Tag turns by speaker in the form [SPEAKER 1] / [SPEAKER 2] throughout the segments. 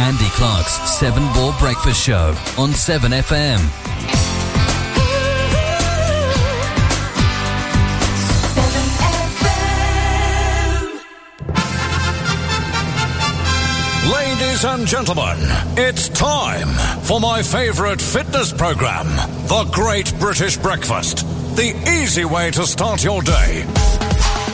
[SPEAKER 1] Andy Clark's Seven Ball Breakfast Show on 7FM.
[SPEAKER 2] Ladies and gentlemen, it's time for my favorite fitness program, The Great British Breakfast. The easy way to start your day.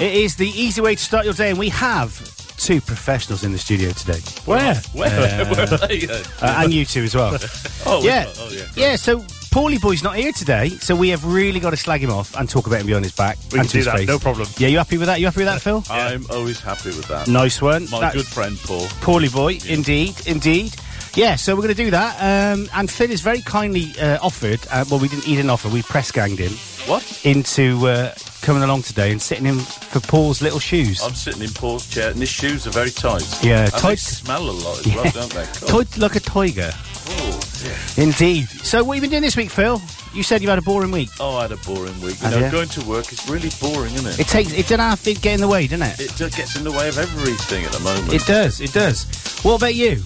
[SPEAKER 3] It is the easy way to start your day, and we have two professionals in the studio today.
[SPEAKER 4] Where? Where?
[SPEAKER 3] Uh,
[SPEAKER 4] Where are you?
[SPEAKER 3] uh, and you two as well.
[SPEAKER 4] Oh, we've
[SPEAKER 3] yeah.
[SPEAKER 4] got- oh, yeah.
[SPEAKER 3] Yeah, so Paulie Boy's not here today, so we have really got to slag him off and talk about him behind his back.
[SPEAKER 5] We
[SPEAKER 3] and
[SPEAKER 5] can
[SPEAKER 3] to
[SPEAKER 5] do
[SPEAKER 3] his
[SPEAKER 5] that,
[SPEAKER 3] face.
[SPEAKER 5] no problem.
[SPEAKER 3] Yeah, you happy with that? You happy with that, Phil?
[SPEAKER 5] I'm always happy with that.
[SPEAKER 3] Nice one.
[SPEAKER 5] My
[SPEAKER 3] That's-
[SPEAKER 5] good friend Paul.
[SPEAKER 3] Poorly boy, indeed, indeed. Yeah, so we're going to do that. Um, and Phil is very kindly uh, offered, uh, well, we didn't eat an offer, we press ganged him
[SPEAKER 5] What?
[SPEAKER 3] into uh, coming along today and sitting in for Paul's little shoes.
[SPEAKER 4] Oh,
[SPEAKER 5] I'm sitting in Paul's chair, and his shoes are very tight.
[SPEAKER 3] Yeah,
[SPEAKER 5] and They
[SPEAKER 3] tight-
[SPEAKER 5] smell a lot as well, don't they? God.
[SPEAKER 3] Toy- like a tiger.
[SPEAKER 5] Oh, dear.
[SPEAKER 3] Indeed. So, what have you been doing this week, Phil? You said you had a boring week.
[SPEAKER 5] Oh, I had a boring week. You
[SPEAKER 3] Have
[SPEAKER 5] know,
[SPEAKER 3] ya?
[SPEAKER 5] going to work is really boring, isn't
[SPEAKER 3] It
[SPEAKER 5] it?
[SPEAKER 3] takes, it doesn't have to get in the way, doesn't it?
[SPEAKER 5] It just gets in the way of everything at the moment.
[SPEAKER 3] It does, it does. What about you?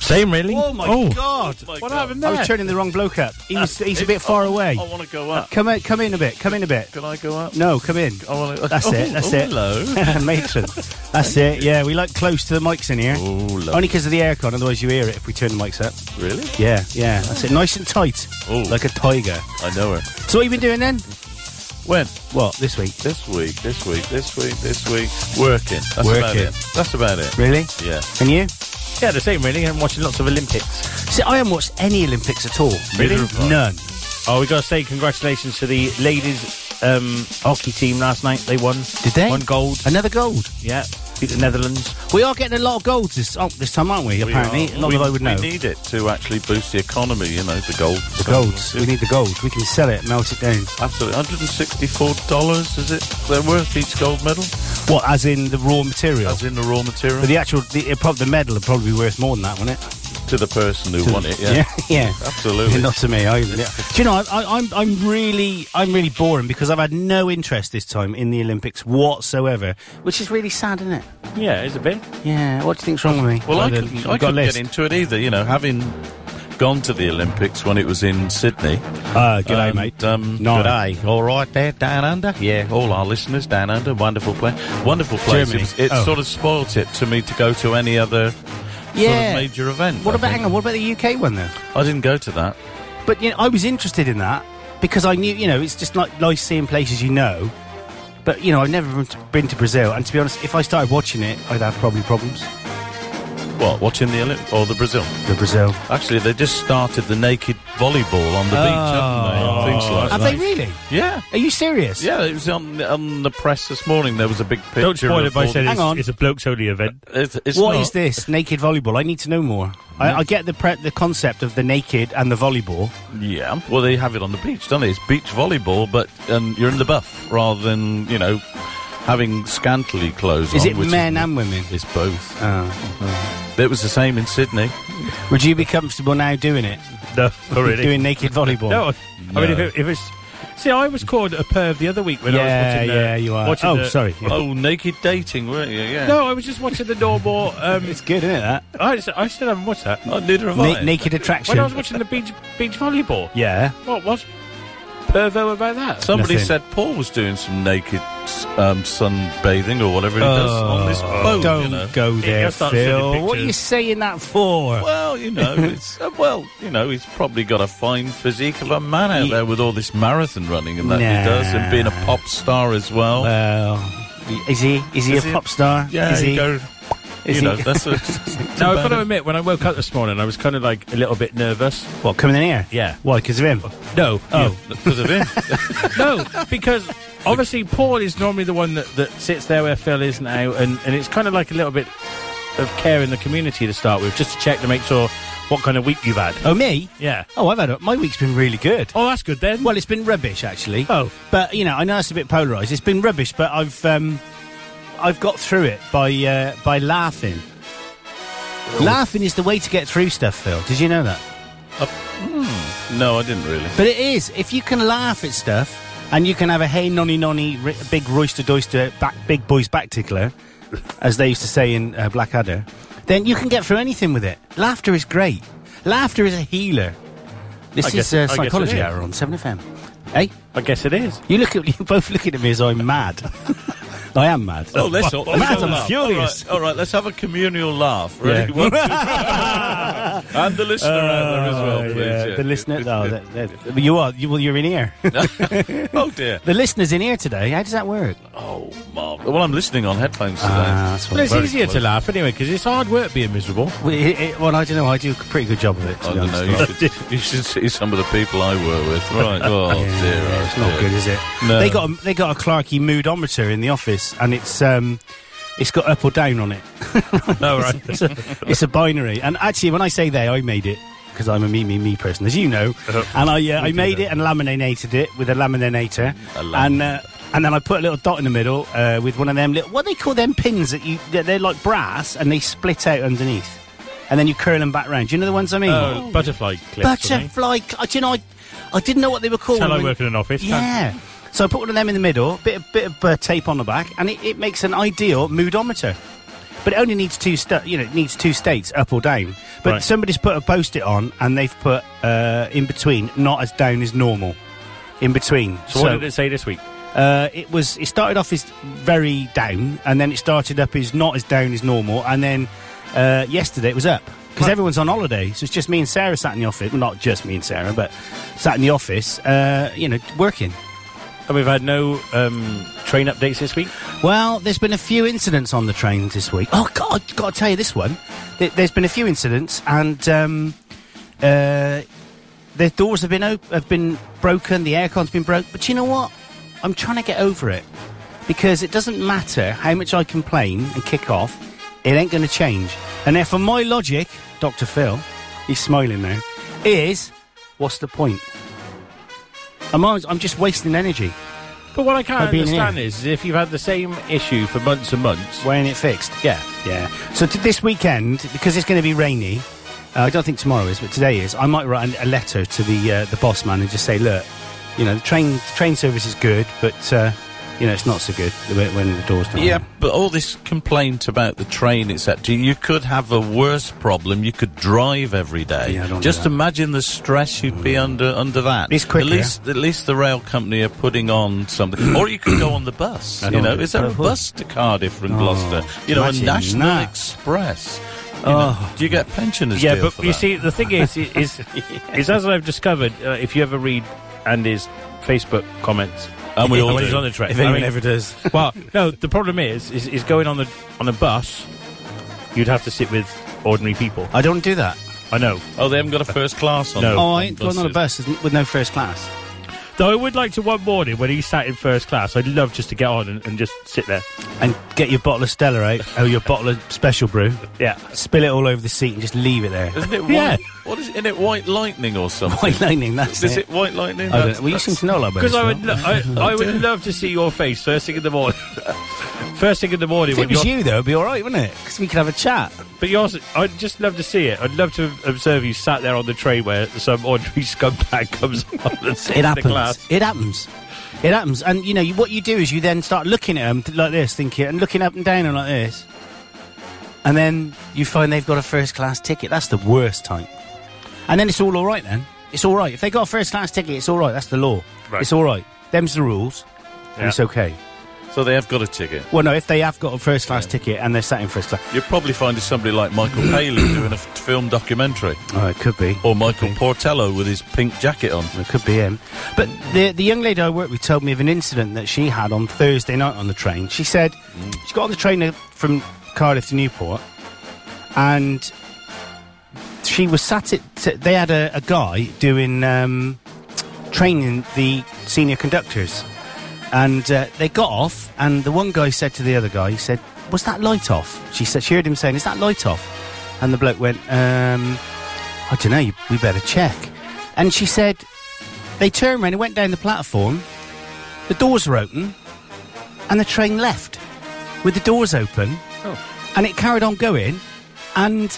[SPEAKER 4] Same, really.
[SPEAKER 3] Oh, my God.
[SPEAKER 5] My God.
[SPEAKER 4] What happened
[SPEAKER 3] I
[SPEAKER 4] there?
[SPEAKER 3] was turning the wrong bloke up. He was, he's a bit
[SPEAKER 5] It-
[SPEAKER 3] far
[SPEAKER 5] I-
[SPEAKER 3] away.
[SPEAKER 5] I want to go up.
[SPEAKER 3] Come, in, come in a bit, come in a bit.
[SPEAKER 5] Can I go up?
[SPEAKER 3] No, come in.
[SPEAKER 5] I want to.
[SPEAKER 3] That's it. That's it.
[SPEAKER 5] Hello.
[SPEAKER 3] Matron. That's it. Yeah, we like close to the mics in here.
[SPEAKER 5] Oh, lovely.
[SPEAKER 3] Only because of the aircon, otherwise you hear it if we turn the mics up.
[SPEAKER 5] Really?
[SPEAKER 3] Yeah, yeah. That's it. Nice and tight.
[SPEAKER 5] Ooh.
[SPEAKER 3] Like a tiger.
[SPEAKER 5] I know it.
[SPEAKER 3] So what you been doing then?
[SPEAKER 5] When?
[SPEAKER 3] What, this week?
[SPEAKER 5] This week. This week. This week. This week. Working. That's about
[SPEAKER 3] Working.
[SPEAKER 5] it. That's about it.
[SPEAKER 3] Really?
[SPEAKER 5] Yeah.
[SPEAKER 3] And you?
[SPEAKER 4] Yeah, the same, really. I'm watching lots of Olympics.
[SPEAKER 3] See, I haven't watched any Olympics at all.
[SPEAKER 4] Really?
[SPEAKER 3] None.
[SPEAKER 4] Oh, we got to say congratulations to the ladies um, hockey team last night. They won.
[SPEAKER 3] Did they?
[SPEAKER 4] Won gold.
[SPEAKER 3] Another gold.
[SPEAKER 4] Yeah, beat the Netherlands.
[SPEAKER 3] We are getting a lot of golds this, oh, this time, aren't we?
[SPEAKER 5] We
[SPEAKER 3] Apparently.
[SPEAKER 5] are-
[SPEAKER 3] Not
[SPEAKER 5] we,
[SPEAKER 3] that I would know.
[SPEAKER 5] We need it to actually boost the economy, you know, the gold.
[SPEAKER 3] the golds. We need the golds. We can sell it, melt it down.
[SPEAKER 5] Absolutely. $164, is it? They're worth each gold medal,
[SPEAKER 3] What, as in the raw material?
[SPEAKER 5] as in the raw material,
[SPEAKER 3] but the actual, the, prob- the medal would probably be worth more than that, wouldn't it?
[SPEAKER 5] to the person who won it, yeah.
[SPEAKER 3] yeah.
[SPEAKER 5] Absolutely.
[SPEAKER 3] Not to me. I, yeah. Do you know? I, I, I'm I'm really I'm really boring because I've had no interest this time in the Olympics whatsoever, which is really sad, isn't it?
[SPEAKER 4] Yeah, it's a bit.
[SPEAKER 3] Yeah. What do you think's wrong with me?
[SPEAKER 5] Well, I,
[SPEAKER 3] Well,
[SPEAKER 5] could,
[SPEAKER 3] then,
[SPEAKER 5] I
[SPEAKER 3] you've got a
[SPEAKER 5] couldn't get
[SPEAKER 3] list.
[SPEAKER 5] into it either, you know, having gone to the Olympics when it was in Sydney.
[SPEAKER 3] Ah, g'day,
[SPEAKER 5] And,
[SPEAKER 3] mate.
[SPEAKER 5] Um,
[SPEAKER 3] No.
[SPEAKER 5] G'day. All right there, down under. Yeah, all our listeners down under. Wonderful place. Wonderful place.
[SPEAKER 3] Germany.
[SPEAKER 5] It, was- it
[SPEAKER 3] Oh.
[SPEAKER 5] sort of spoilt it to me to go to any other
[SPEAKER 3] Yeah.
[SPEAKER 5] sort of major event.
[SPEAKER 3] What
[SPEAKER 5] I
[SPEAKER 3] about
[SPEAKER 5] think.
[SPEAKER 3] hang on? What about the UK one though?
[SPEAKER 5] I didn't go to that.
[SPEAKER 3] But you know, I was interested in that because I knew you know it's just like nice seeing places you know. But you know, I've never been to, been to Brazil, and to be honest, if I started watching it, I'd have probably problems.
[SPEAKER 5] What, watching the Olymp or the Brazil?
[SPEAKER 3] The Brazil.
[SPEAKER 5] Actually, they just started the naked volleyball on the beach, haven't they?
[SPEAKER 4] Oh.
[SPEAKER 3] Ah.
[SPEAKER 5] and Things like
[SPEAKER 3] Have
[SPEAKER 5] that.
[SPEAKER 3] they really?
[SPEAKER 5] Yeah.
[SPEAKER 3] Are you serious?
[SPEAKER 5] Yeah, it was on on the press this morning. There was a big picture.
[SPEAKER 4] Don't spoil
[SPEAKER 5] of
[SPEAKER 4] it by
[SPEAKER 5] all
[SPEAKER 4] saying
[SPEAKER 3] Hang
[SPEAKER 4] it's,
[SPEAKER 3] on.
[SPEAKER 4] it's a blokes only event.
[SPEAKER 5] the- It's, it's
[SPEAKER 3] What is
[SPEAKER 5] not.
[SPEAKER 3] this naked volleyball? I need to know more. I, I get the pre- the concept of the naked and the volleyball.
[SPEAKER 5] Yeah. Well, they have it on the beach, don't they? It's beach volleyball, but um, you're in the buff rather than you know having scantily clothes
[SPEAKER 3] Is
[SPEAKER 5] on.
[SPEAKER 3] it
[SPEAKER 5] which
[SPEAKER 3] men and women? Ah,
[SPEAKER 5] It's both. It was the same in Sydney.
[SPEAKER 3] Would you be comfortable now doing it?
[SPEAKER 4] No, not really.
[SPEAKER 3] Doing naked volleyball?
[SPEAKER 4] No, I- I mean, if,
[SPEAKER 5] No.
[SPEAKER 4] it, if it's. See, I was called a perv the other week when
[SPEAKER 3] Yeah,
[SPEAKER 4] I was watching. the-
[SPEAKER 3] yeah, you are.
[SPEAKER 4] watching
[SPEAKER 3] Oh,
[SPEAKER 4] the-
[SPEAKER 3] sorry.
[SPEAKER 5] Oh, naked dating, weren't you? Yeah.
[SPEAKER 4] No, I was just watching the normal. Um,
[SPEAKER 3] It's good, isn't it? That
[SPEAKER 4] I, s- I still haven't watched that.
[SPEAKER 5] Oh, neither have
[SPEAKER 3] Na-
[SPEAKER 5] I.
[SPEAKER 3] naked
[SPEAKER 4] When
[SPEAKER 3] attraction.
[SPEAKER 4] I was watching the beach beach volleyball,
[SPEAKER 3] yeah.
[SPEAKER 4] what was pervo about that?
[SPEAKER 5] Somebody
[SPEAKER 3] Nothing.
[SPEAKER 5] said Paul was doing some naked s- um, sunbathing or whatever he does on this boat.
[SPEAKER 3] Oh, Don't
[SPEAKER 5] you know.
[SPEAKER 3] go there,
[SPEAKER 4] just starts sending
[SPEAKER 3] Phil. What are you
[SPEAKER 4] pictures.
[SPEAKER 3] saying that for?
[SPEAKER 5] Well, you know, it's uh, well, you know, he's probably got a fine physique of a man out
[SPEAKER 3] Ye-
[SPEAKER 5] there with all this marathon running and that
[SPEAKER 3] Nah.
[SPEAKER 5] he does, and being a pop star as well.
[SPEAKER 3] Well, is he? Is he
[SPEAKER 5] Is
[SPEAKER 3] a
[SPEAKER 5] he-
[SPEAKER 3] pop star?
[SPEAKER 5] yeah,
[SPEAKER 3] Is
[SPEAKER 5] you
[SPEAKER 3] he?
[SPEAKER 5] go.
[SPEAKER 3] Is
[SPEAKER 5] you
[SPEAKER 3] he-
[SPEAKER 5] know, that's a,
[SPEAKER 4] Now, I've got to admit, when I woke up this morning, I was kind of like a little bit nervous.
[SPEAKER 3] What coming in here?
[SPEAKER 4] Yeah.
[SPEAKER 3] Why? Because of him?
[SPEAKER 4] No,
[SPEAKER 3] Oh.
[SPEAKER 5] because of him.
[SPEAKER 4] no, because obviously Paul is normally the one that, that sits there where Phil is now, and, and it's kind of like a little bit of care in the community to start with, just to check to make sure what kind of week you've had.
[SPEAKER 3] Oh me?
[SPEAKER 4] Yeah.
[SPEAKER 3] Oh, I've had a, my week's been really good.
[SPEAKER 4] Oh, that's good then.
[SPEAKER 3] Well, it's been rubbish actually.
[SPEAKER 4] Oh.
[SPEAKER 3] but you know, I know it's a bit polarised. It's been rubbish, but I've um, I've got through it by uh, by laughing. Laughing is the way to get through stuff, Phil. Did you know that?
[SPEAKER 5] Hmm. no, I didn't really.
[SPEAKER 3] But it is. If you can laugh at stuff, and you can have a hey nonny nonny ri- big roister doister back big boys back tickler, as they used to say in uh, Blackadder, then you can get through anything with it. Laughter is great. Laughter is a healer. This
[SPEAKER 4] I
[SPEAKER 3] is
[SPEAKER 4] guess- I
[SPEAKER 3] uh,
[SPEAKER 4] guess it
[SPEAKER 3] Psychology
[SPEAKER 4] is.
[SPEAKER 3] Hour on 7FM. Hey,
[SPEAKER 4] I guess it is.
[SPEAKER 3] you look at you both looking at me as I'm mad. I am mad.
[SPEAKER 5] Oh, let's all, let's
[SPEAKER 3] Mad
[SPEAKER 5] all
[SPEAKER 3] and
[SPEAKER 5] laugh.
[SPEAKER 3] furious.
[SPEAKER 5] All right, all right, let's have a communal laugh. Ready? One, two, three. and the listener out there as well,
[SPEAKER 3] Oh,
[SPEAKER 5] please.
[SPEAKER 3] yeah,
[SPEAKER 5] yeah.
[SPEAKER 3] The listener, oh, that, that- you are, you, well, you're in here.
[SPEAKER 5] oh dear.
[SPEAKER 3] the listener's in here today. How does that work?
[SPEAKER 5] Oh, marvelous. Well, I'm listening on headphones today.
[SPEAKER 3] Ah, that's
[SPEAKER 4] But
[SPEAKER 3] what-
[SPEAKER 4] it's
[SPEAKER 5] Very
[SPEAKER 4] easier to
[SPEAKER 5] close.
[SPEAKER 4] laugh anyway because it's hard work being miserable.
[SPEAKER 3] well, it- it- well, I don't know. I do a pretty good job of it. to
[SPEAKER 5] I
[SPEAKER 3] be
[SPEAKER 5] don't
[SPEAKER 3] honest.
[SPEAKER 5] know. You should, you should see some of the people I were with. Right. Oh
[SPEAKER 3] Yeah,
[SPEAKER 5] dear.
[SPEAKER 3] yeah,
[SPEAKER 5] oh,
[SPEAKER 3] it's not
[SPEAKER 5] dear.
[SPEAKER 3] good, is it?
[SPEAKER 5] No.
[SPEAKER 3] They got a, they got a Clarkey moodometer in the office, and it's um, it's got up or down on it.
[SPEAKER 4] No, Oh, right.
[SPEAKER 3] it's, a, it's a binary. And actually, when I say they, I made it because I'm a me me me person, as you know.
[SPEAKER 4] Oh.
[SPEAKER 3] And I uh, I made it and laminated it with a laminator,
[SPEAKER 5] A laminator.
[SPEAKER 3] and uh, and then I put a little dot in the middle uh, with one of them. Little, what do they call them pins that you that they're like brass and they split out underneath, and then you curl them back round. Do you know the ones I mean?
[SPEAKER 4] Oh, butterfly clips. or something.
[SPEAKER 3] butterfly. cl- uh, Do you know? I, I didn't know what they were called.
[SPEAKER 4] Tell I
[SPEAKER 3] when-
[SPEAKER 4] work in an office. don't-
[SPEAKER 3] yeah. So I put one of them in the middle, bit of, bit of uh, tape on the back, and it, it makes an ideal moodometer. But it only needs two, stu- you know, it needs two states, up or down. But
[SPEAKER 4] Right.
[SPEAKER 3] somebody's put a post-it on, and they've put uh, in between, not as down as normal, in between.
[SPEAKER 4] So, what did it say this week?
[SPEAKER 3] Uh, it was. It started off as very down, and then it started up as not as down as normal, and then uh, yesterday it was up because everyone's on holiday, so it's just me and Sarah sat in the office. Well, not just me and Sarah, but sat in the office, uh, you know, working.
[SPEAKER 4] And we've had no um, train updates this week.
[SPEAKER 3] Well, there's been a few incidents on the trains this week. Oh God, I've got to tell you this one. There- There's been a few incidents, and um, uh, the doors have been op- have been broken. The aircon's been broke. But you know what? I'm trying to get over it because it doesn't matter how much I complain and kick off. It ain't going to change. And therefore, my logic, Doctor Phil, he's smiling now, is what's the point? I'm always, I'm just wasting energy.
[SPEAKER 4] But what I can't
[SPEAKER 3] I've been
[SPEAKER 4] understand
[SPEAKER 3] here.
[SPEAKER 4] is, is if you've had the same issue for months and months.
[SPEAKER 3] When it fixed.
[SPEAKER 4] yeah.
[SPEAKER 3] Yeah. So t- this weekend, because it's going to be rainy, uh, I don't think tomorrow is, but today is. I might write an- a letter to the uh, the boss man and just say, look, you know, the train the train service is good, but uh, you know, it's not so good when when the doors don't.
[SPEAKER 5] Yeah, but all this complaint about the train, etc. You could have a worse problem. You could drive every day.
[SPEAKER 3] Yeah, I don't do
[SPEAKER 5] Just
[SPEAKER 3] that. Mm.
[SPEAKER 5] imagine the stress you'd be under under that.
[SPEAKER 3] It's quicker.
[SPEAKER 5] At least, at least the rail company are putting on something. or you could go on the bus.
[SPEAKER 3] I
[SPEAKER 5] You
[SPEAKER 3] don't
[SPEAKER 5] know,
[SPEAKER 3] do
[SPEAKER 5] is there a
[SPEAKER 3] that.
[SPEAKER 5] bus to Cardiff from Gloucester? You know, a
[SPEAKER 3] imagine
[SPEAKER 5] National
[SPEAKER 3] that. Oh.
[SPEAKER 5] Express. You know, do you get pensioners?
[SPEAKER 4] Yeah,
[SPEAKER 5] deal
[SPEAKER 4] but
[SPEAKER 5] for
[SPEAKER 4] you
[SPEAKER 5] that?
[SPEAKER 4] see, the thing is, i- is, is as I've discovered, uh, if you ever read Andy's Facebook comments,
[SPEAKER 5] And we all
[SPEAKER 4] when he's
[SPEAKER 5] do.
[SPEAKER 4] on the train,
[SPEAKER 3] If
[SPEAKER 4] I
[SPEAKER 3] anyone
[SPEAKER 4] mean,
[SPEAKER 3] ever does.
[SPEAKER 4] well, no, the problem is, is, is going on the on a bus, you'd have to sit with ordinary people.
[SPEAKER 3] I don't do that.
[SPEAKER 4] I know.
[SPEAKER 5] Oh, they haven't got a first class on.
[SPEAKER 4] No.
[SPEAKER 5] the-
[SPEAKER 3] Oh, I ain't
[SPEAKER 5] on
[SPEAKER 3] going on a
[SPEAKER 5] buses.
[SPEAKER 3] bus isn't- with no first class.
[SPEAKER 4] Though I would like to one morning when he sat in first class, I'd love just to get on and, and just sit there.
[SPEAKER 3] And get your bottle of Stella out, or oh, your bottle of special brew,
[SPEAKER 4] Yeah.
[SPEAKER 3] spill it all over the seat and just leave it there.
[SPEAKER 5] Isn't it white?
[SPEAKER 4] Yeah.
[SPEAKER 5] What is it? Isn't it white lightning or something?
[SPEAKER 3] White lightning, that's
[SPEAKER 5] Is
[SPEAKER 3] it.
[SPEAKER 5] it white lightning?
[SPEAKER 3] I don't
[SPEAKER 5] That's-
[SPEAKER 3] know. Well, you
[SPEAKER 5] that's-
[SPEAKER 3] seem to know a lot about
[SPEAKER 4] Because
[SPEAKER 3] this,
[SPEAKER 4] I would,
[SPEAKER 3] Phil.
[SPEAKER 4] lo- I, I would love to see your face first thing in the morning. first thing in the morning
[SPEAKER 3] If it
[SPEAKER 4] when
[SPEAKER 3] was
[SPEAKER 4] you're,
[SPEAKER 3] you, though, it'd be all right, wouldn't it? Because we could have a chat.
[SPEAKER 4] but yours. I'd just love to see it. I'd love to observe you sat there on the train where some ordinary scumbag comes on and sits
[SPEAKER 3] It
[SPEAKER 4] in the class.
[SPEAKER 3] happens. It happens. It happens. And you know you, what you do is you then start looking at them like this, thinking and looking up and down and like this, and then you find they've got a first class ticket. That's the worst type. And then it's all all right. Then it's all right if they got a first class ticket. It's all right. That's the law.
[SPEAKER 4] Right.
[SPEAKER 3] It's all right. Them's the rules. and
[SPEAKER 4] Yeah.
[SPEAKER 3] It's okay.
[SPEAKER 5] So they have got a ticket.
[SPEAKER 3] Well, no, if they have got a first class ticket and they're sat in first class,
[SPEAKER 5] You'll probably find it's somebody like Michael Palin doing a f- film documentary,
[SPEAKER 3] oh, it could be.
[SPEAKER 5] or Michael Portello with his pink jacket on.
[SPEAKER 3] It could be him. But the the young lady I worked with told me of an incident that she had on Thursday night on the train. She said she got on the train uh, from Cardiff to Newport, and she was sat at. t- They had a, a guy doing um, training the senior conductors, and uh, they got off. And the one guy said to the other guy, he said, "Was that light off?" She said she heard him saying, "Is that light off?" And the bloke went, um, "I don't know. You, we better check." And she said, "They turned around and went down the platform. The doors were open, and the train left with the doors open,
[SPEAKER 4] Oh.
[SPEAKER 3] and it carried on going, and."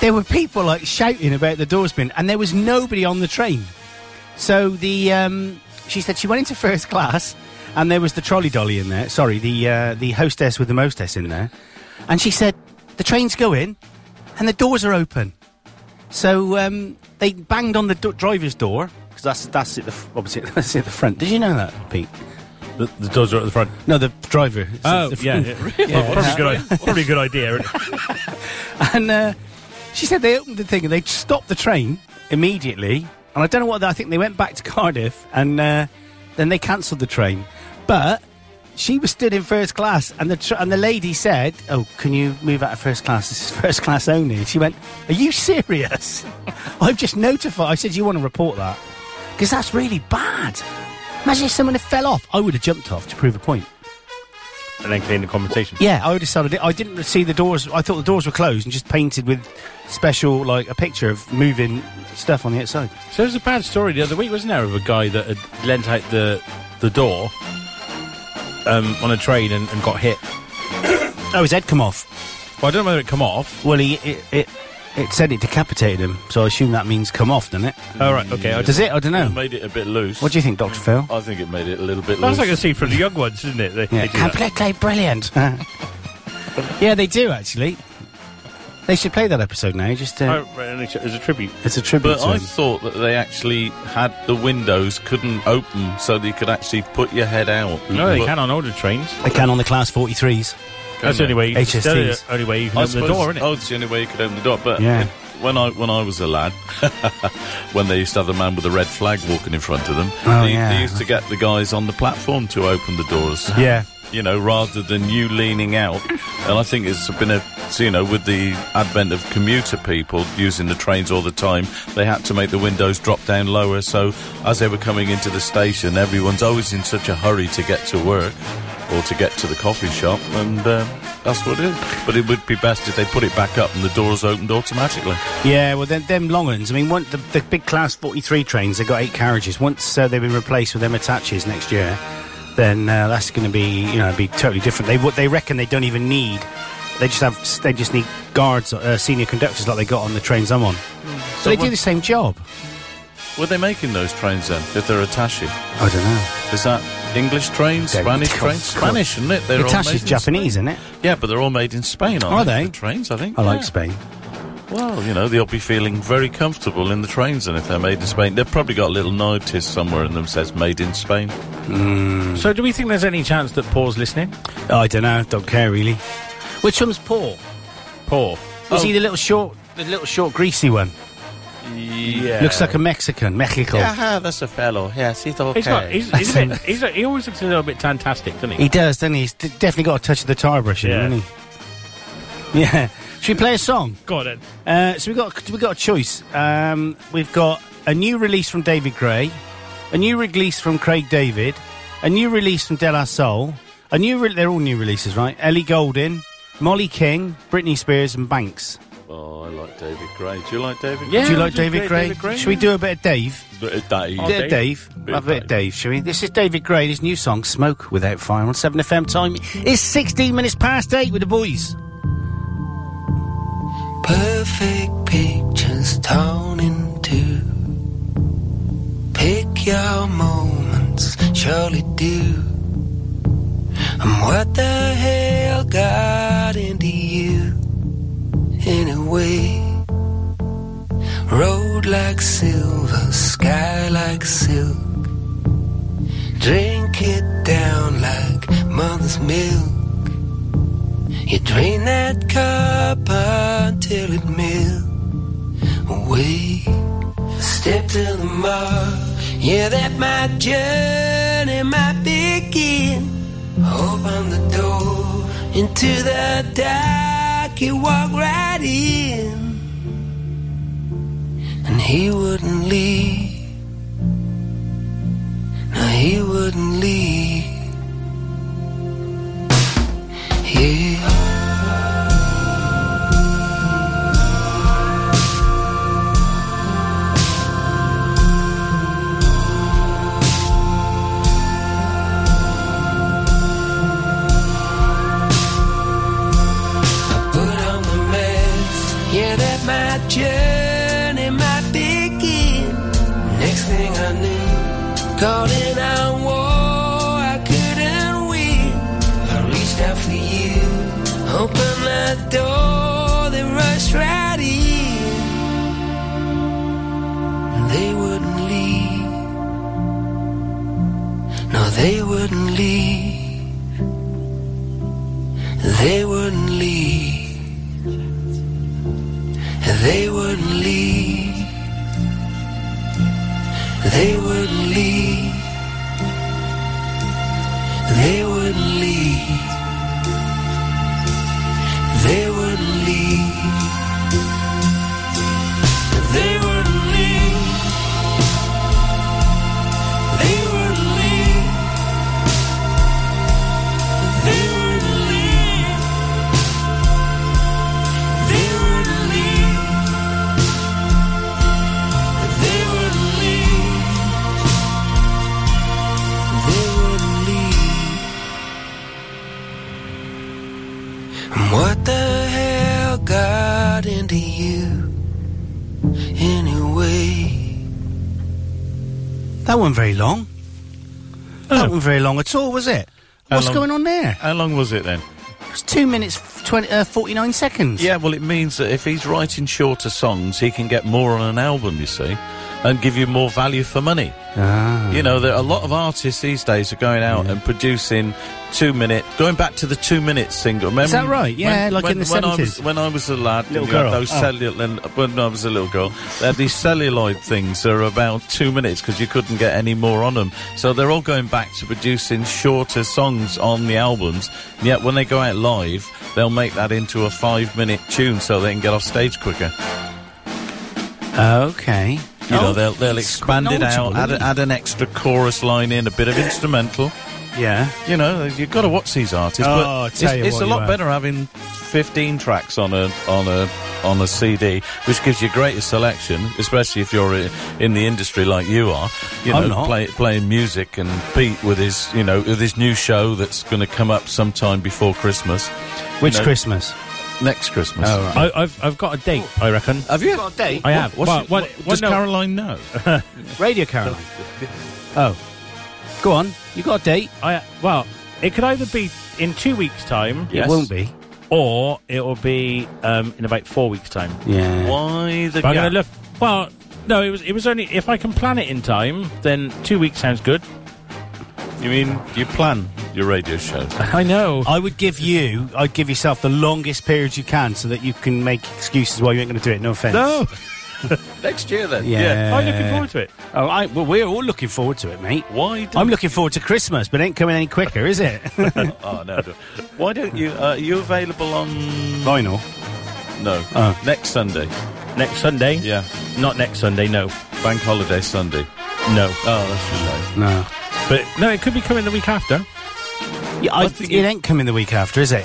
[SPEAKER 3] there were people like shouting about the doors being, and there was nobody on the train. So the um, she said she went into first class, and there was the trolley dolly in there. Sorry, the uh, the hostess with the mostess in there, and she said the train's going, and the doors are open. So um, they banged on the do- driver's door because that's that's at the f- obviously that's at the front. Did you know that, Pete?
[SPEAKER 4] The, the doors are at the front.
[SPEAKER 3] No, the driver. It's at
[SPEAKER 4] Oh,
[SPEAKER 3] the
[SPEAKER 4] yeah.
[SPEAKER 3] front.
[SPEAKER 4] yeah. Well, probably, a good, i- probably a good idea. isn't it?
[SPEAKER 3] And uh, she said they opened the thing and they stopped the train immediately. And I don't know what, I think they went back to Cardiff and uh, then they cancelled the train. But she was stood in first class and the, tr- and the lady said, Oh, can you move out of first class? This is first class only. And she went, Are you serious? I've just notified. I said, You want to report that? Because that's really bad. Imagine if someone had fell off. I would have jumped off to prove a point.
[SPEAKER 4] And then clean the conversation.
[SPEAKER 3] Yeah, I would have started it. I didn't see the doors. I thought the doors were closed and just painted with special, like a picture of moving stuff on the outside.
[SPEAKER 4] So there's a bad story the other week, wasn't there, of a guy that had lent out the the door um, on a train and, and got hit.
[SPEAKER 3] Oh, his head come off.
[SPEAKER 4] Well, I don't know whether it come off.
[SPEAKER 3] Well, he it it, it said it decapitated him, so I assume that means come off, doesn't it?
[SPEAKER 4] All right, okay. I
[SPEAKER 3] Does it? I don't know.
[SPEAKER 5] Made it a bit loose.
[SPEAKER 3] What do you think, Doctor Phil?
[SPEAKER 5] I think it made it a little bit
[SPEAKER 4] That's
[SPEAKER 5] loose.
[SPEAKER 4] like a scene from the young ones, isn't it? They,
[SPEAKER 3] Yeah,
[SPEAKER 4] they do that.
[SPEAKER 3] completely brilliant. yeah, they do actually. They should play that episode now. Just to,
[SPEAKER 4] Oh, right, and it's it's a tribute.
[SPEAKER 3] it's a tribute.
[SPEAKER 5] but
[SPEAKER 3] to
[SPEAKER 5] I
[SPEAKER 3] him.
[SPEAKER 5] thought that they actually had the windows couldn't open, so that you could actually put your head out.
[SPEAKER 4] No, they
[SPEAKER 5] But-
[SPEAKER 4] can on older trains.
[SPEAKER 3] They can on the class forty threes.
[SPEAKER 4] That's the only way. You,
[SPEAKER 3] HSTs.
[SPEAKER 4] that's the only way you can
[SPEAKER 5] I
[SPEAKER 4] open the
[SPEAKER 5] suppose-
[SPEAKER 4] door, isn't it?
[SPEAKER 5] Oh, it's the only way you could open the door. But
[SPEAKER 3] Yeah.
[SPEAKER 5] when I when I was a lad, when they used to have the man with the red flag walking in front of them,
[SPEAKER 3] Oh,
[SPEAKER 5] they,
[SPEAKER 3] yeah.
[SPEAKER 5] they used to get the guys on the platform to open the doors.
[SPEAKER 3] Yeah.
[SPEAKER 5] You know, rather than you leaning out, and I think it's been a so, you know with the advent of commuter people using the trains all the time, they had to make the windows drop down lower. So as they were coming into the station, everyone's always in such a hurry to get to work or to get to the coffee shop, and um, that's what it is. But it would be best if they put it back up and the doors opened automatically.
[SPEAKER 3] Yeah, well, then them long ones. I mean, one, the, the big Class 43 trains, they've got eight carriages. Once uh, they've been replaced with Emitaches next year, then uh, that's going to be, you know, be totally different. They what they reckon they don't even need. They just have, s- they just need guards, uh, senior conductors like they got on the trains I'm on. So they do
[SPEAKER 5] Hmm. what-
[SPEAKER 3] the same job.
[SPEAKER 5] Were they making those trains then? If they're attaché,
[SPEAKER 3] I don't know.
[SPEAKER 5] is that English trains,
[SPEAKER 3] Don't-
[SPEAKER 5] Spanish
[SPEAKER 3] of
[SPEAKER 5] trains,
[SPEAKER 3] course.
[SPEAKER 5] Spanish, isn't it? They're all made
[SPEAKER 3] Itaches
[SPEAKER 5] in
[SPEAKER 3] Japanese,
[SPEAKER 5] Spain.
[SPEAKER 3] isn't it?
[SPEAKER 5] Yeah, but they're all made in Spain, aren't
[SPEAKER 3] Are they?
[SPEAKER 5] The trains, I think.
[SPEAKER 3] I like
[SPEAKER 5] Yeah.
[SPEAKER 3] Spain.
[SPEAKER 5] Well, you know, they'll be feeling very comfortable in the trains, and if they're made in Spain, they've probably got a little notice somewhere in them says "Made in Spain."
[SPEAKER 4] So, do we think there's any chance that Paul's listening?
[SPEAKER 3] Oh, Hmm. I don't know. Don't care really. Which one's Paul?
[SPEAKER 4] Paul. Oh.
[SPEAKER 3] Was he the little short, the little short greasy one?
[SPEAKER 5] Yeah,
[SPEAKER 3] Looks like a Mexican, Mexico.
[SPEAKER 5] Yeah, uh, that's a fellow. Yes, he's okay.
[SPEAKER 4] He's not. He's, he's a bit, he's a, he always looks a little bit fantastic, doesn't he?
[SPEAKER 3] He does, doesn't he? He's d- definitely got a touch of the tar brush in
[SPEAKER 4] Yeah.
[SPEAKER 3] him, hasn't he? Yeah. Should we play a song?
[SPEAKER 4] Got it.
[SPEAKER 3] Uh, so we got we got a choice. Um, we've got a new release from David Gray, a new release from Craig David, a new release from De La Soul, a new re- they're all new releases, right? Ellie Golding, Molly King, Britney Spears, and Banks.
[SPEAKER 5] Oh, I like David Gray. Do you like David?
[SPEAKER 4] Yeah.
[SPEAKER 3] do you like
[SPEAKER 4] just
[SPEAKER 3] David
[SPEAKER 4] play
[SPEAKER 3] Gray?
[SPEAKER 4] David Gray,
[SPEAKER 3] Should we
[SPEAKER 4] yeah.
[SPEAKER 3] do a bit of Dave?
[SPEAKER 5] Gray? That he-
[SPEAKER 3] A bit of Dave.
[SPEAKER 5] Bit
[SPEAKER 3] A
[SPEAKER 5] of
[SPEAKER 3] bit of Dave, shall we? This is David Gray. and His new song, "Smoke Without Fire," on Seven FM. Time is sixteen minutes past eight with the boys.
[SPEAKER 6] Perfect pictures torn in two. Pick your moments, surely do. And what the hell got into you anyway? Road like silver, sky like silk. Drink it down like mother's milk. You drain that cup until it melts away. Step to the mark. Yeah, that my journey might begin. Open the door into the dark. You walk right in. And he wouldn't leave. No, he wouldn't leave. Yeah. put on the mask. Yeah, that my journey might begin. Next thing I knew, caught in a war I couldn't win. I reached out for you, opened the door. They wouldn't leave. They wouldn't leave. They wouldn't leave. They wouldn't leave. They wouldn't leave. They wouldn't leave. They wouldn't leave. They wouldn't leave. They wouldn't leave. They wouldn't leave. What the hell got into you anyway?
[SPEAKER 3] That wasn't very long. That wasn't very long at all, was it?
[SPEAKER 5] How
[SPEAKER 3] What's
[SPEAKER 5] long-
[SPEAKER 3] going on there?
[SPEAKER 5] How long was it then?
[SPEAKER 3] It's two minutes f- 20, uh, 49 seconds.
[SPEAKER 5] Yeah, well, it means that if he's writing shorter songs, he can get more on an album, you see, and give you more value for money.
[SPEAKER 3] Ah.
[SPEAKER 5] You know, there, a lot of artists these days are going out and producing two minute, going back to the two minute single. Remember,
[SPEAKER 3] that right? Yeah, like in the
[SPEAKER 5] when I
[SPEAKER 3] 70s.
[SPEAKER 5] was, when I was a lad,
[SPEAKER 3] Little
[SPEAKER 5] you had
[SPEAKER 3] girl.
[SPEAKER 5] those
[SPEAKER 3] Oh.
[SPEAKER 5] cellu- and- when I was a little girl, they had these celluloid things that are about two minutes because you couldn't get any more on them. So they're all going back to producing shorter songs on the albums. And yet when they go out live, they'll make that into a five minute tune so they can get off stage quicker.
[SPEAKER 3] Okay.
[SPEAKER 5] You know, they'll, they'll
[SPEAKER 3] it's
[SPEAKER 5] expand it out,
[SPEAKER 3] knowledgeable,
[SPEAKER 5] add, a-
[SPEAKER 3] isn't it?
[SPEAKER 5] add an extra chorus line in, a bit of instrumental.
[SPEAKER 3] Yeah.
[SPEAKER 5] You know, you've got to watch these artists.
[SPEAKER 3] Oh,
[SPEAKER 5] but
[SPEAKER 3] I'll
[SPEAKER 5] it's,
[SPEAKER 3] tell you
[SPEAKER 5] it's
[SPEAKER 3] what
[SPEAKER 5] a
[SPEAKER 3] you
[SPEAKER 5] lot
[SPEAKER 3] have.
[SPEAKER 5] better having 15 tracks on a on a on a CD, which gives you greater selection, especially if you're i- in the industry like you are. You
[SPEAKER 3] I'm
[SPEAKER 5] know,
[SPEAKER 3] not.
[SPEAKER 5] Play, playing music and Pete with his you know with his new show that's going to come up sometime before Christmas,
[SPEAKER 3] Which
[SPEAKER 5] You know,
[SPEAKER 3] Christmas? Oh,
[SPEAKER 5] next Christmas.
[SPEAKER 4] Oh, I, I've, I've got a date, I reckon.
[SPEAKER 5] Have you?
[SPEAKER 3] Got a date?
[SPEAKER 4] I have.
[SPEAKER 5] What's
[SPEAKER 4] But
[SPEAKER 5] it-
[SPEAKER 4] what-
[SPEAKER 5] what-
[SPEAKER 4] what-
[SPEAKER 5] does
[SPEAKER 4] no.
[SPEAKER 5] Caroline know?
[SPEAKER 3] Radio Caroline. oh. Go on. You got a date?
[SPEAKER 4] I, well, it could either be in two weeks' time,
[SPEAKER 5] Yes.
[SPEAKER 3] It won't be.
[SPEAKER 4] or it will be um, in about four weeks' time.
[SPEAKER 3] Yeah.
[SPEAKER 5] Why the?
[SPEAKER 4] But I'm
[SPEAKER 5] gap?
[SPEAKER 4] going to look. Well, no, it was it was only if I can plan it in time, then two weeks sounds good.
[SPEAKER 5] You mean you plan your radio show?
[SPEAKER 4] I know.
[SPEAKER 3] I would give you, I'd give yourself the longest period you can so that you can make excuses why you ain't going to do it. No offence.
[SPEAKER 4] No,
[SPEAKER 5] next year then?
[SPEAKER 3] Yeah.
[SPEAKER 4] I'm looking forward to it.
[SPEAKER 3] Oh, I, well, we're all looking forward to it, mate.
[SPEAKER 5] Why? do
[SPEAKER 3] I'm looking forward to Christmas, but it ain't coming any quicker, is it?
[SPEAKER 5] Oh no! don't- Why don't you? Uh, are you available on?
[SPEAKER 3] Vinyl.
[SPEAKER 5] No,
[SPEAKER 3] Oh.
[SPEAKER 5] next Sunday.
[SPEAKER 4] Next Sunday?
[SPEAKER 5] Yeah,
[SPEAKER 4] Not next Sunday. No,
[SPEAKER 5] bank holiday Sunday.
[SPEAKER 4] no.
[SPEAKER 5] Oh, that's too late.
[SPEAKER 3] No.
[SPEAKER 4] But no, it could be coming the week after.
[SPEAKER 3] Yeah, I,
[SPEAKER 5] I
[SPEAKER 3] it
[SPEAKER 5] think it-
[SPEAKER 3] ain't coming the week after, is it?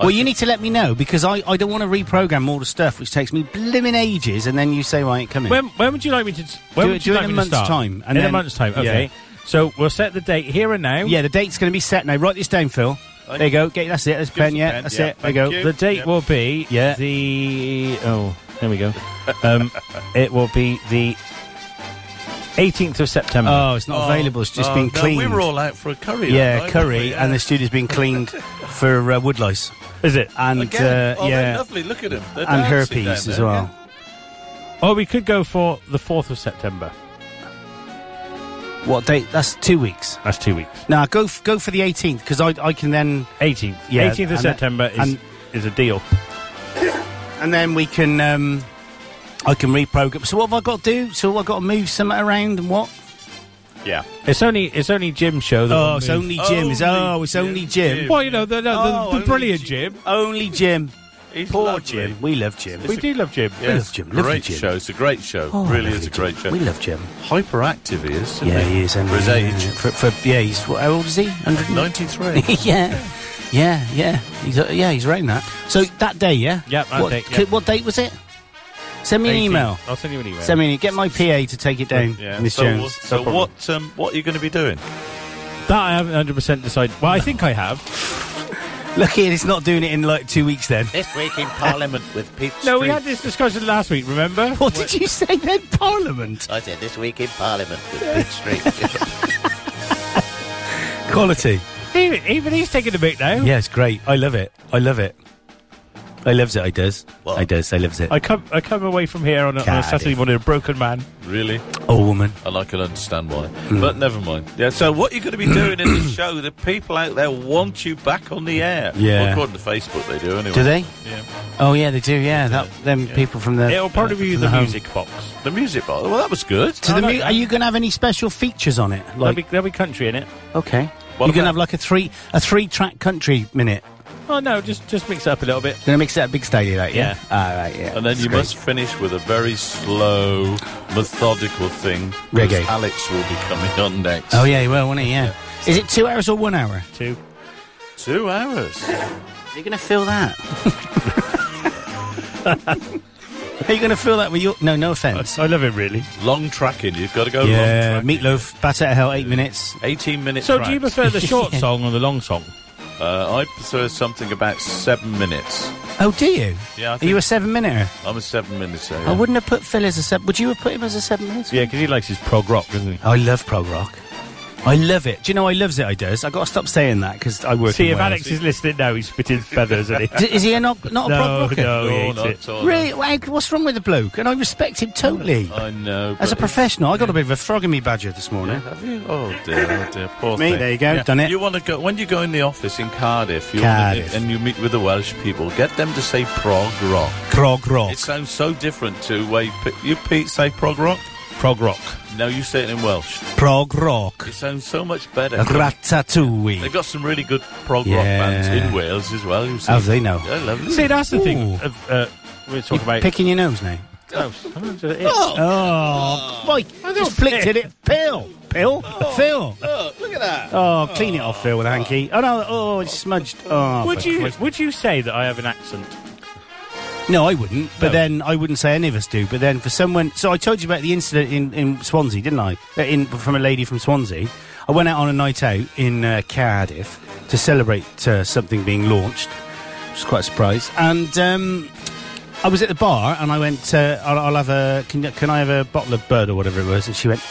[SPEAKER 3] Well, you need to let me know because I, I don't want to reprogram all the stuff, which takes me blimmin' ages, and then you say, well, I ain't coming.
[SPEAKER 4] When when would you like me to? When
[SPEAKER 3] Do it-
[SPEAKER 4] would you
[SPEAKER 3] do it
[SPEAKER 4] like
[SPEAKER 3] in a
[SPEAKER 4] me
[SPEAKER 3] month's
[SPEAKER 4] to start?
[SPEAKER 3] time, and
[SPEAKER 4] in a
[SPEAKER 3] then-
[SPEAKER 4] month's time. Okay. So we'll set the date here and now.
[SPEAKER 3] yeah, the date's going to be set now. Write this down, Phil. There you go. Get, that's it. That's a pen.
[SPEAKER 5] us a
[SPEAKER 3] Yeah,
[SPEAKER 5] pen,
[SPEAKER 3] that's
[SPEAKER 5] yeah,
[SPEAKER 3] it. There you
[SPEAKER 5] thank
[SPEAKER 3] go.
[SPEAKER 5] you.
[SPEAKER 4] The date
[SPEAKER 5] Yep.
[SPEAKER 4] will be
[SPEAKER 3] Yeah.
[SPEAKER 4] the oh there we go. Um, it will be the 18th of September.
[SPEAKER 3] Oh, it's not available. It's just
[SPEAKER 5] oh,
[SPEAKER 3] been
[SPEAKER 5] no,
[SPEAKER 3] cleaned.
[SPEAKER 5] we were all out for a curry.
[SPEAKER 3] yeah,
[SPEAKER 5] that night, weren't
[SPEAKER 3] curry,
[SPEAKER 5] we? Yeah.
[SPEAKER 3] and the studio's been cleaned for uh, wood lice
[SPEAKER 4] is it?
[SPEAKER 3] and
[SPEAKER 5] Again.
[SPEAKER 3] uh,
[SPEAKER 5] oh, they're
[SPEAKER 3] yeah,
[SPEAKER 5] lovely. Look at them. They're
[SPEAKER 3] and
[SPEAKER 5] dancing
[SPEAKER 3] herpes
[SPEAKER 5] down
[SPEAKER 3] as
[SPEAKER 5] there.
[SPEAKER 3] well.
[SPEAKER 4] Or Oh, we could go for the 4th of September.
[SPEAKER 3] What date? That's two weeks.
[SPEAKER 4] That's two weeks.
[SPEAKER 3] Now go f- go for the 18th because I I can then
[SPEAKER 4] 18th.
[SPEAKER 3] Yeah,
[SPEAKER 4] 18th
[SPEAKER 3] and uh,
[SPEAKER 4] of September is
[SPEAKER 3] and-
[SPEAKER 4] is a deal.
[SPEAKER 3] and then we can um I can reprogram. So what have I got to do? So I've got to move some around and what?
[SPEAKER 5] Yeah.
[SPEAKER 4] It's only it's only Jim's show. That
[SPEAKER 3] Oh,
[SPEAKER 4] will
[SPEAKER 3] it's
[SPEAKER 4] move.
[SPEAKER 3] only Jim. Is oh, it's only Jim.
[SPEAKER 4] Well, you know the the,
[SPEAKER 5] Oh,
[SPEAKER 4] the,
[SPEAKER 5] only
[SPEAKER 4] the brilliant
[SPEAKER 5] Jim.
[SPEAKER 4] Jim.
[SPEAKER 3] Only Jim.
[SPEAKER 5] He's
[SPEAKER 3] Poor
[SPEAKER 5] lovely.
[SPEAKER 3] Jim. We love Jim.
[SPEAKER 4] We do love Jim.
[SPEAKER 5] Yeah,
[SPEAKER 3] love
[SPEAKER 5] it's a
[SPEAKER 3] Jim, lovely
[SPEAKER 5] great
[SPEAKER 3] Jim.
[SPEAKER 5] show. It's a great show.
[SPEAKER 3] Oh,
[SPEAKER 5] really
[SPEAKER 3] lovely
[SPEAKER 5] is a great
[SPEAKER 3] Jim.
[SPEAKER 5] show.
[SPEAKER 3] We love Jim.
[SPEAKER 5] Hyperactive, he is. isn't
[SPEAKER 3] Yeah, he is. And
[SPEAKER 5] For his age,
[SPEAKER 3] For, for, yeah, he's what, how old is he? 100
[SPEAKER 5] ninety-three.
[SPEAKER 3] yeah, yeah, yeah. He's uh, yeah, he's around that. So that day, yeah.
[SPEAKER 4] Yeah, that
[SPEAKER 3] what,
[SPEAKER 4] date, yeah.
[SPEAKER 3] could- what date was it? Send me an
[SPEAKER 4] 18th.
[SPEAKER 3] email.
[SPEAKER 4] I'll send you an email.
[SPEAKER 3] Send me an, e- get my PA to take it down,
[SPEAKER 5] yeah.
[SPEAKER 3] Miss
[SPEAKER 5] so,
[SPEAKER 3] Jones.
[SPEAKER 5] what- So,
[SPEAKER 3] problem.
[SPEAKER 5] what? Um, what are you going to be doing?
[SPEAKER 4] That I haven't 100 percent decided. Well, I think I have.
[SPEAKER 3] Lucky it's not doing it in like two weeks. Then.
[SPEAKER 5] This week in Parliament with Pete.
[SPEAKER 4] No, we had this discussion last week. Remember?
[SPEAKER 3] What did you say then? Parliament
[SPEAKER 7] I said this week in Parliament with Big Street.
[SPEAKER 3] quality.
[SPEAKER 4] Even, even he's taking a bit now.
[SPEAKER 3] Yeah, it's great. I love it. I love it. I lives it. I does.
[SPEAKER 7] What?
[SPEAKER 3] I does. I lives it.
[SPEAKER 4] I come I come away from here on a, on a
[SPEAKER 3] Cardiff.
[SPEAKER 4] Saturday morning a broken man.
[SPEAKER 5] Really?
[SPEAKER 3] oh, woman. Mm.
[SPEAKER 5] And I can understand why. But never mind. Yeah, so what you're going to be doing in the show, the people out there want you back on the air.
[SPEAKER 3] Yeah.
[SPEAKER 5] Well, according to Facebook, they do anyway.
[SPEAKER 3] Do they?
[SPEAKER 5] Yeah.
[SPEAKER 3] Oh yeah, they do. Yeah, that them people from the. uh,
[SPEAKER 4] It'll probably be
[SPEAKER 3] from
[SPEAKER 4] the
[SPEAKER 3] home.
[SPEAKER 4] music box.
[SPEAKER 5] The music bar. Well, that was good.
[SPEAKER 3] To the
[SPEAKER 4] I like
[SPEAKER 3] mu-
[SPEAKER 4] that.
[SPEAKER 3] are you going to have any special features on it?
[SPEAKER 4] There'll
[SPEAKER 3] Like
[SPEAKER 4] be, there'll be country in it.
[SPEAKER 3] okay,
[SPEAKER 5] What
[SPEAKER 3] you're going
[SPEAKER 5] about-
[SPEAKER 3] to have like a three a three track country minute.
[SPEAKER 4] Oh no, just just mix it up a little bit.
[SPEAKER 3] Going to mix that a big stadium, like yeah.
[SPEAKER 4] Yeah.
[SPEAKER 3] All Ah, right, yeah.
[SPEAKER 5] And then
[SPEAKER 3] that's
[SPEAKER 5] you
[SPEAKER 3] great.
[SPEAKER 5] must finish with a very slow, methodical thing. 'cause
[SPEAKER 3] Reggae.
[SPEAKER 5] Alex will be coming on next.
[SPEAKER 3] Oh yeah, you will, won't it? Yeah. Is it two hours or one hour?
[SPEAKER 4] Two.
[SPEAKER 5] Two hours.
[SPEAKER 3] Are you going to feel that? Are you going to feel that with your? No, no offense.
[SPEAKER 4] I love it really.
[SPEAKER 5] long tracking. You've got to go
[SPEAKER 3] Yeah,
[SPEAKER 5] long tracking.
[SPEAKER 3] meatloaf, batter at hell, eight minutes.
[SPEAKER 5] 18 minutes.
[SPEAKER 4] So do you prefer the short
[SPEAKER 3] Yeah.
[SPEAKER 4] song or the long song?
[SPEAKER 5] Uh, I prefer something about seven minutes.
[SPEAKER 3] Oh, do you?
[SPEAKER 5] Yeah, I
[SPEAKER 3] Are you
[SPEAKER 5] think-
[SPEAKER 3] a seven minute?
[SPEAKER 5] I'm a seven minute.
[SPEAKER 3] I wouldn't have put Phil as a seven. Would you have put him as a seven minute?
[SPEAKER 4] Yeah, because he likes his prog rock, doesn't he?
[SPEAKER 3] I love prog rock. I love it. Do you know I loves it? I does. I got to stop saying that because I work.
[SPEAKER 4] See
[SPEAKER 3] in
[SPEAKER 4] if
[SPEAKER 3] Wales.
[SPEAKER 4] Alex is listening now, he's spitting feathers, isn't he?
[SPEAKER 3] D- is he a not, not a
[SPEAKER 4] no,
[SPEAKER 3] prog rocker?
[SPEAKER 4] no, he
[SPEAKER 5] No,
[SPEAKER 4] hates
[SPEAKER 5] not
[SPEAKER 4] it.
[SPEAKER 5] at all.
[SPEAKER 3] Really? Why- What's wrong with the bloke? And I respect him totally.
[SPEAKER 5] I know.
[SPEAKER 3] As a
[SPEAKER 5] but-
[SPEAKER 3] professional, I got a bit of a frog in me badger this morning.
[SPEAKER 5] Have you? Oh dear, oh dear, poor
[SPEAKER 3] Me,
[SPEAKER 5] thing.
[SPEAKER 3] there you go, done it.
[SPEAKER 5] You want to go when you go in the office in Cardiff, you
[SPEAKER 3] Cardiff.
[SPEAKER 5] Wanna, and you meet with the Welsh people. Get them to say prog rock.
[SPEAKER 3] Prog rock.
[SPEAKER 5] It sounds so different to way P- you Pete say prog rock.
[SPEAKER 3] prog rock.
[SPEAKER 5] No, you say it in Welsh.
[SPEAKER 3] Prog rock.
[SPEAKER 5] It sounds so much better. They've
[SPEAKER 3] Ratatouille.
[SPEAKER 5] got some really good prog
[SPEAKER 3] Yeah.
[SPEAKER 5] rock bands in Wales as well. You see.
[SPEAKER 3] Have they now?
[SPEAKER 5] Yeah, lovely.
[SPEAKER 4] See, that's the
[SPEAKER 3] Ooh.
[SPEAKER 4] thing. Of, uh, we're talking
[SPEAKER 3] You
[SPEAKER 4] about.
[SPEAKER 3] picking your nose now?
[SPEAKER 4] oh,
[SPEAKER 3] Oh, Mike, just flicked at it. Pill, pill, Phil.
[SPEAKER 7] Oh, Look, look at that.
[SPEAKER 3] Oh, clean it off, Phil, with a hanky. Oh no, oh, it's smudged. Oh,
[SPEAKER 4] would
[SPEAKER 3] for
[SPEAKER 4] you
[SPEAKER 3] Christ-
[SPEAKER 4] would you say that I have an accent?
[SPEAKER 3] No, I wouldn't. But
[SPEAKER 4] No.
[SPEAKER 3] then I wouldn't say any of us do. But then for someone, so I told you about the incident in, in Swansea, didn't I? Uh, In from a lady from Swansea. I went out on a night out in uh, Cardiff to celebrate uh, something being launched. Which was quite a surprise. And um, I was at the bar, and I went, uh, I'll, "I'll have a can, you- can I have a bottle of bird or whatever it was?" And she went,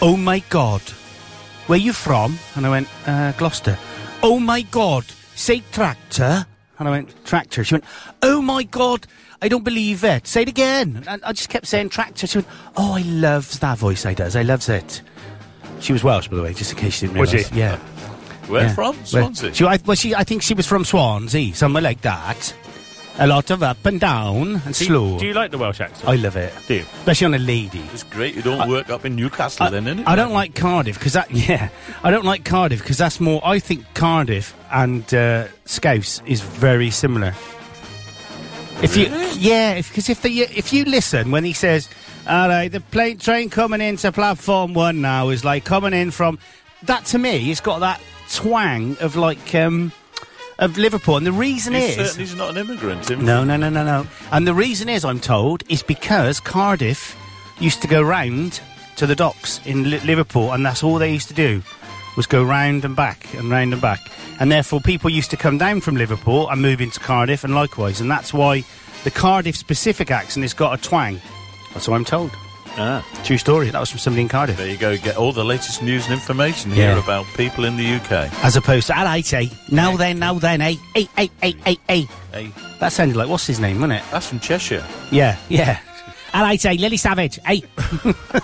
[SPEAKER 3] "Oh my god, where you from?" And I went, uh, "Gloucester." Oh my god, say tractor. And I went, tractor. She went, oh my god, I don't believe it. Say it again. And I just kept saying tractor. She went, oh, I loves that voice. I does. I loves it. She was Welsh, by the way, just in case you didn't
[SPEAKER 4] Was
[SPEAKER 3] realise.
[SPEAKER 4] she?
[SPEAKER 3] Yeah.
[SPEAKER 5] Where
[SPEAKER 3] yeah.
[SPEAKER 5] from?
[SPEAKER 3] Well,
[SPEAKER 5] Swansea.
[SPEAKER 3] she, I, well, she, I think she was from Swansea, somewhere like that. A lot of up and down and
[SPEAKER 4] Do you-
[SPEAKER 3] slow.
[SPEAKER 4] Do you like the Welsh accent?
[SPEAKER 3] I love it.
[SPEAKER 4] Do you?
[SPEAKER 3] Especially on a lady.
[SPEAKER 5] It's great. You don't
[SPEAKER 3] Uh,
[SPEAKER 5] work up in Newcastle, then, innit?
[SPEAKER 3] I don't like Cardiff because that yeah, I don't like Cardiff because that's more. I think Cardiff and uh, Scouse is very similar. If you yeah, if because if the if you listen when he says, "All right, the plane train coming into platform one now is like coming in from," that to me, it's got that twang of like um of Liverpool, and the reason
[SPEAKER 5] He
[SPEAKER 3] is
[SPEAKER 5] certainly is not an immigrant. Him.
[SPEAKER 3] no, no, no, no, no. And the reason is, I'm told, is because Cardiff used to go round to the docks in Li- Liverpool, and that's all they used to do was go round and back and round and back. And therefore, people used to come down from Liverpool and move into Cardiff, and likewise. And that's why the Cardiff specific accent has got a twang. That's what I'm told.
[SPEAKER 5] Ah.
[SPEAKER 3] True story. That was from somebody in Cardiff.
[SPEAKER 5] There you go. Get all the latest news and information
[SPEAKER 3] Yeah.
[SPEAKER 5] here about people in the UK.
[SPEAKER 3] As opposed to, all right, eh? Now then, now then, eh? Eh, eh, eh, eh, eh.
[SPEAKER 5] Hey,
[SPEAKER 3] That sounded like, what's his name, wasn't it?
[SPEAKER 5] that's from Cheshire.
[SPEAKER 3] Yeah, yeah. All right, eh? Lily Savage, eh?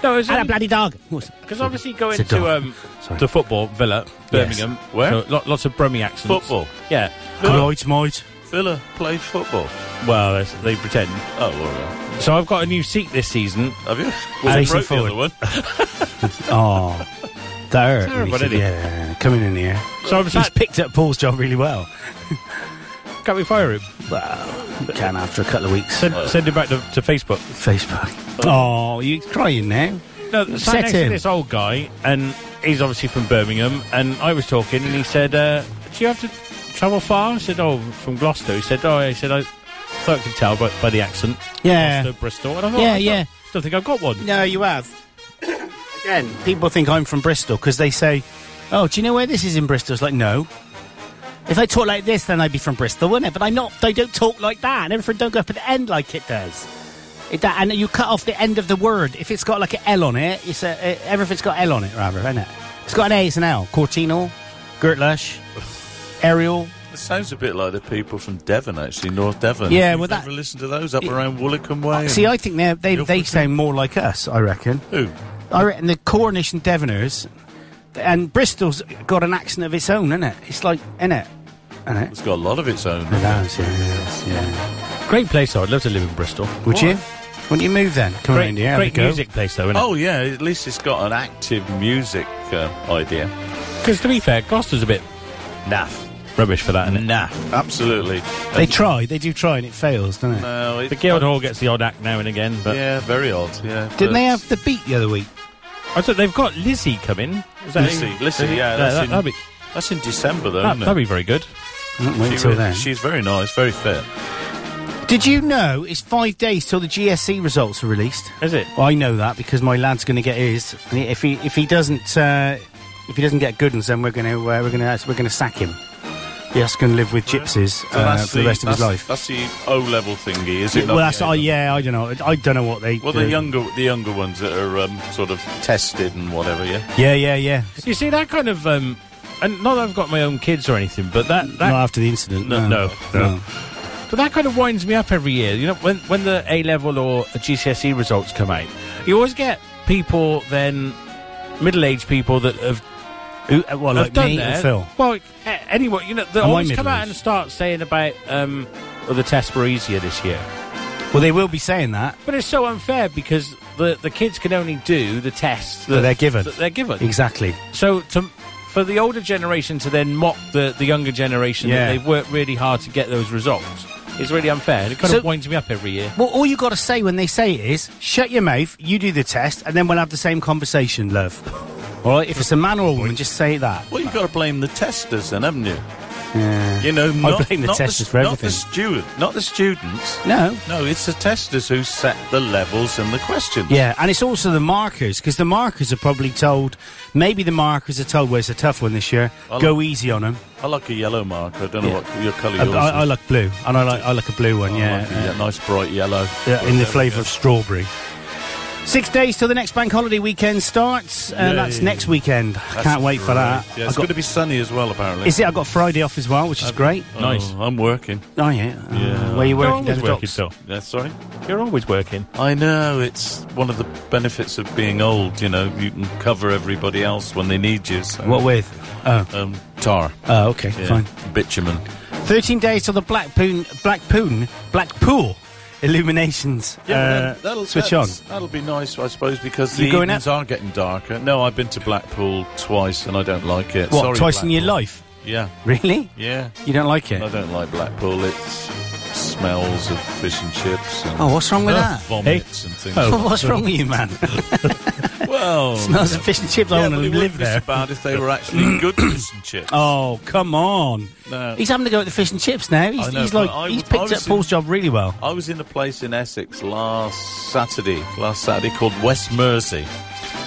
[SPEAKER 4] No, it's
[SPEAKER 3] And a
[SPEAKER 4] only-
[SPEAKER 3] bloody dog.
[SPEAKER 4] Because obviously going
[SPEAKER 3] It's a
[SPEAKER 4] to
[SPEAKER 3] dog.
[SPEAKER 4] um,
[SPEAKER 3] Sorry.
[SPEAKER 4] the football Villa, Birmingham,
[SPEAKER 5] Where?
[SPEAKER 4] so lo- lots of Brummie accents.
[SPEAKER 5] Football.
[SPEAKER 4] Yeah.
[SPEAKER 3] Right, mate.
[SPEAKER 5] Villa plays football.
[SPEAKER 4] Well, that's- they pretend.
[SPEAKER 5] Oh, all right.
[SPEAKER 4] So I've got a new seat this season.
[SPEAKER 5] Have you?
[SPEAKER 3] Facing
[SPEAKER 5] you broke the
[SPEAKER 3] forward.
[SPEAKER 5] other one.
[SPEAKER 3] Oh, that hurt.
[SPEAKER 5] Terrible,
[SPEAKER 3] He said,
[SPEAKER 5] isn't it?
[SPEAKER 3] yeah, coming in here.
[SPEAKER 4] So I'm
[SPEAKER 3] He's
[SPEAKER 4] sat.
[SPEAKER 3] picked up Paul's job really well.
[SPEAKER 4] Can we fire him?
[SPEAKER 3] Well, can after a couple of weeks.
[SPEAKER 4] Send, send him back to, to Facebook.
[SPEAKER 3] Facebook. Oh, you crying now?
[SPEAKER 4] No, sat
[SPEAKER 3] Set
[SPEAKER 4] next
[SPEAKER 3] him.
[SPEAKER 4] to this old guy, and he's obviously from Birmingham. And I was talking, and he said, uh, "Do you have to travel far?" I said, "Oh, from Gloucester." He said, "Oh," yeah." he said, "I thought I could tell by, by the accent."
[SPEAKER 3] Yeah.
[SPEAKER 4] Gloucester, Bristol. And I thought,
[SPEAKER 3] Yeah,
[SPEAKER 4] I don't-
[SPEAKER 3] yeah.
[SPEAKER 4] Don't think I've got one.
[SPEAKER 3] No, you have. Again, people think I'm from Bristol because they say, "Oh, do you know where this is in Bristol?" It's like, no. If I talk like this, then I'd be from Bristol, wouldn't it? But I'm not. I don't talk like that, and everything don't go up at the end like it does. It, that, and you cut off the end of the word. If it's got like an L on it, it's a, it, everything's got L on it, rather, isn't it? It's got an A, it's an L. Cortinal, Gertlush, Aerial,
[SPEAKER 5] It sounds a bit like the people from Devon, actually, North Devon.
[SPEAKER 3] Yeah,
[SPEAKER 5] You've
[SPEAKER 3] well, that- Uh,
[SPEAKER 5] Ever listen to those up around Woolacombe Way? and-
[SPEAKER 3] See, I think they're, they
[SPEAKER 5] You're
[SPEAKER 3] they
[SPEAKER 5] fucking-
[SPEAKER 3] sound more like us. I reckon.
[SPEAKER 5] Who?
[SPEAKER 3] I reckon the Cornish and Devoners, and Bristol's got an accent of its own, innit? It's like innit, innit.
[SPEAKER 5] It's got a lot of its own.
[SPEAKER 3] It has, yeah, it has, yeah.
[SPEAKER 4] Great place, though. I'd love to live in Bristol.
[SPEAKER 3] Would you? Wouldn't you move then? Come
[SPEAKER 4] Great,
[SPEAKER 3] around here, have a
[SPEAKER 4] great
[SPEAKER 3] go.
[SPEAKER 4] music place, though, isn't
[SPEAKER 5] Oh, yeah, at least it's got an active music uh, idea.
[SPEAKER 4] Because to be fair, Gloucester's a bit
[SPEAKER 5] Naff.
[SPEAKER 4] rubbish for that, and
[SPEAKER 5] Nah, absolutely.
[SPEAKER 4] Oh.
[SPEAKER 3] They try, they do try, and it fails, doesn't it?
[SPEAKER 5] No, it,
[SPEAKER 4] the Guildhall gets the odd act now and again. But
[SPEAKER 5] Yeah, very odd. Yeah.
[SPEAKER 3] Didn't they
[SPEAKER 5] but-
[SPEAKER 3] have the beat the other week?
[SPEAKER 4] I thought they've got Lizzie coming. Is that
[SPEAKER 5] Lizzie,
[SPEAKER 4] who-
[SPEAKER 5] Lizzie, yeah, that's
[SPEAKER 4] that,
[SPEAKER 5] in-
[SPEAKER 4] that'd be
[SPEAKER 5] That's in December, though,
[SPEAKER 4] that,
[SPEAKER 5] isn't
[SPEAKER 4] that'd
[SPEAKER 5] it?
[SPEAKER 4] be very good.
[SPEAKER 3] I don't wait
[SPEAKER 5] She
[SPEAKER 3] until
[SPEAKER 5] really-
[SPEAKER 3] then.
[SPEAKER 5] She's very nice, very fit.
[SPEAKER 3] Did you know it's five days till the GSE results are released?
[SPEAKER 4] Is it?
[SPEAKER 3] Well, I know that because my lad's going to get his. And if he if he doesn't uh, if he doesn't get good ones, then we're going to uh, we're going to we're going to sack him. He has to go and live with gypsies
[SPEAKER 5] So
[SPEAKER 3] uh, for the rest of his life.
[SPEAKER 5] that's- That's the O level thingy, is it?
[SPEAKER 3] well,
[SPEAKER 5] not?
[SPEAKER 3] that's I yeah. I don't know. I don't know what they.
[SPEAKER 5] Well,
[SPEAKER 3] do.
[SPEAKER 5] the younger, the younger ones that are um, sort of tested and whatever. Yeah.
[SPEAKER 3] Yeah, yeah, yeah.
[SPEAKER 4] You see that kind of, um, and not that I've got my own kids or anything, but that that
[SPEAKER 3] Not after the incident.
[SPEAKER 4] No,
[SPEAKER 3] no,
[SPEAKER 4] no, no. But that kind of winds me up every year. You know, when when the A level or GCSE E results come out, you always get people then middle aged people that have
[SPEAKER 3] Who, uh, well, like
[SPEAKER 4] have done
[SPEAKER 3] me
[SPEAKER 4] their-
[SPEAKER 3] and Phil.
[SPEAKER 4] Well, a- anyone you know, they
[SPEAKER 3] Am I
[SPEAKER 4] always come out
[SPEAKER 3] middle-aged?
[SPEAKER 4] and start saying about um, oh, the tests were easier this year.
[SPEAKER 3] Well, they will be saying that.
[SPEAKER 4] But it's so unfair because the the kids can only do the tests
[SPEAKER 3] That they're given.
[SPEAKER 4] That they're given.
[SPEAKER 3] Exactly.
[SPEAKER 4] So to for the older generation to then mock the, the younger generation
[SPEAKER 3] Yeah.
[SPEAKER 4] that they've worked really hard to get those results is really unfair. And it kind
[SPEAKER 3] So-
[SPEAKER 4] of winds me up every year.
[SPEAKER 3] Well, all you got to say when they say it is, shut your mouth, you do the test, and then we'll have the same conversation, love. All right, if it's a man or a woman, just say that.
[SPEAKER 5] Well, you've got to blame the testers, then, haven't you? You know,
[SPEAKER 3] I
[SPEAKER 5] not,
[SPEAKER 3] blame the
[SPEAKER 5] not
[SPEAKER 3] testers
[SPEAKER 5] s-
[SPEAKER 3] for
[SPEAKER 5] Not the
[SPEAKER 3] everything.
[SPEAKER 5] student, not the students.
[SPEAKER 3] No.
[SPEAKER 5] No, it's the testers who set the levels and the questions.
[SPEAKER 3] Yeah, and it's also the markers, because the markers are probably told, maybe the markers are told, well, it's a tough one this year,
[SPEAKER 5] I
[SPEAKER 3] go
[SPEAKER 5] like-
[SPEAKER 3] easy on them.
[SPEAKER 5] I like a yellow marker. I don't know
[SPEAKER 3] Yeah.
[SPEAKER 5] what your colour
[SPEAKER 3] I,
[SPEAKER 5] yours
[SPEAKER 3] I, I
[SPEAKER 5] is.
[SPEAKER 3] like blue, and I like, I like a blue one.
[SPEAKER 5] I
[SPEAKER 3] yeah. Uh,
[SPEAKER 5] like a ye- nice bright yellow.
[SPEAKER 3] Yeah, in the flavour
[SPEAKER 5] Yeah.
[SPEAKER 3] of strawberry. Six days till the next bank holiday weekend starts. Uh, that's
[SPEAKER 5] Yay.
[SPEAKER 3] next weekend. I
[SPEAKER 5] That's
[SPEAKER 3] Can't wait for
[SPEAKER 5] great.
[SPEAKER 3] that.
[SPEAKER 5] Yeah,
[SPEAKER 3] I got,
[SPEAKER 5] it's going to be sunny as well, apparently.
[SPEAKER 3] is it? I got Friday off as well, which is great.
[SPEAKER 4] Nice.
[SPEAKER 5] I'm working.
[SPEAKER 3] Oh yeah. Uh,
[SPEAKER 5] Yeah.
[SPEAKER 3] Where you working?
[SPEAKER 4] You're always
[SPEAKER 3] down the
[SPEAKER 4] working,
[SPEAKER 3] docks?
[SPEAKER 4] Phil.
[SPEAKER 5] Yeah, sorry.
[SPEAKER 4] You're always working.
[SPEAKER 5] I know it's one of the benefits of being old. You know, you can cover everybody else when they need you. So.
[SPEAKER 3] What with? Oh,
[SPEAKER 5] Um, tar.
[SPEAKER 3] oh, okay,
[SPEAKER 5] Yeah.
[SPEAKER 3] fine.
[SPEAKER 5] Bitumen.
[SPEAKER 3] Thirteen days till the Blackpoon, Blackpoon, Blackpool illuminations uh, switch on.
[SPEAKER 5] That'll be nice, I suppose, because
[SPEAKER 3] You
[SPEAKER 5] the
[SPEAKER 3] going
[SPEAKER 5] evenings are getting darker. No, I've been to Blackpool twice and I don't like it.
[SPEAKER 3] What?
[SPEAKER 5] Sorry,
[SPEAKER 3] twice in your
[SPEAKER 5] Blackpool.
[SPEAKER 3] life?
[SPEAKER 5] Yeah,
[SPEAKER 3] Really?
[SPEAKER 5] yeah.
[SPEAKER 3] You don't like it?
[SPEAKER 5] I don't like Blackpool. It smells of fish and chips. And
[SPEAKER 3] Oh, what's wrong with that?
[SPEAKER 5] Vomits and things.
[SPEAKER 4] Oh.
[SPEAKER 3] What's wrong with you, man?
[SPEAKER 5] Well,
[SPEAKER 3] Smells of fish and chips. I
[SPEAKER 5] yeah,
[SPEAKER 3] want
[SPEAKER 5] but
[SPEAKER 3] to
[SPEAKER 5] it wouldn't
[SPEAKER 3] live
[SPEAKER 5] be so
[SPEAKER 3] there.
[SPEAKER 5] bad if they were actually good fish and chips.
[SPEAKER 3] Oh, come on.
[SPEAKER 5] No.
[SPEAKER 3] He's having to go at the fish and chips now. He's,
[SPEAKER 5] I know,
[SPEAKER 3] he's like
[SPEAKER 5] but I
[SPEAKER 3] he's
[SPEAKER 5] was- I
[SPEAKER 3] picked
[SPEAKER 5] was
[SPEAKER 3] up
[SPEAKER 5] in-
[SPEAKER 3] Paul's job really well.
[SPEAKER 5] I was in a place in Essex last Saturday, last Saturday called West Mersey,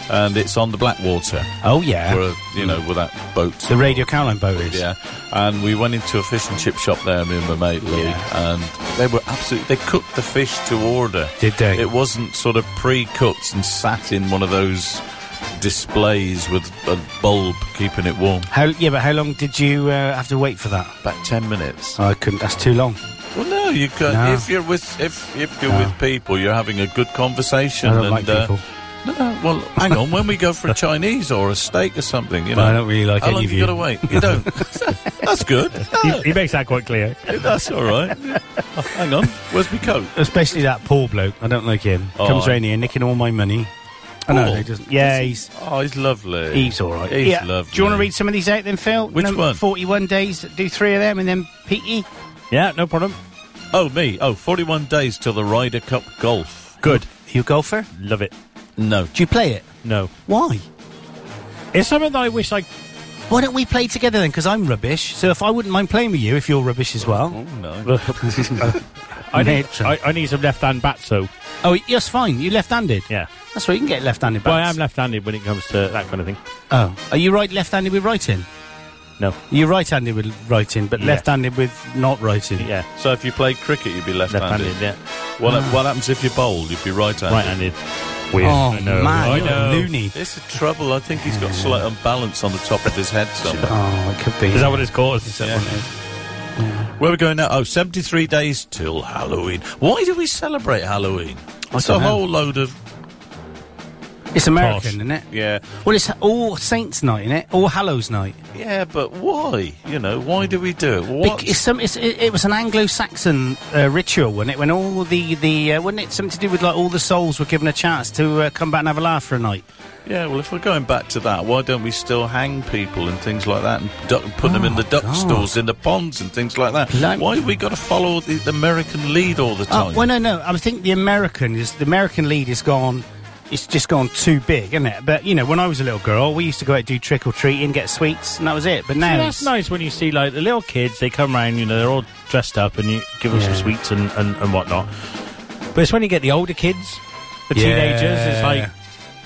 [SPEAKER 5] and it's on the Blackwater,
[SPEAKER 3] Oh yeah.
[SPEAKER 5] where, you know, with that boat.
[SPEAKER 3] the Radio Caroline boat is.
[SPEAKER 5] Yeah, and we went into a fish and chip shop there, me and my mate Lee, and they were absolutely. They cooked the fish to order.
[SPEAKER 3] Did they?
[SPEAKER 5] It wasn't sort of pre-cooked and sat in one of those displays with a bulb keeping it warm.
[SPEAKER 3] How, yeah, but how long did you uh, have to wait for that?
[SPEAKER 5] About ten minutes.
[SPEAKER 3] I couldn't. That's too long.
[SPEAKER 5] Well, no, you can
[SPEAKER 3] No.
[SPEAKER 5] if you're with if if you're
[SPEAKER 3] No.
[SPEAKER 5] with people, you're having a good conversation.
[SPEAKER 3] I don't
[SPEAKER 5] and,
[SPEAKER 3] like
[SPEAKER 5] uh,
[SPEAKER 3] people.
[SPEAKER 5] No, no, well, hang on. When we go for a Chinese or a steak or something, you know,
[SPEAKER 3] Well, I don't really like
[SPEAKER 5] how
[SPEAKER 3] any
[SPEAKER 5] long
[SPEAKER 3] of
[SPEAKER 5] you
[SPEAKER 3] you.
[SPEAKER 5] gotta wait. You don't. That's good. No,
[SPEAKER 4] He makes that quite clear.
[SPEAKER 5] that's all right. Oh, hang on. Where's my coat?
[SPEAKER 3] Especially that Paul bloke. I don't like him.
[SPEAKER 5] Oh,
[SPEAKER 3] Comes
[SPEAKER 5] I-
[SPEAKER 3] round here nicking all my money. I know
[SPEAKER 5] Paul?
[SPEAKER 3] he doesn't. Yeah, he's
[SPEAKER 5] Oh, he's lovely.
[SPEAKER 3] he's all right.
[SPEAKER 5] He's
[SPEAKER 3] yeah.
[SPEAKER 5] lovely.
[SPEAKER 3] Do you want to read some of these out then, Phil?
[SPEAKER 5] Which
[SPEAKER 3] Number
[SPEAKER 5] one?
[SPEAKER 3] Forty-one days. Do three of them, and then Petey.
[SPEAKER 4] Yeah, no problem.
[SPEAKER 5] Oh, me. Oh, 41 days till the Ryder Cup golf.
[SPEAKER 4] Good.
[SPEAKER 3] You golfer?
[SPEAKER 4] Love it.
[SPEAKER 5] No.
[SPEAKER 3] Do you play it?
[SPEAKER 4] No.
[SPEAKER 3] Why?
[SPEAKER 4] It's something that I wish I.
[SPEAKER 3] Why don't we play together then? Because I'm rubbish. So if I wouldn't mind playing with you, if you're rubbish as well.
[SPEAKER 5] Oh, No.
[SPEAKER 4] I need,
[SPEAKER 3] Nature.
[SPEAKER 4] I, I need some left hand bat, so.
[SPEAKER 3] Oh, yes, fine. You left-handed.
[SPEAKER 4] Yeah.
[SPEAKER 3] That's right. You can get left-handed.
[SPEAKER 4] Well, I
[SPEAKER 3] bats.
[SPEAKER 4] am left handed when it comes to that kind of thing.
[SPEAKER 3] Oh, are you right left-handed with writing?
[SPEAKER 4] No.
[SPEAKER 3] You're right-handed with writing, but
[SPEAKER 4] Yeah.
[SPEAKER 3] left-handed with not writing.
[SPEAKER 4] Yeah.
[SPEAKER 5] So if you play cricket, you'd be
[SPEAKER 4] Left
[SPEAKER 5] left-handed.
[SPEAKER 4] handed, yeah.
[SPEAKER 5] What, what happens if you bowl? You'd be right-handed.
[SPEAKER 4] Right handed. Weird.
[SPEAKER 3] Oh
[SPEAKER 4] I know.
[SPEAKER 3] man,
[SPEAKER 4] I
[SPEAKER 3] you're
[SPEAKER 4] know.
[SPEAKER 3] a loony.
[SPEAKER 5] It's the trouble. I think he's got slight imbalance on the top of his head somewhere.
[SPEAKER 3] Oh, it could be.
[SPEAKER 4] Is that what it's called?
[SPEAKER 5] Yeah. Where are we going now? Oh, 73 days till Halloween. Why do we celebrate Halloween? It's a
[SPEAKER 3] don't know.
[SPEAKER 5] whole load of.
[SPEAKER 3] It's American, isn't it?
[SPEAKER 5] Yeah.
[SPEAKER 3] Well, it's All Saints Night, isn't it? All Hallows Night.
[SPEAKER 5] Yeah, but why? You know, why do we do it? What?
[SPEAKER 3] Bec- It's some, it's, it, it was an Anglo-Saxon uh, ritual, wasn't it? When all the the uh, wasn't it something to do with like all the souls were given a chance to uh, come back and have a laugh for a night?
[SPEAKER 5] Yeah, well, if we're going back to that, why don't we still hang people and things like that and duck, put them in the duck
[SPEAKER 3] Oh, God.
[SPEAKER 5] stalls, in the ponds and things like that?
[SPEAKER 3] Blimey.
[SPEAKER 5] Why have we got to follow the, the American lead all the
[SPEAKER 3] Oh,
[SPEAKER 5] time?
[SPEAKER 3] well, no, no. I think the American is the American lead has gone. It's just gone too big, isn't it? But you know, when I was a little girl, we used to go out and do trick or treating, get sweets, and that was it. But now,
[SPEAKER 4] Yeah, that's
[SPEAKER 3] it's-
[SPEAKER 4] nice when you see like the little kids. They come round, you know, they're all dressed up, and you give them some
[SPEAKER 3] Yeah.
[SPEAKER 4] sweets and, and, and whatnot. But it's when you get the older kids, the teenagers, it's
[SPEAKER 3] Yeah.
[SPEAKER 4] like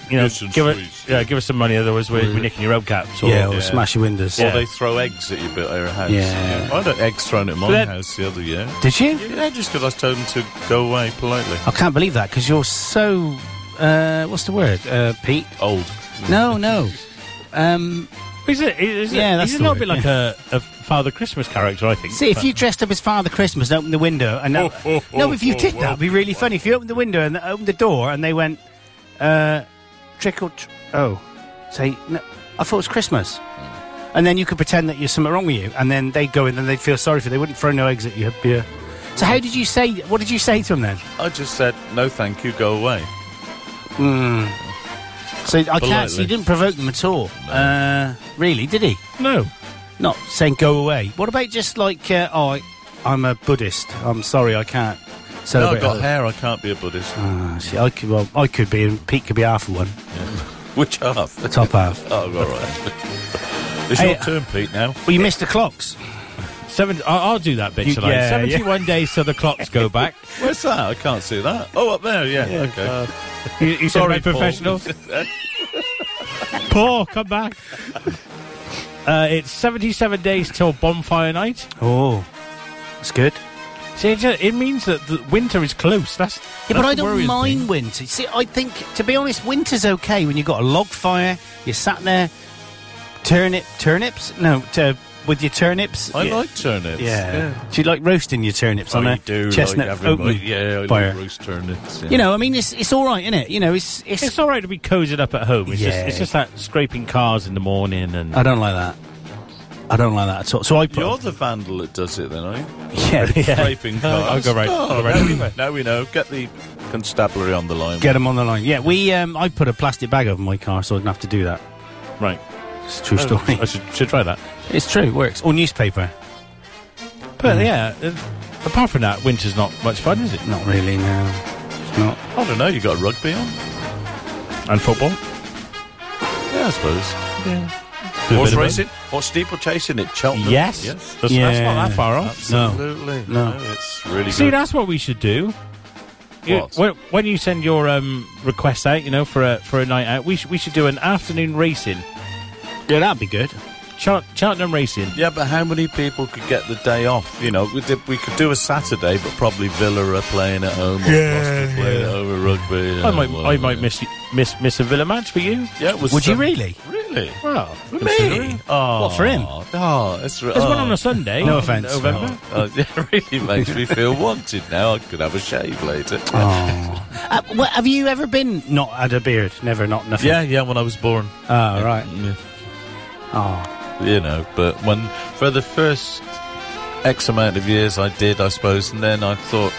[SPEAKER 4] you know,
[SPEAKER 5] Give some
[SPEAKER 4] give
[SPEAKER 5] sweets.
[SPEAKER 4] us yeah, give us some money, otherwise we're, we're nicking your road cap. Sort
[SPEAKER 3] yeah,
[SPEAKER 4] of.
[SPEAKER 3] or
[SPEAKER 5] Yeah.
[SPEAKER 3] smash your windows.
[SPEAKER 5] Or they throw eggs at you bit at your house.
[SPEAKER 3] Yeah.
[SPEAKER 5] I had eggs thrown at my
[SPEAKER 4] that-
[SPEAKER 5] house the other year.
[SPEAKER 3] Did you?
[SPEAKER 5] Yeah, just because I told them to go away politely.
[SPEAKER 3] I can't believe that because you're so. Uh, what's the word, uh, Pete?
[SPEAKER 5] Old.
[SPEAKER 3] No, no. Um,
[SPEAKER 4] He's a, he's a,
[SPEAKER 3] Yeah, that's
[SPEAKER 4] he's
[SPEAKER 3] the
[SPEAKER 4] a little
[SPEAKER 3] word,
[SPEAKER 4] bit like a, a Father Christmas character, I think.
[SPEAKER 3] see, if
[SPEAKER 4] But-
[SPEAKER 3] you dressed up as Father Christmas and opened the window, and that,
[SPEAKER 5] Oh, oh,
[SPEAKER 3] no,
[SPEAKER 5] oh,
[SPEAKER 3] if you
[SPEAKER 5] oh,
[SPEAKER 3] did that,
[SPEAKER 5] oh,
[SPEAKER 3] it'd be really funny. If you opened the window and opened the door, and they went, uh, trick or tr- oh, say, no, I thought it was Christmas, and then you could pretend that there's something wrong with you, and then they'd go in and they'd feel sorry for you. They wouldn't throw no eggs at you. Yeah. So how did you say? What did you say to them then?
[SPEAKER 5] I just said, no thank you, go away.
[SPEAKER 3] So Hmm. I can't. So
[SPEAKER 5] Politely.
[SPEAKER 3] you didn't provoke them at all, uh, really, did he?
[SPEAKER 4] no,
[SPEAKER 3] Not saying go away. What about just like, uh, oh, I, I'm a Buddhist. I'm sorry, I can't.
[SPEAKER 5] No,
[SPEAKER 3] celebrate
[SPEAKER 5] I've got
[SPEAKER 3] Halloween.
[SPEAKER 5] hair, I can't be a Buddhist.
[SPEAKER 3] Ah, see, I could, well, I could be, and Pete could be half of one,
[SPEAKER 5] Which half?
[SPEAKER 3] the top half.
[SPEAKER 5] Oh, all right. it's
[SPEAKER 3] Hey,
[SPEAKER 5] your turn, Pete, now.
[SPEAKER 3] Well, you missed the clocks.
[SPEAKER 4] seven. I, I'll do that bit
[SPEAKER 3] You-
[SPEAKER 4] tonight.
[SPEAKER 3] yeah, yeah.
[SPEAKER 4] Seventy-one days till the clocks go back.
[SPEAKER 5] Where's that? I can't see that. Oh, up there, yeah. okay.
[SPEAKER 4] uh, you, you said
[SPEAKER 5] Sorry,
[SPEAKER 4] we're professionals. Paul, come back. Uh, it's seventy-seven days till bonfire night.
[SPEAKER 3] Oh, that's good.
[SPEAKER 4] See, it, ju- it means that the winter is close. That's
[SPEAKER 3] Yeah, but
[SPEAKER 4] that's
[SPEAKER 3] I
[SPEAKER 4] the
[SPEAKER 3] don't
[SPEAKER 4] worrying
[SPEAKER 3] mind
[SPEAKER 4] thing.
[SPEAKER 3] winter. See, I think, to be honest, winter's okay when you've got a log fire, you're sat there, turnip, turnips? No, t- with your turnips.
[SPEAKER 5] I
[SPEAKER 3] yeah.
[SPEAKER 5] like turnips.
[SPEAKER 3] Yeah. Do you like roasting your turnips on
[SPEAKER 5] I
[SPEAKER 3] a
[SPEAKER 5] Oh, do
[SPEAKER 3] chestnut
[SPEAKER 5] like having my-
[SPEAKER 3] oatmeal
[SPEAKER 5] Yeah, I
[SPEAKER 3] fire?
[SPEAKER 5] like roast turnips. yeah.
[SPEAKER 3] You know, I mean, it's it's all right, isn't it? You know, it's it's.
[SPEAKER 4] It's all right to be cozied up at home. It's,
[SPEAKER 3] Yeah.
[SPEAKER 4] just, it's just that scraping cars in the morning and
[SPEAKER 3] I don't like that. I don't like that at all. So I put.
[SPEAKER 5] You're the vandal that does it, then, are you?
[SPEAKER 3] yeah, yeah.
[SPEAKER 5] Scraping cars.
[SPEAKER 4] I'll go right-
[SPEAKER 5] Oh,
[SPEAKER 4] I'll go right
[SPEAKER 5] now,
[SPEAKER 4] over
[SPEAKER 5] we, now we know. Get the constabulary on the line.
[SPEAKER 3] Get them on the line. Yeah, we. Um, I put a plastic bag over my car, so I didn't have to do that.
[SPEAKER 4] right. Oh,
[SPEAKER 3] It's a true story.
[SPEAKER 4] I should, should try that.
[SPEAKER 3] It's true. It works. Or newspaper. Mm.
[SPEAKER 4] But yeah, uh, apart from that, winter's not much fun, is it?
[SPEAKER 3] Not really. No, it's not.
[SPEAKER 5] I don't know. You got rugby on?
[SPEAKER 4] And football.
[SPEAKER 5] Yeah, I suppose.
[SPEAKER 4] Do a bit
[SPEAKER 5] Horse
[SPEAKER 4] of
[SPEAKER 5] racing? Horse steeplechasing at
[SPEAKER 4] both.
[SPEAKER 5] Cheltenham?
[SPEAKER 4] Yes. That's, that's not that far off.
[SPEAKER 5] Absolutely.
[SPEAKER 3] No.
[SPEAKER 5] it's really
[SPEAKER 4] See,
[SPEAKER 5] good.
[SPEAKER 4] that's what we should do. You-
[SPEAKER 5] What?
[SPEAKER 4] when, when you send your um, request out, you know, for a for a night out, we should we should do an afternoon racing,
[SPEAKER 3] Yeah, that'd be good.
[SPEAKER 4] Chart- Cheltenham racing.
[SPEAKER 5] Yeah, but how many people could get the day off? You know, we, did, we could do a Saturday, but probably Villa are playing at home. Or yeah, playing at home at rugby. you
[SPEAKER 4] I
[SPEAKER 5] know,
[SPEAKER 4] might I
[SPEAKER 5] whatever.
[SPEAKER 4] might miss miss miss a Villa match for you.
[SPEAKER 5] Yeah, it was
[SPEAKER 3] Would you
[SPEAKER 5] some-
[SPEAKER 3] really?
[SPEAKER 5] Really?
[SPEAKER 4] Well,
[SPEAKER 5] For
[SPEAKER 4] considering.
[SPEAKER 5] me? Oh,
[SPEAKER 3] What, for him?
[SPEAKER 5] Oh, it's re-
[SPEAKER 4] There's one
[SPEAKER 5] oh.
[SPEAKER 4] on a Sunday.
[SPEAKER 3] No
[SPEAKER 4] in
[SPEAKER 3] offence.
[SPEAKER 4] November.
[SPEAKER 5] Oh, it really makes me feel wanted now. I could have a shave later.
[SPEAKER 3] Uh, well, have you ever been not had a beard? Never, not nothing.
[SPEAKER 5] Yeah, yeah, when I was born.
[SPEAKER 3] Oh, right.
[SPEAKER 5] Yeah.
[SPEAKER 3] Oh,
[SPEAKER 5] You know, but when, for the first X amount of years I did, I suppose, and then I thought,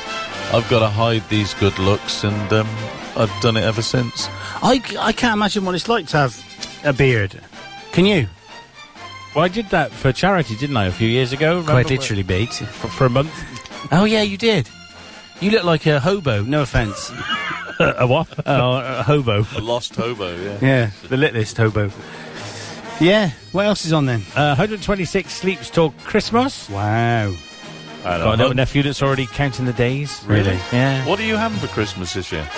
[SPEAKER 5] I've got to hide these good looks, and um, I've done it ever since.
[SPEAKER 3] I, c- I can't imagine what it's like to have a beard. Can you?
[SPEAKER 4] Well, I did that for charity, didn't I, a few years ago? Remember when-
[SPEAKER 3] Pete.
[SPEAKER 4] For, for a month.
[SPEAKER 3] Oh yeah, you did. You look like a hobo. No offence.
[SPEAKER 4] a what?
[SPEAKER 3] oh, a hobo.
[SPEAKER 5] A lost hobo, yeah.
[SPEAKER 3] Yeah, the lit list hobo. Yeah. What else is on then?
[SPEAKER 4] Uh, 126 sleeps till Christmas.
[SPEAKER 3] Wow.
[SPEAKER 5] I
[SPEAKER 4] Got a little nephew that's already counting the days.
[SPEAKER 3] Really?
[SPEAKER 4] Yeah.
[SPEAKER 5] What are you having for Christmas this year?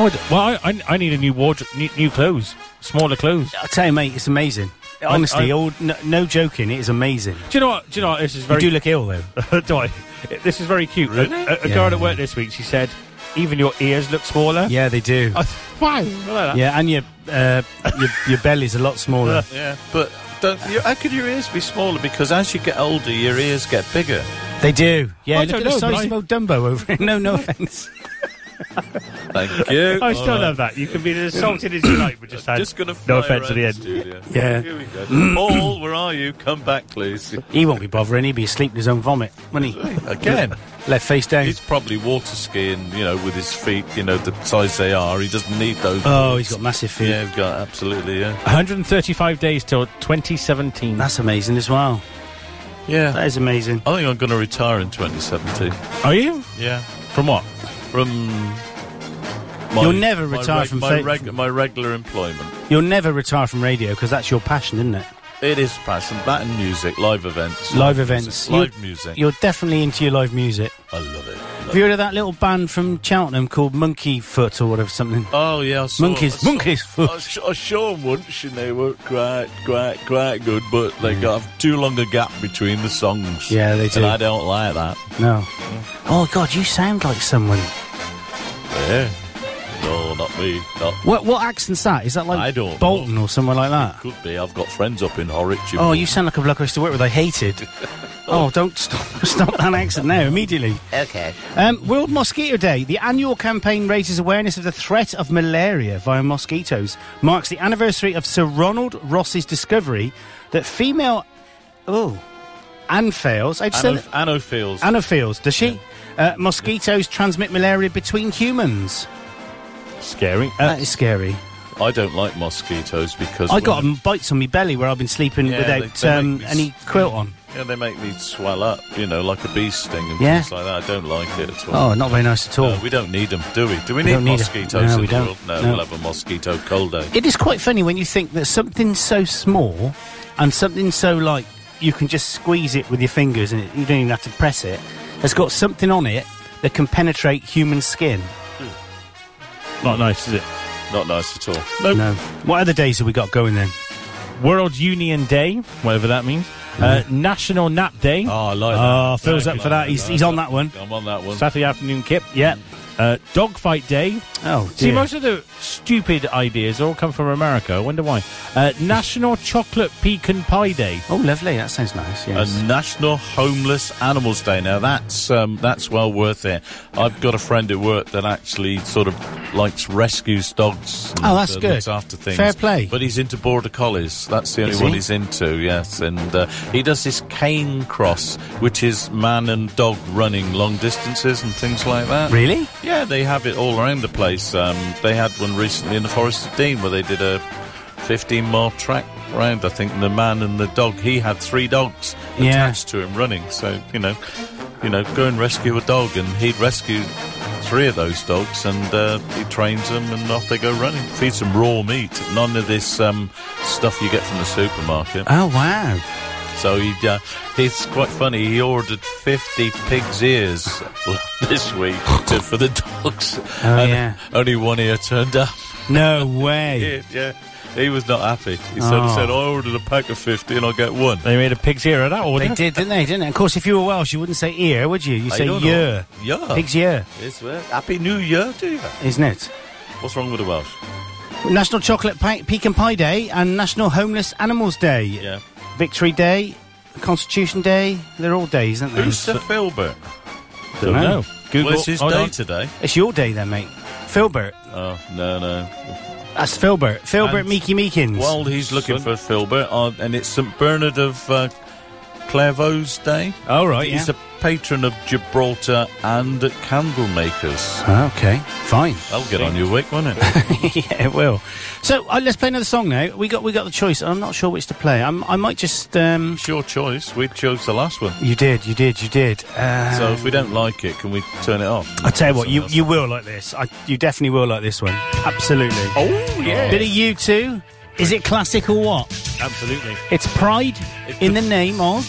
[SPEAKER 4] Oh, d- well, I, I, I need a new wardrobe, new, new clothes, smaller clothes.
[SPEAKER 3] I tell you, mate, it's amazing. Honestly,
[SPEAKER 4] I-
[SPEAKER 3] all no, no joking, it is amazing.
[SPEAKER 4] Do you know what? Do you know what? This is
[SPEAKER 3] You
[SPEAKER 4] very.
[SPEAKER 3] do look ill though.
[SPEAKER 4] do I? This is very cute. A- A, a
[SPEAKER 3] Yeah.
[SPEAKER 4] girl at work this week. She said, "Even your ears look smaller."
[SPEAKER 3] Yeah, they do.
[SPEAKER 4] I- Why? Look at that.
[SPEAKER 3] Uh, Yeah, and your uh, your, your belly's a lot smaller.
[SPEAKER 5] Yeah, but Don't, you, how could your ears be smaller? Because as you get older, your ears get bigger.
[SPEAKER 3] They do. Yeah,
[SPEAKER 4] I
[SPEAKER 3] look
[SPEAKER 4] don't
[SPEAKER 3] at the
[SPEAKER 4] know,
[SPEAKER 3] size
[SPEAKER 4] but I-
[SPEAKER 3] of old Dumbo over here. No, no offence.
[SPEAKER 5] Thank you.
[SPEAKER 4] I still
[SPEAKER 5] All right.
[SPEAKER 4] love that. You can be as salted as you like, but just had
[SPEAKER 5] Just gonna
[SPEAKER 4] no
[SPEAKER 5] fly
[SPEAKER 4] offence at the
[SPEAKER 5] around
[SPEAKER 4] end.
[SPEAKER 5] studio.
[SPEAKER 3] Yeah.
[SPEAKER 5] Here we go. Paul, where are you? Come back, please.
[SPEAKER 3] He won't be bothering. He'd be asleep in his own vomit, wouldn't he?
[SPEAKER 5] Again.
[SPEAKER 3] Left face down.
[SPEAKER 5] He's probably water skiing, you know, with his feet, you know, the size they are. He doesn't need those.
[SPEAKER 3] oh, he's got massive feet.
[SPEAKER 5] Yeah, he's got absolutely, yeah.
[SPEAKER 4] 135 days till 2017.
[SPEAKER 3] That's amazing as well.
[SPEAKER 5] Yeah.
[SPEAKER 3] That is amazing.
[SPEAKER 5] I think I'm going to retire in 2017.
[SPEAKER 4] Are you?
[SPEAKER 5] Yeah.
[SPEAKER 4] From what?
[SPEAKER 5] From. My,
[SPEAKER 3] You'll never
[SPEAKER 5] my
[SPEAKER 3] retire from
[SPEAKER 5] my,
[SPEAKER 3] fa-
[SPEAKER 5] my regular employment.
[SPEAKER 3] You'll never retire from radio because that's your passion, isn't it?
[SPEAKER 5] It is passion. That and music, live events.
[SPEAKER 3] Live
[SPEAKER 5] music,
[SPEAKER 3] events.
[SPEAKER 5] Live
[SPEAKER 3] You're-
[SPEAKER 5] music.
[SPEAKER 3] You're definitely into your live music.
[SPEAKER 5] I love it. Love
[SPEAKER 3] Have you heard of that little band from Cheltenham called Monkey Foot or whatever something?
[SPEAKER 5] Oh yeah, I saw,
[SPEAKER 3] Monkeys-
[SPEAKER 5] I saw-
[SPEAKER 3] monkeys foot.
[SPEAKER 5] I s- I saw them once, and they were quite, quite, quite good, but they got too long a gap between the songs.
[SPEAKER 3] Hmm. Yeah, they do.
[SPEAKER 5] And I don't like that.
[SPEAKER 3] No. Oh God, you sound like someone.
[SPEAKER 5] Yeah. No, not me. Not
[SPEAKER 3] What what accent's that? Is that like
[SPEAKER 5] I don't
[SPEAKER 3] Bolton or somewhere like that?
[SPEAKER 5] could be. I've got friends up in Horwich.
[SPEAKER 3] Oh, you sound like a bloke I used to work with. I hated. oh, don't stop stop that accent now immediately.
[SPEAKER 7] Okay.
[SPEAKER 3] Um, World Mosquito Day, the annual campaign raises awareness of the threat of malaria via mosquitoes, marks the anniversary of Sir Ronald Ross's discovery that female. Oh. Anopheles. I'd say.
[SPEAKER 5] Anno, Anopheles.
[SPEAKER 3] Anopheles, does she? Uh, mosquitoes transmit malaria between humans.
[SPEAKER 4] Scary.
[SPEAKER 3] that is scary.
[SPEAKER 5] I don't like mosquitoes because
[SPEAKER 3] I
[SPEAKER 5] when
[SPEAKER 3] got 'em bites on my belly where I've been sleeping
[SPEAKER 5] Yeah,
[SPEAKER 3] without
[SPEAKER 5] they- they
[SPEAKER 3] um,
[SPEAKER 5] make me
[SPEAKER 3] any quilt on.
[SPEAKER 5] Yeah, they make me swell up. You know, like a bee sting and
[SPEAKER 3] Yeah.
[SPEAKER 5] things like that. I don't like it at all.
[SPEAKER 3] Oh, not very nice at all.
[SPEAKER 5] No, we don't need them, do we? Do
[SPEAKER 3] We
[SPEAKER 5] we, need
[SPEAKER 3] don't need 'em.
[SPEAKER 5] mosquitoes
[SPEAKER 3] No,
[SPEAKER 5] in
[SPEAKER 3] we
[SPEAKER 5] the
[SPEAKER 3] don't.
[SPEAKER 5] world? No,
[SPEAKER 3] No.
[SPEAKER 5] we'll have a mosquito cold day.
[SPEAKER 3] it is quite funny when you think that something so small and something so like you can just squeeze it with your fingers and it, you don't even have to press it has got something on it that can penetrate human skin.
[SPEAKER 4] Not nice, is it?
[SPEAKER 5] Not nice at all.
[SPEAKER 3] No. What other days have we got going then?
[SPEAKER 4] World Union Day, whatever that means. Uh, National Nap Day. Ah,
[SPEAKER 5] Oh, I like
[SPEAKER 3] Oh,
[SPEAKER 5] that.
[SPEAKER 3] Phil's
[SPEAKER 5] Like
[SPEAKER 3] up for that. He's, he's on that one.
[SPEAKER 5] I'm on that one.
[SPEAKER 4] Saturday afternoon kip. Yeah. Uh, Dogfight Day.
[SPEAKER 3] Oh,
[SPEAKER 4] See,
[SPEAKER 3] dear.
[SPEAKER 4] most of the stupid ideas all come from America. I wonder why. Uh, National Chocolate Pecan Pie Day.
[SPEAKER 3] Oh, lovely. That sounds nice. Yes.
[SPEAKER 5] A National Homeless Animals Day. Now that's um, that's well worth it. I've got a friend at work that actually sort of likes rescues dogs. and,
[SPEAKER 3] Oh, that's
[SPEAKER 5] uh,
[SPEAKER 3] good.
[SPEAKER 5] Looks after things.
[SPEAKER 3] Fair play.
[SPEAKER 5] But he's into border collies. That's the only
[SPEAKER 3] Is
[SPEAKER 5] one
[SPEAKER 3] he?
[SPEAKER 5] he's into. Yes, and uh, he does this cane cross, which is man and dog running long distances and things like that.
[SPEAKER 3] really?
[SPEAKER 5] Yeah, they have it all around the place. Um, they had one recently in the Forest of Dean where they did a 15 mile track round. I think the man and the dog. He had three dogs
[SPEAKER 3] Yeah.
[SPEAKER 5] attached to him running. So you know, you know, go and rescue a dog, and he'd rescue three of those dogs, and uh, he trains them, and off they go running. Feed some raw meat. None of this um, stuff you get from the supermarket.
[SPEAKER 3] Oh, wow.
[SPEAKER 5] So he, uh, it's quite funny. He ordered fifty pig's ears this week to, for the dogs.
[SPEAKER 3] Oh,
[SPEAKER 5] and
[SPEAKER 3] yeah.
[SPEAKER 5] Only one ear turned up.
[SPEAKER 3] No way.
[SPEAKER 5] Yeah, yeah. He was not happy. He said,
[SPEAKER 3] Oh.
[SPEAKER 5] he said, I ordered a pack of 50 and I get one.
[SPEAKER 4] They made a pig's ear of that, or
[SPEAKER 3] They did, didn't they? Didn't they? Of course, if you were Welsh, you wouldn't say ear, would you? You say year.
[SPEAKER 5] Yeah.
[SPEAKER 3] Pig's year,
[SPEAKER 5] It's, well, happy New Year to you.
[SPEAKER 3] isn't it?
[SPEAKER 5] What's wrong with the Welsh?
[SPEAKER 3] National Chocolate Pie, Pecan Pie Day and National Homeless Animals Day.
[SPEAKER 5] Yeah.
[SPEAKER 3] Victory Day, Constitution Day. They're all days, aren't they?
[SPEAKER 5] Who's Sir Filbert?
[SPEAKER 4] Don't
[SPEAKER 3] No.
[SPEAKER 4] know. Google.
[SPEAKER 5] What's his
[SPEAKER 4] hold
[SPEAKER 5] day
[SPEAKER 4] on.
[SPEAKER 5] today?
[SPEAKER 3] It's your day then, mate. Filbert.
[SPEAKER 5] Oh, no, no.
[SPEAKER 3] That's Filbert. Filbert
[SPEAKER 5] And-
[SPEAKER 3] Meeky Meekins.
[SPEAKER 5] While he's looking for Filbert, uh, and it's St. Bernard of uh, Clairvaux's Day.
[SPEAKER 4] All right.
[SPEAKER 5] He's
[SPEAKER 4] yeah.
[SPEAKER 5] a patron of Gibraltar and candle makers.
[SPEAKER 3] Ah, okay, fine.
[SPEAKER 5] That'll get on your wick, won't it?
[SPEAKER 3] yeah, it will. So uh, let's play another song now. We got we got the choice. I'm not sure which to play. I'm, I might just. Um,
[SPEAKER 5] it's your choice. We chose the last one.
[SPEAKER 3] you did, you did, you did. Uh,
[SPEAKER 5] So if we don't like it, can we turn it off?
[SPEAKER 3] I tell you what, you,
[SPEAKER 5] Something
[SPEAKER 3] you will like this. I, you definitely will like this one. Absolutely.
[SPEAKER 4] Oh yeah.
[SPEAKER 3] Bit of you two. Is it classic or what?
[SPEAKER 4] Absolutely.
[SPEAKER 3] It's Pride in the name of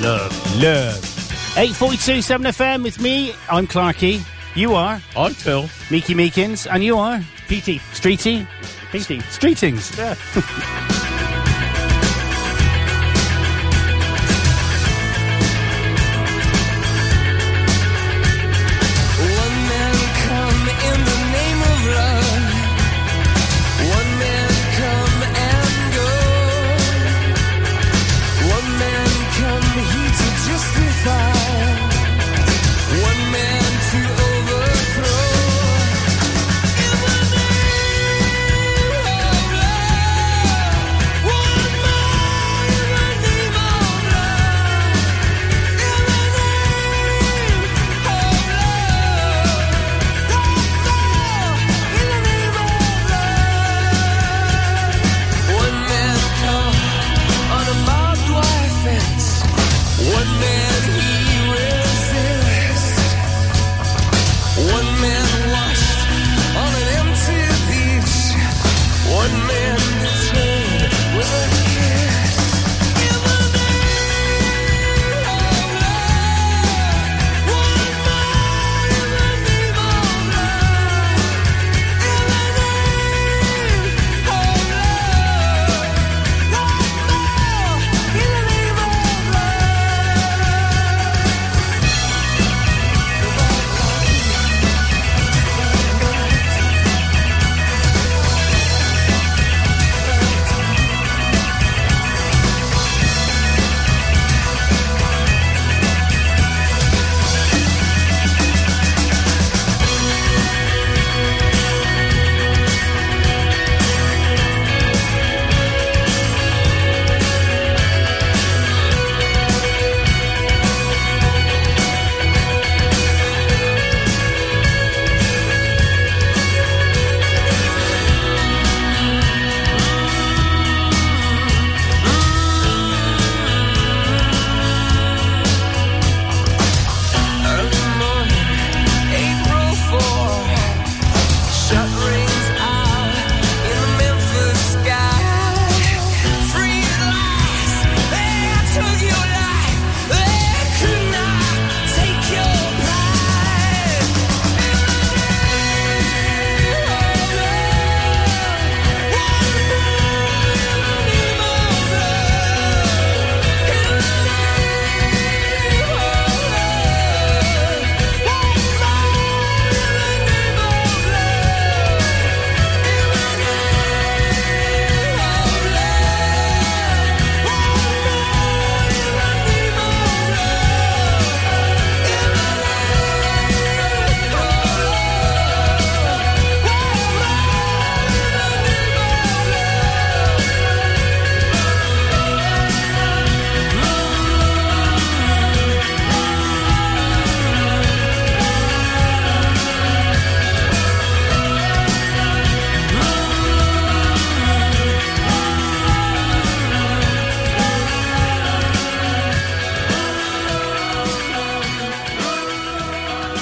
[SPEAKER 4] Love.
[SPEAKER 3] Love. 842 7 FM with me. I'm Clarky. You are
[SPEAKER 5] else. I feel.
[SPEAKER 3] Meeky Meekins. And you are
[SPEAKER 4] PT.
[SPEAKER 3] Streety.
[SPEAKER 4] PT.
[SPEAKER 3] Streetings.
[SPEAKER 4] Yeah.
[SPEAKER 6] One man come in the name of love. One man come and go.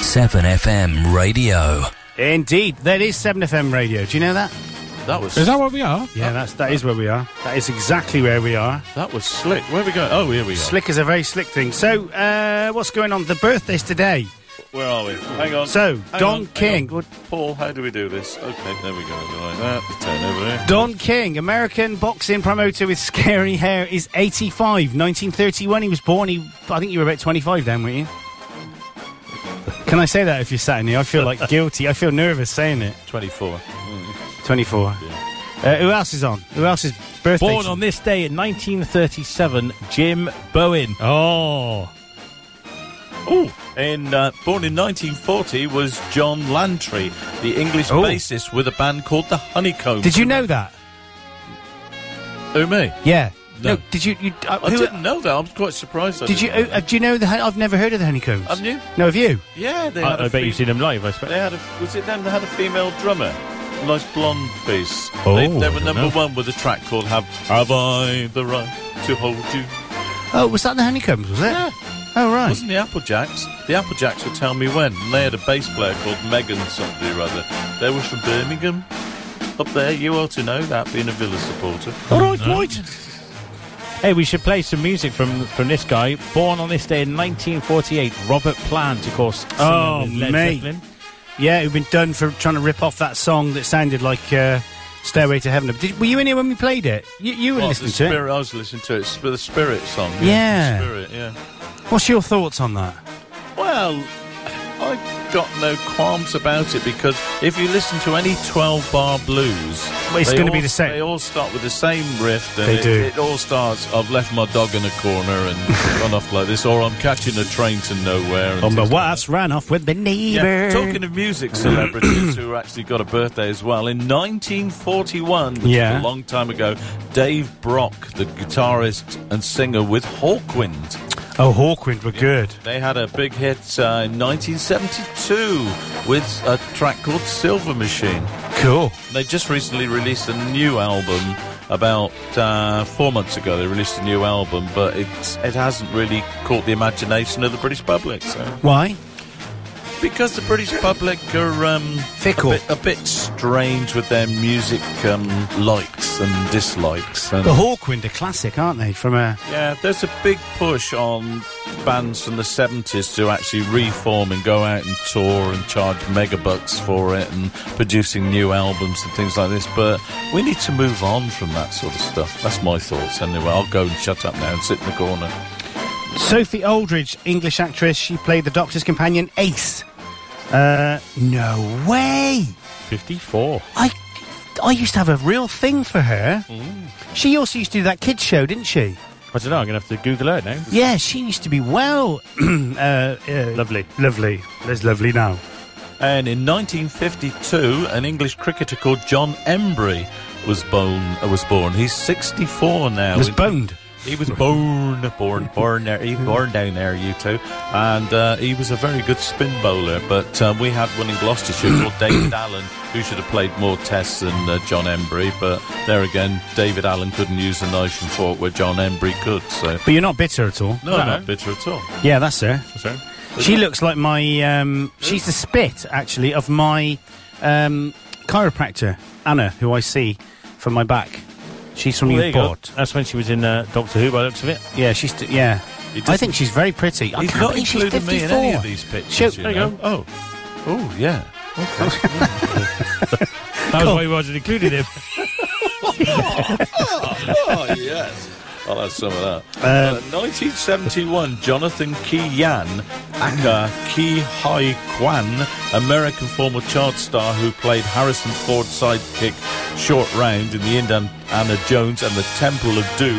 [SPEAKER 1] 7FM Radio.
[SPEAKER 3] Indeed, that is 7FM radio. Do you know that?
[SPEAKER 5] That was
[SPEAKER 4] Is that where we are?
[SPEAKER 3] Yeah, that's that is where we are. That is exactly where we are.
[SPEAKER 5] that was slick. Where we going? Oh, here we go.
[SPEAKER 3] Slick is a very slick thing. So, uh, what's going on? The birthday's today.
[SPEAKER 5] Where are we? Hang on.
[SPEAKER 3] So,
[SPEAKER 5] Hang
[SPEAKER 3] Don
[SPEAKER 5] on, hang
[SPEAKER 3] King.
[SPEAKER 5] on.
[SPEAKER 3] What-
[SPEAKER 5] Paul, how do we do this? Okay, there we go. Go like that. Turn over there.
[SPEAKER 3] Don King, American boxing promoter with scary hair, is 85. 1931, he was born. He, I think you were about 25 then, weren't you? Can I say that if you're sat in here? I feel like guilty. I feel nervous saying it.
[SPEAKER 5] 24.
[SPEAKER 3] 24. Uh, who else is on? Who else is birthday?
[SPEAKER 4] Born on this day in 1937, Jim Bowen.
[SPEAKER 3] Oh.
[SPEAKER 5] Oh, in uh, born in 1940 was John Lantry, the English
[SPEAKER 3] Oh.
[SPEAKER 5] bassist with a band called the Honeycombs.
[SPEAKER 3] Did you know that?
[SPEAKER 5] Who me?
[SPEAKER 3] Yeah.
[SPEAKER 5] No.
[SPEAKER 3] did you? you uh,
[SPEAKER 5] I
[SPEAKER 3] who-
[SPEAKER 5] didn't know that. I'm quite surprised. I
[SPEAKER 3] Did you?
[SPEAKER 5] didn't
[SPEAKER 3] Uh, uh, do you know the? hon- I've never heard of the honeycombs.
[SPEAKER 5] Haven't you?
[SPEAKER 3] No, have you?
[SPEAKER 5] Yeah, they had a
[SPEAKER 4] I, I bet you've
[SPEAKER 5] fe-
[SPEAKER 4] seen him live, I suppose.
[SPEAKER 5] They had a, was it them that had a female drummer? Nice blonde piece.
[SPEAKER 4] Oh,
[SPEAKER 5] they, they were
[SPEAKER 4] I don't
[SPEAKER 5] number
[SPEAKER 4] know.
[SPEAKER 5] one with a track called "Have Have I the Right to Hold You."
[SPEAKER 3] Oh, was that the honeycombs? Was it?
[SPEAKER 5] Yeah.
[SPEAKER 3] Oh right.
[SPEAKER 5] Wasn't the Applejacks? The Applejacks would tell me when. And they had a bass player called Megan somebody or other. They were from Birmingham. Up there, you ought to know that, being a Villa supporter.
[SPEAKER 3] Oh,
[SPEAKER 4] All right, right. Hey, we should play some music from from this guy. Born on this day in 1948, Robert Plant, of course. singer
[SPEAKER 3] Oh,
[SPEAKER 4] with Led
[SPEAKER 3] mate.
[SPEAKER 4] Zeppelin.
[SPEAKER 3] Yeah, we've been done for trying to rip off that song that sounded like uh, "Stairway to Heaven." Did, were you in here when we played it? You, you were
[SPEAKER 5] Well, the
[SPEAKER 3] listening to
[SPEAKER 5] spirit, I was listening to it. It's the Spirit song.
[SPEAKER 3] Yeah.
[SPEAKER 5] The Spirit, yeah.
[SPEAKER 3] it. What's your thoughts on that?
[SPEAKER 5] Well, I've got no qualms about it because if you listen to any 12 bar blues,
[SPEAKER 3] Well, it's
[SPEAKER 5] they
[SPEAKER 3] gonna
[SPEAKER 5] all-
[SPEAKER 3] be the same.
[SPEAKER 5] They all start with the same riff. And
[SPEAKER 3] They
[SPEAKER 5] it,
[SPEAKER 3] do.
[SPEAKER 5] It all starts, I've left my dog in a corner and gone off like this, or I'm catching a train to nowhere.
[SPEAKER 3] On
[SPEAKER 5] And
[SPEAKER 3] Oh, my
[SPEAKER 5] things like
[SPEAKER 3] wife's ran off with the neighbour.
[SPEAKER 5] yeah, talking of music celebrities who actually got a birthday as well, in 1941, which
[SPEAKER 3] Yeah.
[SPEAKER 5] is a long time ago, Dave Brock, the guitarist and singer with Hawkwind,
[SPEAKER 3] oh, Hawkwind were good.
[SPEAKER 5] they had a big hit uh, in 1972 with a track called Silver Machine.
[SPEAKER 3] Cool.
[SPEAKER 5] They just recently released a new album about uh, four months ago. They released a new album, but it's, it hasn't really caught the imagination of the British public. So.
[SPEAKER 3] Why?
[SPEAKER 5] Because the British public are um,
[SPEAKER 3] Fickle.
[SPEAKER 5] a bit, a bit strange with their music um, likes and dislikes. And
[SPEAKER 3] The Hawkwind are classic, aren't they? From a
[SPEAKER 5] yeah, there's a big push on bands from the 70s to actually reform and go out and tour and charge megabucks for it and producing new albums and things like this. But we need to move on from that sort of stuff. That's my thoughts anyway. I'll go and shut up now and sit in the corner.
[SPEAKER 3] Sophie Aldridge, English actress. She played the Doctor's companion, Ace. Uh, no way.
[SPEAKER 4] 54.
[SPEAKER 3] I, I used to have a real thing for her.
[SPEAKER 4] Mm.
[SPEAKER 3] She also used to do that kids show, didn't she?
[SPEAKER 4] I don't know. I'm going to have to Google her now.
[SPEAKER 3] Yeah, she used to be well. uh, uh,
[SPEAKER 4] Lovely.
[SPEAKER 3] Lovely. There's lovely now.
[SPEAKER 5] And in 1952, an English cricketer called John Embry was born. Uh, was born. He's 64 now.
[SPEAKER 3] was
[SPEAKER 5] He-
[SPEAKER 3] boned.
[SPEAKER 5] He was born, born, born there. He was born down there, you two. And uh, he was a very good spin bowler. But uh, we had one in Gloucestershire called David Allen, who should have played more tests than uh, John Embry. But there again, David Allen couldn't use the knife and fork where John Embry could. So
[SPEAKER 3] But you're not bitter at all.
[SPEAKER 5] no, not bitter at all.
[SPEAKER 3] Yeah, that's her.
[SPEAKER 5] So
[SPEAKER 3] She looks like my. Um, she's the spit, actually, of my um, chiropractor, Anna, who I see for my back. She's from
[SPEAKER 4] Well, there you go.
[SPEAKER 3] Newport.
[SPEAKER 4] That's when she was in uh, Doctor Who, by the looks of it.
[SPEAKER 3] Yeah, she's. T- yeah.
[SPEAKER 5] It
[SPEAKER 3] I
[SPEAKER 5] doesn't-
[SPEAKER 3] think she's very pretty. I
[SPEAKER 5] he's
[SPEAKER 3] can't
[SPEAKER 5] not
[SPEAKER 3] believe she's
[SPEAKER 5] including
[SPEAKER 3] 54.
[SPEAKER 5] me in any of these pictures.
[SPEAKER 3] Shoot,
[SPEAKER 5] you
[SPEAKER 4] there you
[SPEAKER 5] know.
[SPEAKER 4] go.
[SPEAKER 5] Oh, oh, yeah. Okay.
[SPEAKER 4] That was why he wasn't included him.
[SPEAKER 5] oh, yes. I'll have some of that. Uh, 1971, Jonathan Ki Yan, aka Ki Hai Kwan, American former child star who played Harrison Ford's sidekick Short Round in the Indiana Jones and the Temple of Doom,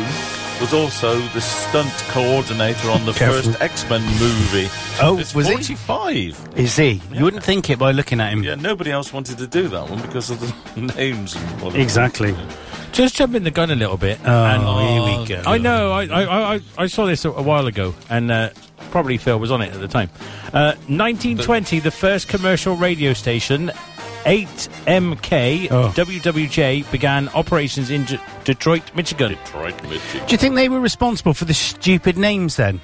[SPEAKER 5] was also the stunt coordinator on the
[SPEAKER 3] Careful.
[SPEAKER 5] first X-Men movie.
[SPEAKER 3] Oh,
[SPEAKER 5] It's
[SPEAKER 3] was he?
[SPEAKER 5] 45.
[SPEAKER 3] Is he? You wouldn't think it by looking at him.
[SPEAKER 5] Yeah, nobody else wanted to do that one because of the names. And all of that.
[SPEAKER 3] Exactly.
[SPEAKER 4] Just jumping the gun a little bit.
[SPEAKER 3] Oh, here we go.
[SPEAKER 4] I know. I, I, I, I saw this a, a while ago, and uh, probably Phil was on it at the time. Uh, 1920, the first commercial radio station, 8MK
[SPEAKER 3] Oh.
[SPEAKER 4] WWJ, began operations in J- Detroit, Michigan.
[SPEAKER 5] Right, Mitchie.
[SPEAKER 3] Do you think they were responsible for the stupid names then?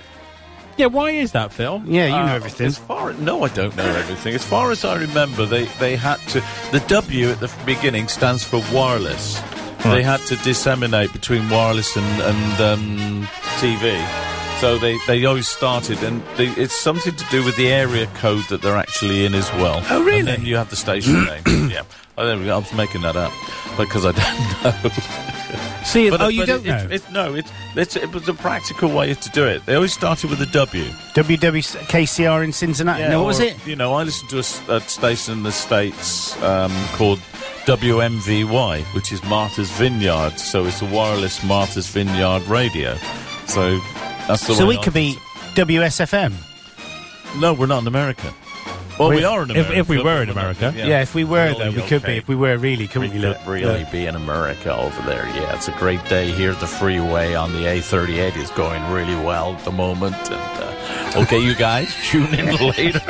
[SPEAKER 4] Yeah, why is that, Phil?
[SPEAKER 3] Yeah, you know
[SPEAKER 5] Uh,
[SPEAKER 3] everything.
[SPEAKER 5] As far no, I don't know everything. As far as I remember, they they had to. The W at the f- beginning stands for wireless.
[SPEAKER 4] Hmm.
[SPEAKER 5] They had to disseminate between wireless and and um, TV. So they, they always started, and they, it's something to do with the area code that they're actually in as well.
[SPEAKER 4] Oh, really?
[SPEAKER 5] And then you have the station name. yeah, Oh, I, don't, I was making that up because I don't know.
[SPEAKER 4] See,
[SPEAKER 5] But-
[SPEAKER 4] oh,
[SPEAKER 5] but
[SPEAKER 4] you
[SPEAKER 5] it-
[SPEAKER 4] don't
[SPEAKER 5] it's-
[SPEAKER 4] know.
[SPEAKER 5] it's- no, it's, it's, it was a practical way to do it. They always started with a W.
[SPEAKER 3] WWKCR in Cincinnati. no, what was
[SPEAKER 5] or,
[SPEAKER 3] it?
[SPEAKER 5] You know, I listened to a s- a, station in the States um, called WMVY, which is Martha's Vineyard. So it's a wireless Martha's Vineyard radio. So that's the
[SPEAKER 3] So
[SPEAKER 5] way
[SPEAKER 3] we
[SPEAKER 5] I-
[SPEAKER 3] could be WSFM.
[SPEAKER 5] No, we're not in America. Well, we,
[SPEAKER 4] We-
[SPEAKER 5] are in
[SPEAKER 4] if-
[SPEAKER 5] America.
[SPEAKER 4] if we
[SPEAKER 5] but
[SPEAKER 4] were in
[SPEAKER 5] we're not-
[SPEAKER 4] America.
[SPEAKER 3] Yeah, if we were, though, we could be. If we were, really, couldn't
[SPEAKER 5] we
[SPEAKER 3] we?
[SPEAKER 5] could
[SPEAKER 3] look?
[SPEAKER 5] really
[SPEAKER 3] Look.
[SPEAKER 5] be in America over there. Yeah, it's a great day here. The freeway on the A38 is going really well at the moment. And uh, okay, you guys, tune in later.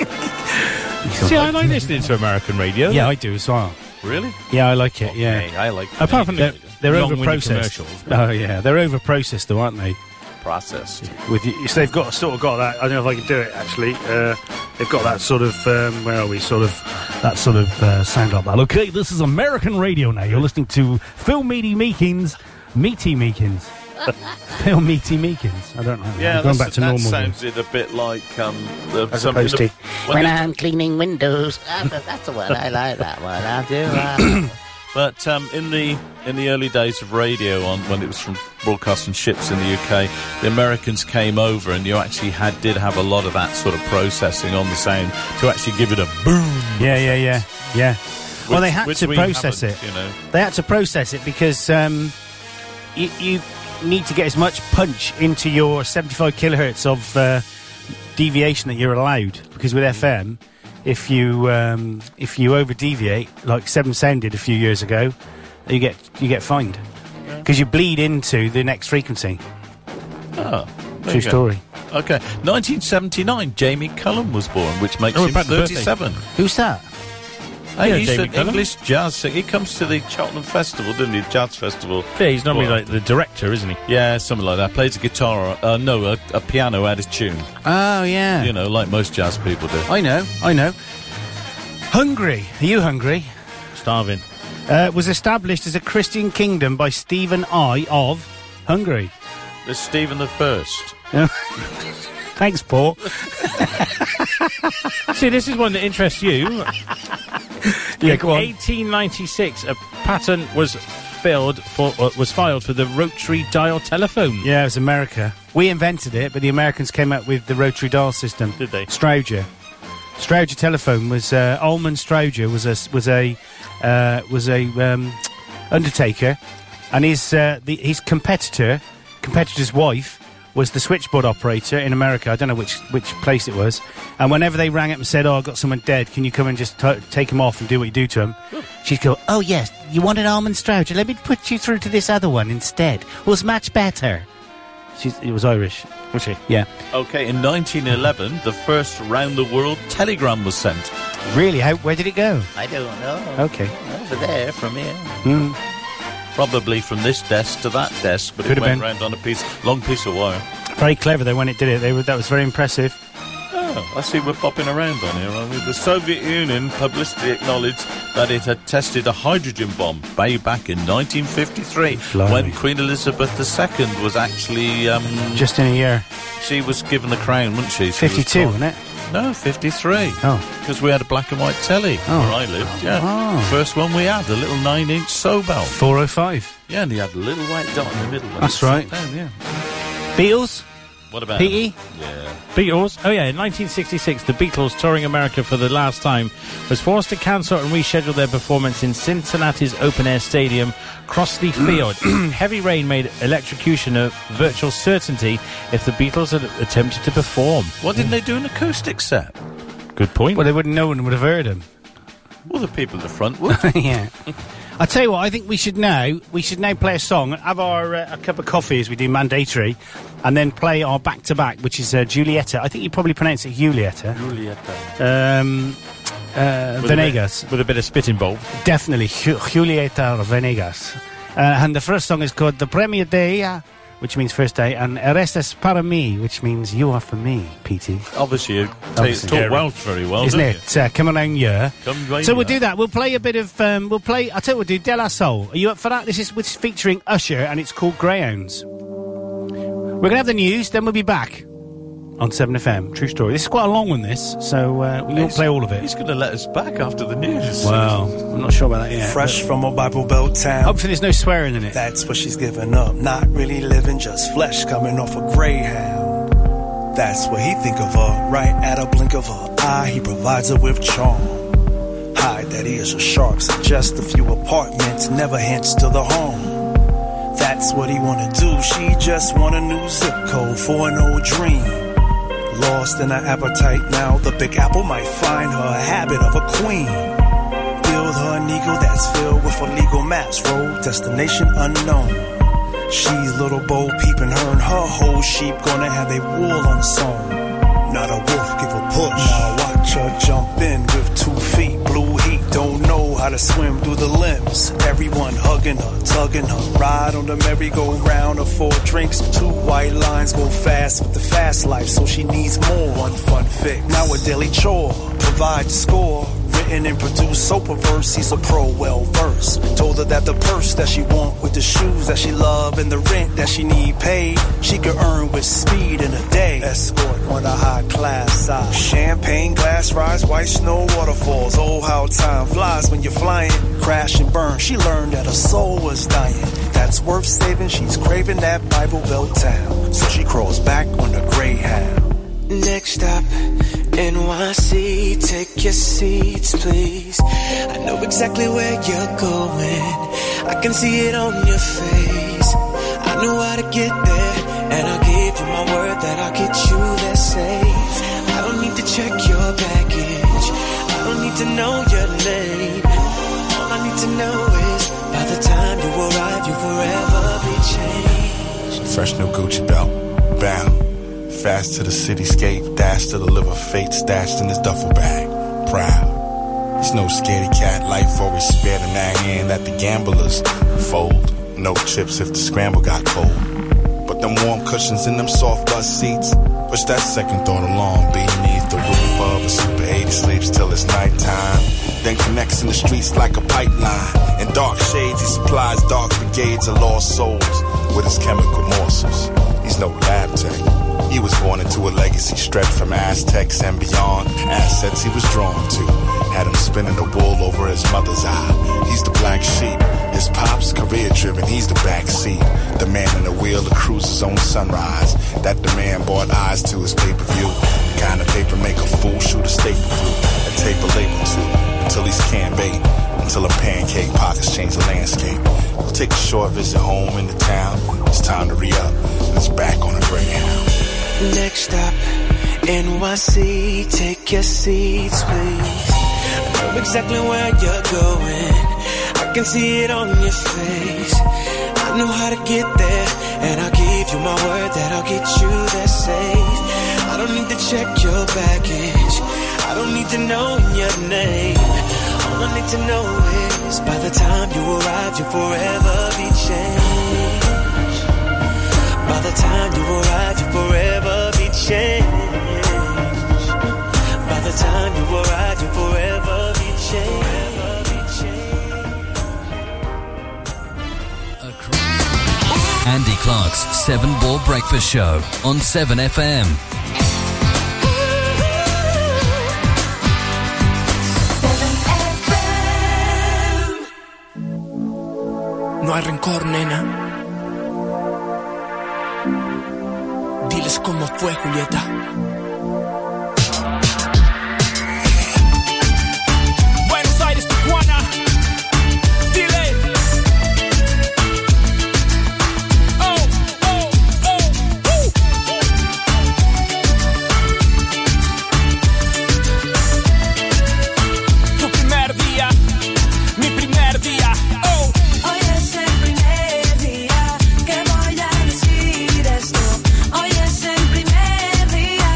[SPEAKER 4] See, I like listening to American radio.
[SPEAKER 3] Yeah, I do as well.
[SPEAKER 5] really?
[SPEAKER 3] Yeah, I like it. Yeah.
[SPEAKER 5] Okay, I like.
[SPEAKER 4] Apart from
[SPEAKER 5] Canadian
[SPEAKER 4] the-
[SPEAKER 3] They're
[SPEAKER 4] Long-winded
[SPEAKER 3] over processed.
[SPEAKER 4] commercials,
[SPEAKER 3] Oh yeah, they're over processed though, aren't they?
[SPEAKER 5] processed.
[SPEAKER 3] With you, so they've got sort of got that. I don't know if I can do it actually. Uh, they've got that sort of um, where are we? Sort of that sort of uh, sound like that. Look,
[SPEAKER 8] Okay, this is American radio now. You're listening to Phil Meaty Meekins, Meaty Meekins. Phil Meaty Meekins.
[SPEAKER 3] I don't know.
[SPEAKER 5] Yeah,
[SPEAKER 3] We've gone
[SPEAKER 5] that's-
[SPEAKER 3] back to
[SPEAKER 5] that
[SPEAKER 3] normal.
[SPEAKER 5] sounded a bit like um, the,
[SPEAKER 3] As
[SPEAKER 5] something
[SPEAKER 3] opposed to-
[SPEAKER 5] that-
[SPEAKER 7] When I'm cleaning windows, that's the, that's the one I like. That one I do. Uh,
[SPEAKER 5] But um, in the in the early days of radio, on when it was from broadcasting ships in the UK, the Americans came over, and you actually had did have a lot of that sort of processing on the sound to actually give it a boom.
[SPEAKER 3] Yeah, yeah, yeah, yeah. well,
[SPEAKER 5] which-
[SPEAKER 3] they had
[SPEAKER 5] which
[SPEAKER 3] to
[SPEAKER 5] we
[SPEAKER 3] process it.
[SPEAKER 5] haven't, You know,
[SPEAKER 3] They had to process it because um, you, you need to get as much punch into your 75 kilohertz of uh, deviation that you're allowed. Because
[SPEAKER 5] Mm.
[SPEAKER 3] with FM, if you um, if you over deviate, like Seven Sound did a few years ago, you get you get fined because you bleed into the next frequency.
[SPEAKER 5] There
[SPEAKER 3] True
[SPEAKER 5] you go.
[SPEAKER 3] story.
[SPEAKER 5] Okay, 1979, Jamie Cullum was born, which makes
[SPEAKER 4] Oh,
[SPEAKER 5] him
[SPEAKER 4] about the birthday.
[SPEAKER 5] 37.
[SPEAKER 3] Who's that?
[SPEAKER 5] Hey,
[SPEAKER 4] Yeah,
[SPEAKER 5] he's
[SPEAKER 4] Jamie
[SPEAKER 5] an
[SPEAKER 4] Cullum.
[SPEAKER 5] English jazz singer. He comes to the Cheltenham Festival, didn't he? Jazz Festival.
[SPEAKER 4] Yeah, he's normally
[SPEAKER 5] Well,
[SPEAKER 4] like the director, isn't he?
[SPEAKER 5] Yeah, something like that. Plays a guitar, uh, no, a, a piano out of tune.
[SPEAKER 3] Oh yeah,
[SPEAKER 5] You know, like most jazz people do.
[SPEAKER 3] I know, I know. Hungry? Are you hungry?
[SPEAKER 4] Starving.
[SPEAKER 3] uh, was established as a Christian kingdom by Stephen I of Hungary.
[SPEAKER 5] There's Stephen the First.
[SPEAKER 3] Thanks, Paul.
[SPEAKER 4] See, this is one that interests you.
[SPEAKER 3] Yeah,
[SPEAKER 4] In
[SPEAKER 3] go on.
[SPEAKER 4] 1896, a patent was filed for uh, was filed for the rotary dial telephone.
[SPEAKER 3] Yeah, it was America. We invented it, but the Americans came up with the rotary dial system.
[SPEAKER 4] Did they?
[SPEAKER 3] Strowger. Strowger telephone was uh, Ullman Strowger was a was a uh, was a um, undertaker, and his uh, the, his competitor, competitor's wife, was the switchboard operator in America. I don't know which which place it was. And whenever they rang up and said, "Oh, I've got someone dead. Can you come and just t- take him off and do what you do to him?"
[SPEAKER 4] Hmm.
[SPEAKER 3] she'd go, "Oh yes, you wanted Almond Strowger. Let me put you through to this other one instead. Was much better." She's, it was Irish.
[SPEAKER 4] Was she?
[SPEAKER 3] Yeah.
[SPEAKER 5] Okay, in 1911, the first round the world telegram was sent.
[SPEAKER 3] Really? How, where did it go? oh,
[SPEAKER 7] I don't know.
[SPEAKER 3] Okay. Mm.
[SPEAKER 7] Over there, from here.
[SPEAKER 5] Probably from this desk to that desk, but
[SPEAKER 3] Could
[SPEAKER 5] it
[SPEAKER 3] have
[SPEAKER 5] went
[SPEAKER 3] been.
[SPEAKER 5] round on a piece, long piece of wire.
[SPEAKER 3] Very clever though when it did it. They were, that was very impressive.
[SPEAKER 5] Oh, I see we're popping around on here, aren't we? The Soviet Union publicly acknowledged that it had tested a hydrogen bomb way back in 1953
[SPEAKER 3] Blimey.
[SPEAKER 5] when Queen Elizabeth II was actually, um,
[SPEAKER 3] Just in a year,
[SPEAKER 5] she was given the crown, wasn't she? She was
[SPEAKER 3] fifty-two,
[SPEAKER 5] called-
[SPEAKER 3] wasn't it?
[SPEAKER 5] No, 53.
[SPEAKER 3] Oh,
[SPEAKER 5] Because we had a black and white telly
[SPEAKER 3] Oh.
[SPEAKER 5] where I lived, yeah.
[SPEAKER 3] Oh.
[SPEAKER 5] First one we had, a little nine inch Sobel.
[SPEAKER 3] four oh five.
[SPEAKER 5] Yeah, and he had a little white dot in the middle. when
[SPEAKER 3] That's
[SPEAKER 5] it sat
[SPEAKER 3] right.
[SPEAKER 5] Down, yeah.
[SPEAKER 3] Beatles.
[SPEAKER 5] What about
[SPEAKER 3] P.E.?
[SPEAKER 5] him? Yeah.
[SPEAKER 4] E? Beatles. Oh yeah, in 1966, the Beatles touring America for the last time was forced to cancel and reschedule their performance in Cincinnati's open air stadium, Crossley Field. Heavy rain made electrocution a virtual certainty if the Beatles had attempted to perform.
[SPEAKER 5] Why didn't they do an acoustic set?
[SPEAKER 4] Good point.
[SPEAKER 3] Well, they wouldn't. No one would have heard them.
[SPEAKER 5] Well, the people in the front would.
[SPEAKER 3] yeah. I tell you what. I think we should now. We should now play a song. Have our uh, a cup of coffee as we do mandatory, and then play our back-to-back, which is uh, Julieta. I think you probably pronounce it Julieta. Julieta. Um, uh,
[SPEAKER 4] With a bit-
[SPEAKER 3] Venegas.
[SPEAKER 4] with a bit of spit involved.
[SPEAKER 3] Definitely Ju- Julieta Venegas. Uh, and the first song is called The Premier Day which means first day, and Erestes para mi, which means you are for me, PT.
[SPEAKER 5] Obviously, you ta-
[SPEAKER 3] Obviously.
[SPEAKER 5] talk Welsh very well,
[SPEAKER 3] Isn't
[SPEAKER 5] don't you?
[SPEAKER 3] it? Uh, come around yeah.
[SPEAKER 5] Come round
[SPEAKER 3] So we'll
[SPEAKER 5] here.
[SPEAKER 3] do that. We'll play a bit of. Um, we'll play. I tell you, what we'll do De La Soul. Are you up for that? This is which featuring Usher, and it's called Greyhounds. We're gonna have the news, then we'll be back on Seven FM. True story. This is quite a long one. This, so uh, we won't play all of
[SPEAKER 5] He's
[SPEAKER 3] it.
[SPEAKER 5] going to let us back after the news.
[SPEAKER 3] Well, I'm not sure about that yet.
[SPEAKER 9] Fresh from a Bible Belt
[SPEAKER 3] but
[SPEAKER 9] town.
[SPEAKER 3] Hopefully, there's no swearing in it.
[SPEAKER 9] That's what she's giving up. Not really living, just flesh coming off a greyhound. That's what he think of her. Right at a blink of an eye, he provides her with charm. Hide that he is a shark, suggest a few apartments, never hints to the home. That's what he wanna do. She just want a new zip code for an old dream. Lost in her appetite now, the big apple might find her a habit of a queen. Build her an ego that's filled with illegal maps. Road destination unknown. She's little Bo peeping her and her whole sheep gonna have a wool on sewn. Not a wolf, give a push. Now watch her jump in with two feet. Blue heat, don't know how to swim through the limbs. Everyone hugging her, tugging her. Ride on the merry-go-round of four drinks. Two white lines go fast with the fast life, so she needs more. One fun fix. Now a daily chore, provide the score written and produced so perverse he's a pro well versed told her that the purse that she want with the shoes that she love and the rent that she need paid she could earn with speed in a day escort on a high class side champagne glass rise white snow waterfalls oh how time flies when you're flying crash and burn she learned that her soul was dying that's worth saving she's craving that bible belt town so she crawls back on the greyhound
[SPEAKER 10] Next stop, NYC. Take your seats, please. I know exactly where you're going. I can see it on your face. I know how to get there, and I'll give you my word that I'll get you there safe. I don't need to check your baggage. I don't need to know your name. All I need to know is by the time you arrive, you'll forever be changed.
[SPEAKER 11] Fresh new Gucci belt, bound. Fast to the cityscape, dash to the liver fate, stashed in his duffel bag. Proud. He's no scaredy cat, life always spared him that hand that the gamblers fold. No chips if the scramble got cold. But them warm cushions in them soft bus seats, push that second thought along beneath the roof of a Super 80 sleeps till it's nighttime. Then connects in the streets like a pipeline. In dark shades, he supplies dark brigades of lost souls with his chemical morsels. He's no lab tech. He was born into a legacy stretched from Aztecs and beyond. Assets he was drawn to had him spinning the wool over his mother's eye. He's the black sheep. His pop's career driven. He's the backseat. The man in the wheel that cruises on sunrise. That the man bought eyes to his pay per view. The kind of paper make a fool shoot a staple through and tape a label to until he's can bait. Until a pancake pockets change the landscape. We'll take a short visit home in the town. It's time to re up. It's back on the greyhound.
[SPEAKER 10] Next stop, NYC. Take your seats, please. I know exactly where you're going. I can see it on your face. I know how to get there, and I'll give you my word that I'll get you there safe. I don't need to check your baggage. I don't need to know your name. All I need to know is by the time you arrive, you'll forever be changed. By the time you arrive, you'll forever be changed. By the time you arrive, you'll forever be changed. Forever be changed.
[SPEAKER 1] Andy Clark's Seven Ball Breakfast Show on 7FM.
[SPEAKER 12] No hay rencor, nena. Diles cómo fue, Julieta. Buenos Aires, Tijuana. Dile. Oh, oh, oh, uh. Tu primer día, mi primer día. Oh.
[SPEAKER 10] Hoy es el primer día que voy a decir esto. Hoy es el primer día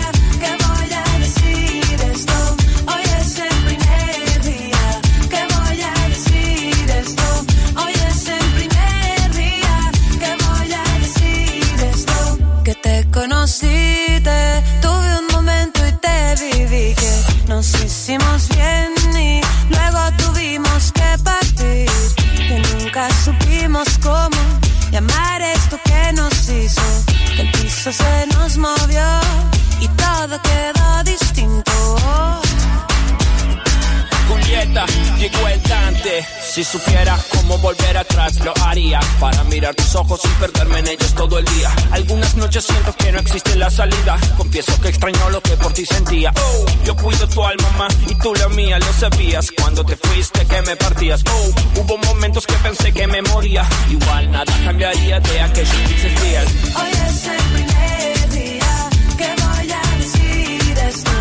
[SPEAKER 12] puerta llegó el Dante. Si supiera cómo volver atrás, lo haría. Para mirar tus ojos y perderme en ellos todo el día. Algunas noches siento que no existe la salida. Confieso que extraño lo que por ti sentía. Oh, yo cuido tu alma más y tú la mía, lo sabías. Cuando te fuiste que me partías. Oh, hubo momentos que pensé que me moría. Igual nada cambiaría de aquellos felices días.
[SPEAKER 13] Hoy es el primer día que voy a decir esto.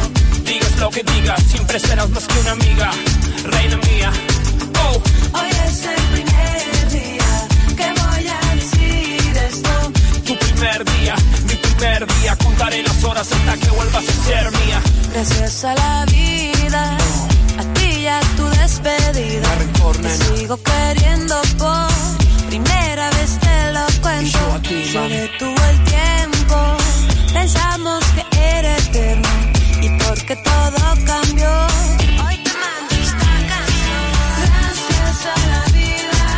[SPEAKER 12] Digas lo que digas, siempre serás más que una amiga, reina mía. Oh,
[SPEAKER 13] Hoy es el primer día que voy a decir esto.
[SPEAKER 12] tu primer día, mi primer día. Contaré las horas hasta que vuelvas a ser mía.
[SPEAKER 13] Gracias a la vida, a ti y a tu despedida. Te sigo queriendo por primera vez te lo cuento. Se detuvo el tiempo, pensamos que era eterno. Y porque todo cambió, hoy te mando esta canción. Gracias a la vida,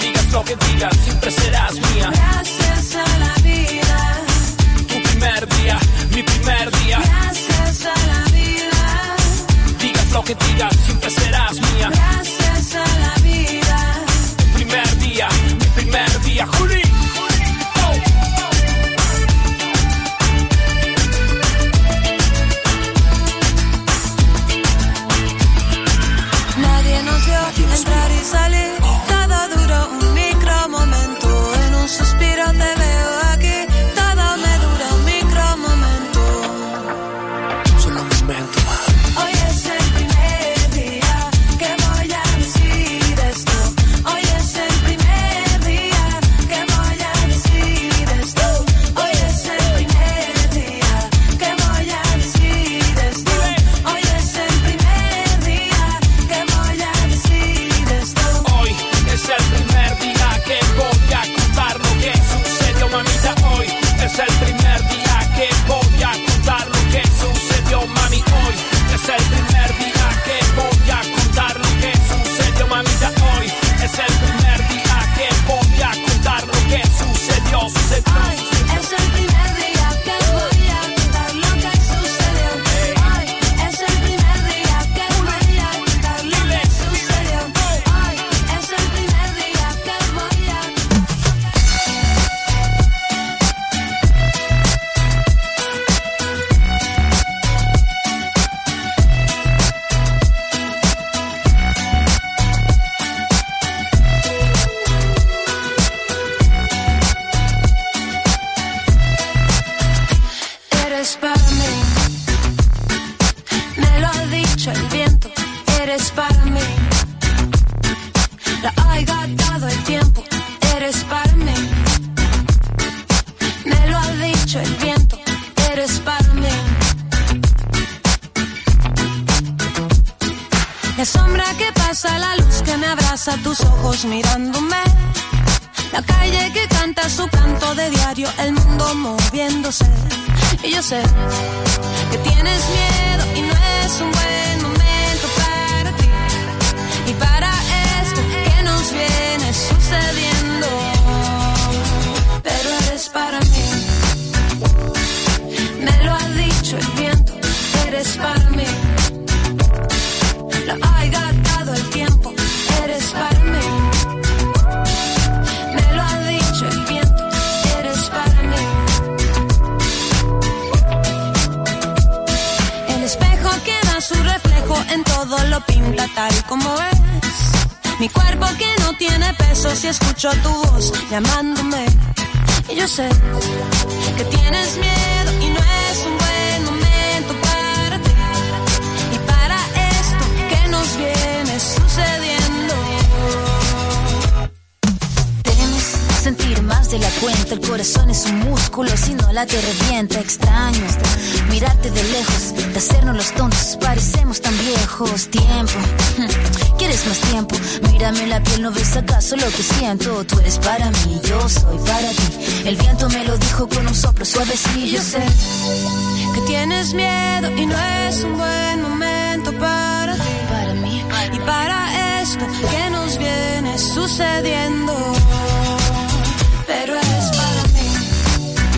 [SPEAKER 12] Digas lo que digas, siempre serás mía.
[SPEAKER 13] gracias a la vida,
[SPEAKER 12] Tu primer día, mi primer día.
[SPEAKER 13] gracias a la vida.
[SPEAKER 12] Digas lo que digas, siempre serás mía.
[SPEAKER 13] Gracias a la vida.
[SPEAKER 12] Tu primer día, mi primer día. Juli. Oh.
[SPEAKER 13] Nadie nos dio entrar y salir. Todo duró un micro momento. En un suspiro te veo aquí. Todo me dura un micro momento.
[SPEAKER 6] Solo un momento más.
[SPEAKER 13] Hoy es el primer día que voy a decir esto. Hoy es el primer día que voy a decir esto. Hoy es el primer día que voy a decir esto. Hoy es el primer día que voy a decir esto.
[SPEAKER 12] Hoy es el primer día que voy a contar lo que sucedió, mamita. Hoy es el primer día que voy a contar lo que sucedió, mami. Hoy es el primer día que voy a contar lo que sucedió, mamita. Hoy es el primer día que voy a contar lo que sucedió, sucedió.
[SPEAKER 13] Hoy es el primer día que voy a contar lo que sucedió. Hoy es el primer día que voy a contar lo que sucedió. Hoy es el primer día que voy a Eres para mí, me lo ha dicho el viento. Eres para mí, la ha dado el tiempo. Eres para mí, me lo ha dicho el viento. Eres para mí, la sombra que pasa, la luz que me abraza, tus ojos mirándome. La calle que canta su canto de diario, el mundo moviéndose. Y yo sé que tienes miedo y no es un buen momento para ti. Y para esto que nos viene sucediendo. Pero eres para mí. Me lo ha dicho el viento, eres para mí. Lo ha gastado el tiempo, eres para mí. Me lo ha dicho el viento, eres para mí. El espejo que da su reflejo en todo lo pinta tal como es. Mi cuerpo que no tiene peso si escucho tu voz llamándome. Y yo sé que tienes miedo y no es un buen momento para ti. Y para esto que nos viene sucediendo.
[SPEAKER 14] Debemos sentir más de la cuenta. El corazón es un músculo, si no late revienta. Extraño mirarte de lejos, de hacernos los tontos. Parecemos tan viejos. Tiempo, hmm, ¿quieres más tiempo? Mírame la piel, ¿no ves acaso lo que siento? Tú eres para mí, yo soy para ti. El viento me lo dijo con un soplo suave, sí,
[SPEAKER 13] Y yo sé que tienes miedo y no es un buen momento para ti. Para mí. Y para esto que nos viene sucediendo. Pero eres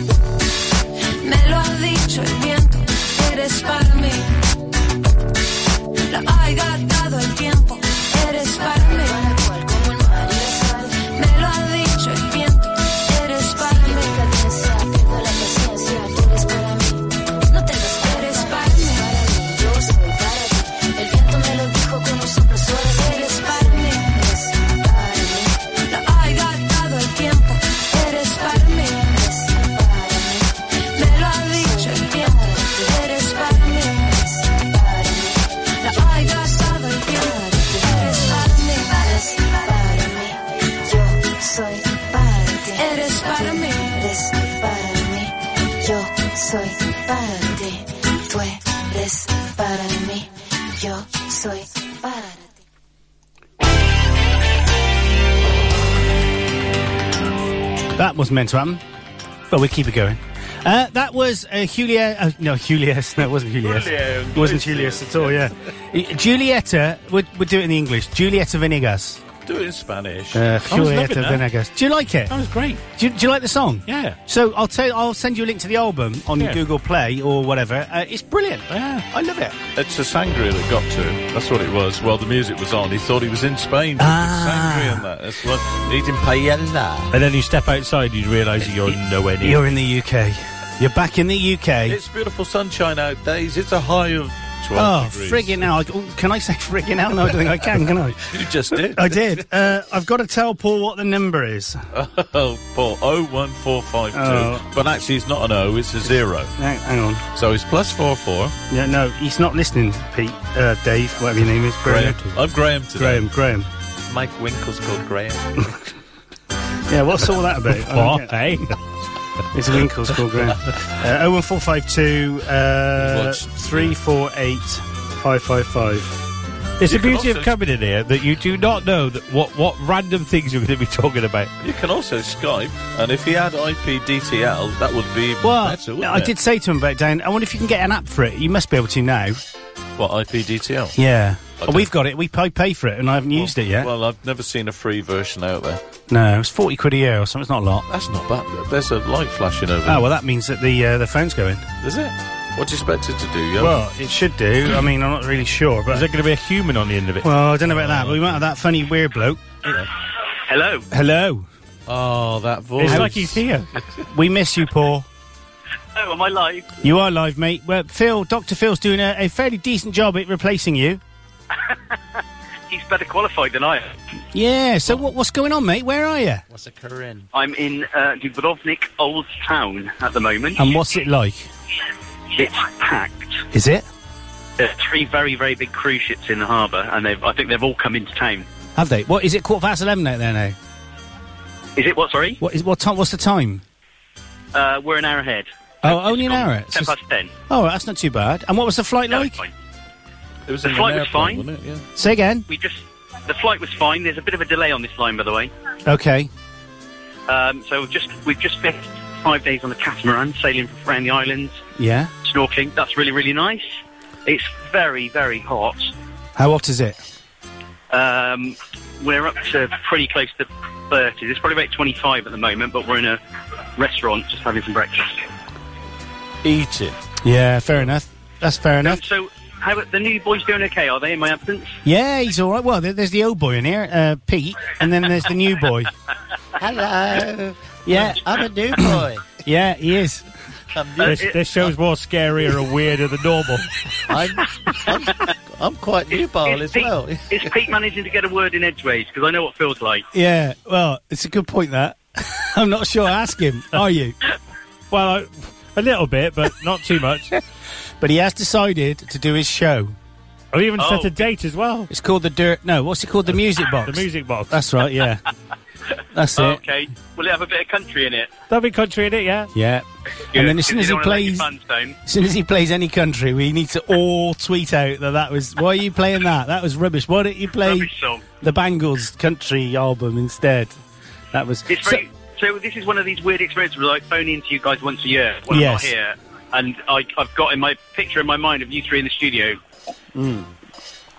[SPEAKER 13] para mí. Me lo ha dicho el viento. Eres para mí. La ha regatado el tiempo. Eres para mí. Me lo ha dicho el viento. Eres para mí. No te des- Eres para mí. El viento me lo dijo como soplo Eres para mí. Lo ha gastado el tiempo. Eres para mí. Me lo ha dicho el tiempo. Eres para mí. Lo ha gastado el tiempo. Eres para mí. Eres para mí. Yo soy para ti. Eres para mí. Eres para mí. Yo soy para ti. Tú eres para mí. Yo soy para ti.
[SPEAKER 3] That was meant to happen, but we keep it going. Uh, that was uh, Julia. Uh, no, Julius. No, it wasn't Julius.
[SPEAKER 8] Julio,
[SPEAKER 3] It wasn't Julius at all. Yeah, Uh, Julieta. We'd, we'd do it in the English. Julieta Venegas.
[SPEAKER 5] Do it in Spanish.
[SPEAKER 3] Uh,
[SPEAKER 5] I was loving
[SPEAKER 3] Julieta
[SPEAKER 5] that.
[SPEAKER 3] Venegas. Do you like it?
[SPEAKER 5] That was great.
[SPEAKER 3] Do you, do you like the song?
[SPEAKER 5] Yeah.
[SPEAKER 3] So I'll tell. I'll send you a link to the album on
[SPEAKER 5] Yeah.
[SPEAKER 3] Google Play or whatever. Uh, it's brilliant. I love it.
[SPEAKER 5] It's a sangria that got to him. That's what it was. While the music was on, he thought he was in Spain.
[SPEAKER 3] Ah.
[SPEAKER 5] Sangria and that. That's what eating paella.
[SPEAKER 4] And then you step outside, you realise you're nowhere near.
[SPEAKER 3] You're in the UK. You're back in the UK.
[SPEAKER 5] It's beautiful sunshine out days. It's a high of
[SPEAKER 3] Oh,
[SPEAKER 5] twelve degrees.
[SPEAKER 3] friggin' hell. I- oh, Can I say friggin' hell? No, I don't think I can, can I?
[SPEAKER 5] You just did.
[SPEAKER 3] I did. Uh, I've got to tell Paul what the number is.
[SPEAKER 5] Oh, Paul, oh one four five two.
[SPEAKER 3] Oh.
[SPEAKER 5] But actually, it's not an O. It's a zero.
[SPEAKER 3] Hang, hang on.
[SPEAKER 5] So it's plus four four.
[SPEAKER 3] Yeah, no, he's not listening, Pete. Uh, Dave, whatever your name is.
[SPEAKER 5] Graham. I'm Graham today.
[SPEAKER 3] Graham, Graham.
[SPEAKER 5] Mike Winkle's called Graham.
[SPEAKER 3] Yeah, what's all that about?
[SPEAKER 5] What,
[SPEAKER 3] eh? It's Winkles called Graham. Uh, 01452 uh, 348 555.
[SPEAKER 4] It's the beauty of coming in here that you do not know that what, what random things you're going to be talking about.
[SPEAKER 5] You can also Skype, and if he had IPDTL, that would be even
[SPEAKER 3] Well,
[SPEAKER 5] better.
[SPEAKER 3] no,
[SPEAKER 5] wouldn't
[SPEAKER 3] I
[SPEAKER 5] it?
[SPEAKER 3] did say to him about Dan, I wonder if you can get an app for it. You must be able to now.
[SPEAKER 5] What IPDTL?
[SPEAKER 3] Yeah.
[SPEAKER 5] I
[SPEAKER 3] Oh, we've got it. We pay, pay for it, and I haven't used it yet.
[SPEAKER 5] Well, I've never seen a free version out there.
[SPEAKER 3] no, it's 40 quid a year or something. It's not a lot.
[SPEAKER 5] That's not bad. There's a light flashing over.
[SPEAKER 3] Oh, well, that means that the uh, the phone's going.
[SPEAKER 5] Is it? What do you expect it to do? Yo?
[SPEAKER 3] Well, it should do. I mean, I'm not really sure, but.
[SPEAKER 4] Is there going to be a human on the end of it?
[SPEAKER 3] Well, I don't know about that, but we might have that funny weird bloke.
[SPEAKER 15] Hello.
[SPEAKER 3] Hello.
[SPEAKER 5] Oh, that voice.
[SPEAKER 4] It's like he's here.
[SPEAKER 3] we miss you, Paul.
[SPEAKER 15] Oh, am I live?
[SPEAKER 3] You are live, mate. Well, Phil, Dr. Phil's doing a, a fairly decent job at replacing you.
[SPEAKER 15] He's better qualified than I am.
[SPEAKER 3] Yeah, so what, what's going on, mate? Where are you?
[SPEAKER 15] What's occurring? I'm in uh, Dubrovnik Old Town at the moment.
[SPEAKER 3] And what's it like?
[SPEAKER 15] It's packed.
[SPEAKER 3] Is it?
[SPEAKER 15] There's three very, very big cruise ships in the harbour, and they've, I think they've all come into town.
[SPEAKER 3] Have they? What is it? Quarter past eleven out there now.
[SPEAKER 15] Is it what, sorry?
[SPEAKER 3] What is what time? What's the time?
[SPEAKER 15] Uh, we're an hour ahead.
[SPEAKER 3] Oh, only an hour. It's
[SPEAKER 15] Ten
[SPEAKER 3] just-
[SPEAKER 15] past ten.
[SPEAKER 3] Oh, that's not too bad. And what was the flight like?
[SPEAKER 5] It was
[SPEAKER 15] the
[SPEAKER 5] in an
[SPEAKER 15] flight was fine.
[SPEAKER 5] airplane, wasn't it? Yeah.
[SPEAKER 3] Say again.
[SPEAKER 15] We just the flight was fine. There's a bit of a delay on this line, by the way.
[SPEAKER 3] Okay.
[SPEAKER 15] Um, so we've just we've just spent five days on a catamaran sailing around the islands,
[SPEAKER 3] Yeah.
[SPEAKER 15] snorkeling. That's really, really nice. It's very, very hot.
[SPEAKER 3] How hot is it?
[SPEAKER 15] Um, we're up to pretty close to 30. It's probably about 25 at the moment, but we're in a restaurant just having some breakfast.
[SPEAKER 5] Eat it.
[SPEAKER 3] Yeah, fair enough. That's fair enough.
[SPEAKER 15] So, how the new boys doing? Okay, are they in my absence?
[SPEAKER 3] Yeah, he's all right. Well, there, there's the old boy in here, uh, Pete, and then there's the new boy.
[SPEAKER 7] Hello.
[SPEAKER 3] Yeah,
[SPEAKER 7] I'm a new boy.
[SPEAKER 3] yeah, he is.
[SPEAKER 4] This, this show's more scarier and weirder than normal.
[SPEAKER 7] I'm,
[SPEAKER 5] I'm quite
[SPEAKER 15] Is- is Pete, is Pete managing to get a word in edgeways? Because I know what it feels like.
[SPEAKER 3] Yeah, well, it's a good point that. I'm not sure. Ask him. Are you?
[SPEAKER 4] Well, I, a little bit, but not too much.
[SPEAKER 3] But he has decided to do his show.
[SPEAKER 4] I've even set
[SPEAKER 3] Oh.
[SPEAKER 4] a date as well.
[SPEAKER 3] It's called the dirt. No, what's it called? The music box.
[SPEAKER 4] The music box.
[SPEAKER 3] That's right. Yeah. That's it.
[SPEAKER 15] Okay, will it have a bit of country in it?
[SPEAKER 4] That'll be country in it, yeah.
[SPEAKER 3] Yeah. And then as soon as he plays, as soon as he plays any country, we need to all tweet out that that was why are you playing that? That was rubbish. Why don't you play
[SPEAKER 15] Rubbish song.
[SPEAKER 3] the Bangles country album instead? That was
[SPEAKER 15] It's very, so, this is one of these weird experiences where I phone into you guys once a year when
[SPEAKER 3] Yes.
[SPEAKER 15] I'm not here, and I, I've got in my picture in my mind of you three in the studio.
[SPEAKER 3] Mm.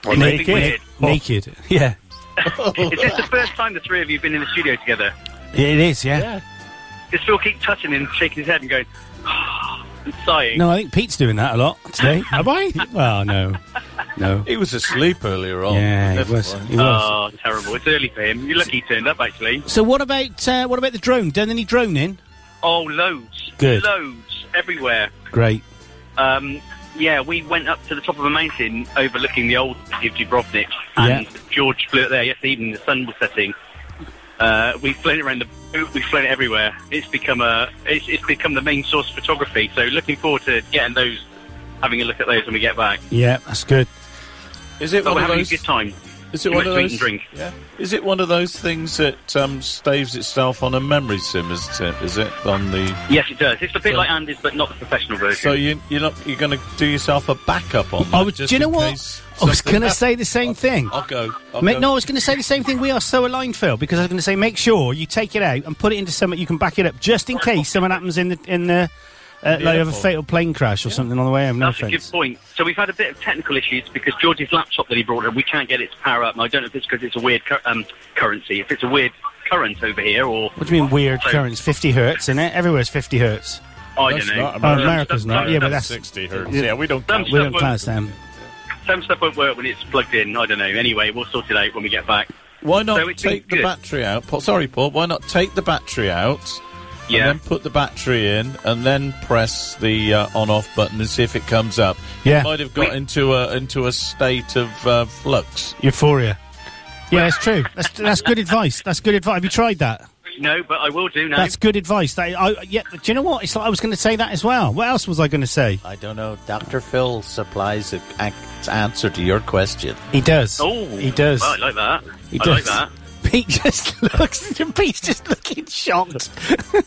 [SPEAKER 15] Or
[SPEAKER 3] naked.
[SPEAKER 15] naked. Naked.
[SPEAKER 3] Naked. Yeah,
[SPEAKER 15] is this the first time the three of you have been in the studio together?
[SPEAKER 3] it is. Yeah.
[SPEAKER 15] Does Phil keep touching him, shaking his head, and going, "Ah," and sighing?
[SPEAKER 3] No, I think Pete's doing that a lot today. Have I? Well, no. No.
[SPEAKER 5] He was asleep earlier on.
[SPEAKER 3] Yeah, he was.
[SPEAKER 5] Definitely.
[SPEAKER 3] He was.
[SPEAKER 15] Oh, terrible. It's early for him. You're lucky he turned up, actually.
[SPEAKER 3] So what about uh, what about the drone? Done any droning?
[SPEAKER 15] Oh, loads.
[SPEAKER 3] Good.
[SPEAKER 15] Loads. Everywhere.
[SPEAKER 3] Great.
[SPEAKER 15] Um, yeah, we went up to the top of a mountain overlooking the old city of Dubrovnik, and George flew it there yesterday evening. The sun was setting. Uh, we've flown it around the boat. We've flown it everywhere. It's become a. It's, it's become the main source of photography. So looking forward to getting those, having a look at those when we get back.
[SPEAKER 3] Yeah, that's good.
[SPEAKER 5] Is it
[SPEAKER 15] But
[SPEAKER 5] one
[SPEAKER 15] we're
[SPEAKER 5] of
[SPEAKER 15] having
[SPEAKER 5] those?
[SPEAKER 15] a good time.
[SPEAKER 5] Is it
[SPEAKER 15] Too
[SPEAKER 5] one
[SPEAKER 15] much
[SPEAKER 5] of
[SPEAKER 15] to eat
[SPEAKER 5] those?
[SPEAKER 15] and drink.
[SPEAKER 5] Yeah. Is it one of those things that um, staves itself on a memory sim? Is it? Is it on the?
[SPEAKER 15] Yes, it does. It's a bit like Andy's, but not the professional version.
[SPEAKER 5] So you you're not you're going to do yourself a backup on?
[SPEAKER 3] I
[SPEAKER 5] that
[SPEAKER 3] was, Oh, do
[SPEAKER 5] just
[SPEAKER 3] you know
[SPEAKER 5] in
[SPEAKER 3] what?
[SPEAKER 5] case
[SPEAKER 3] I was
[SPEAKER 5] something
[SPEAKER 3] going to
[SPEAKER 5] happens?
[SPEAKER 3] say the same thing.
[SPEAKER 5] I'll go. I'll
[SPEAKER 3] Ma-
[SPEAKER 5] go.
[SPEAKER 3] no, I was going to say the same thing. We are so aligned, Phil, because I was going to say make sure you take it out and put it into something you can back it up, just in case something happens in the in the uh,
[SPEAKER 15] In the
[SPEAKER 3] like of a
[SPEAKER 15] airport.
[SPEAKER 3] fatal plane crash or something on the way home. No
[SPEAKER 15] That's a
[SPEAKER 3] offense.
[SPEAKER 15] good point. So we've had a bit of technical issues because George's laptop that he brought, in, we can't get it to power up. And I don't know if it's because it's a weird cur- um, currency, if it's a weird current over here, or
[SPEAKER 3] What do you mean weird
[SPEAKER 15] So-
[SPEAKER 3] currents? Fifty hertz in it. Everywhere's fifty hertz.
[SPEAKER 15] I don't know.
[SPEAKER 3] Oh, America's not. Yeah, but that's
[SPEAKER 15] Some
[SPEAKER 3] We don't
[SPEAKER 15] stuff
[SPEAKER 3] class
[SPEAKER 15] won't-
[SPEAKER 3] them.
[SPEAKER 15] Some stuff won't work when it's plugged in. I don't know. Anyway, we'll sort it out when we get back.
[SPEAKER 5] Why not
[SPEAKER 15] So it's been
[SPEAKER 5] take the
[SPEAKER 15] good.
[SPEAKER 5] battery out? Paul, sorry, Paul. Why not take the battery out?
[SPEAKER 15] Yeah.
[SPEAKER 5] And then put the battery in, and then press the uh, on-off button and see if it comes up.
[SPEAKER 3] Yeah.
[SPEAKER 5] It might have got into a into a state of uh, flux.
[SPEAKER 3] Euphoria. Yeah, that's true. That's that's good advice. That's good advice. Have you tried that?
[SPEAKER 15] No, but I will do now.
[SPEAKER 3] That's good advice. That I, yeah. Do you know what? It's like I was going to say that as well. What else was I going to say?
[SPEAKER 16] I don't know. Dr. Phil supplies an answer to your question.
[SPEAKER 3] He does.
[SPEAKER 15] Oh,
[SPEAKER 3] he does.
[SPEAKER 15] well, I like that.
[SPEAKER 16] He
[SPEAKER 15] I
[SPEAKER 16] does.
[SPEAKER 15] like that.
[SPEAKER 3] Pete just looks. Pete's just looking shocked.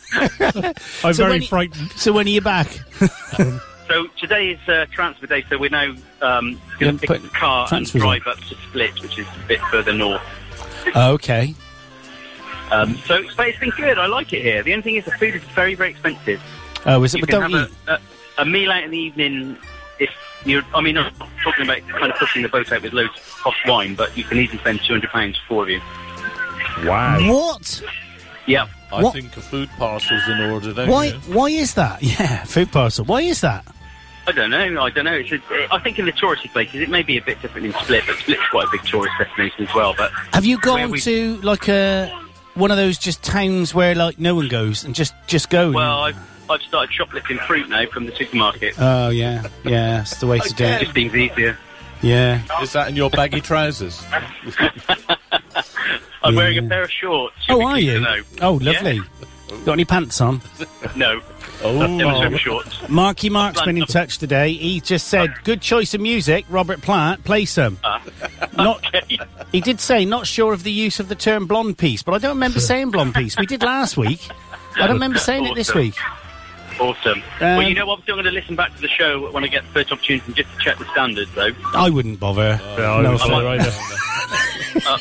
[SPEAKER 8] I'm very
[SPEAKER 3] when he-
[SPEAKER 8] frightened.
[SPEAKER 3] So when are you back?
[SPEAKER 15] So today is uh, transfer day, so we're now um,
[SPEAKER 3] Yeah,
[SPEAKER 15] going to pick
[SPEAKER 3] put
[SPEAKER 15] the car and
[SPEAKER 3] transfers on.
[SPEAKER 15] drive up to Split, which is a bit further north.
[SPEAKER 3] Oh, okay.
[SPEAKER 15] Um, so, but it's been good. I like it here. The only thing is the food is very, very expensive.
[SPEAKER 3] Oh, is it?
[SPEAKER 15] you
[SPEAKER 3] But
[SPEAKER 15] can
[SPEAKER 3] don't
[SPEAKER 15] have
[SPEAKER 3] eat.
[SPEAKER 15] a, a, a meal out in the evening if you're. I mean, I'm not talking about kind of pushing the boat out with loads of hot wine, but you can even spend two hundred pounds for four of you.
[SPEAKER 5] Wow.
[SPEAKER 3] What?
[SPEAKER 15] Yeah.
[SPEAKER 5] I
[SPEAKER 3] What?
[SPEAKER 5] think a food parcel's in order, don't
[SPEAKER 3] Why?
[SPEAKER 5] you?
[SPEAKER 3] Why is that? Yeah, food parcel. Why is that?
[SPEAKER 15] I don't know. I don't know. It's a, I think in the touristy places it may be a bit different in Split, but Split's quite a big tourist destination as well. But
[SPEAKER 3] Have you
[SPEAKER 15] where
[SPEAKER 3] gone
[SPEAKER 15] we-
[SPEAKER 3] to like a one of those just towns where like no one goes and just just go? and-
[SPEAKER 15] Well, I've I've started shoplifting fruit now from the supermarket.
[SPEAKER 3] oh yeah, yeah. That's the way to do
[SPEAKER 15] It just
[SPEAKER 3] it.
[SPEAKER 15] seems easier.
[SPEAKER 3] Yeah.
[SPEAKER 5] Is that in your baggy trousers?
[SPEAKER 15] I'm wearing a pair of shorts. You'll
[SPEAKER 3] Oh,
[SPEAKER 15] be
[SPEAKER 3] are
[SPEAKER 15] pleased to
[SPEAKER 3] you?
[SPEAKER 15] know.
[SPEAKER 3] Oh, lovely. Got any pants on?
[SPEAKER 15] No.
[SPEAKER 3] Oh.
[SPEAKER 15] Never swim shorts.
[SPEAKER 3] Marky Mark's
[SPEAKER 15] I've
[SPEAKER 3] been in
[SPEAKER 15] done-
[SPEAKER 3] touch today. He just said, "Good choice of music, Robert Plant. Play some."
[SPEAKER 15] Ah.
[SPEAKER 3] Not. He did say, "Not sure of the use of the term blonde piece," but I don't remember saying blonde piece. We did last week. I don't remember saying it this
[SPEAKER 15] Awesome.
[SPEAKER 3] week.
[SPEAKER 15] Awesome. well,
[SPEAKER 3] Um,
[SPEAKER 15] you know, what? I'm going to listen back to the show when I get the first opportunity just to check the standards, though.
[SPEAKER 3] I wouldn't bother.
[SPEAKER 15] I
[SPEAKER 3] no
[SPEAKER 15] would
[SPEAKER 3] offence.
[SPEAKER 15] bother either. uh,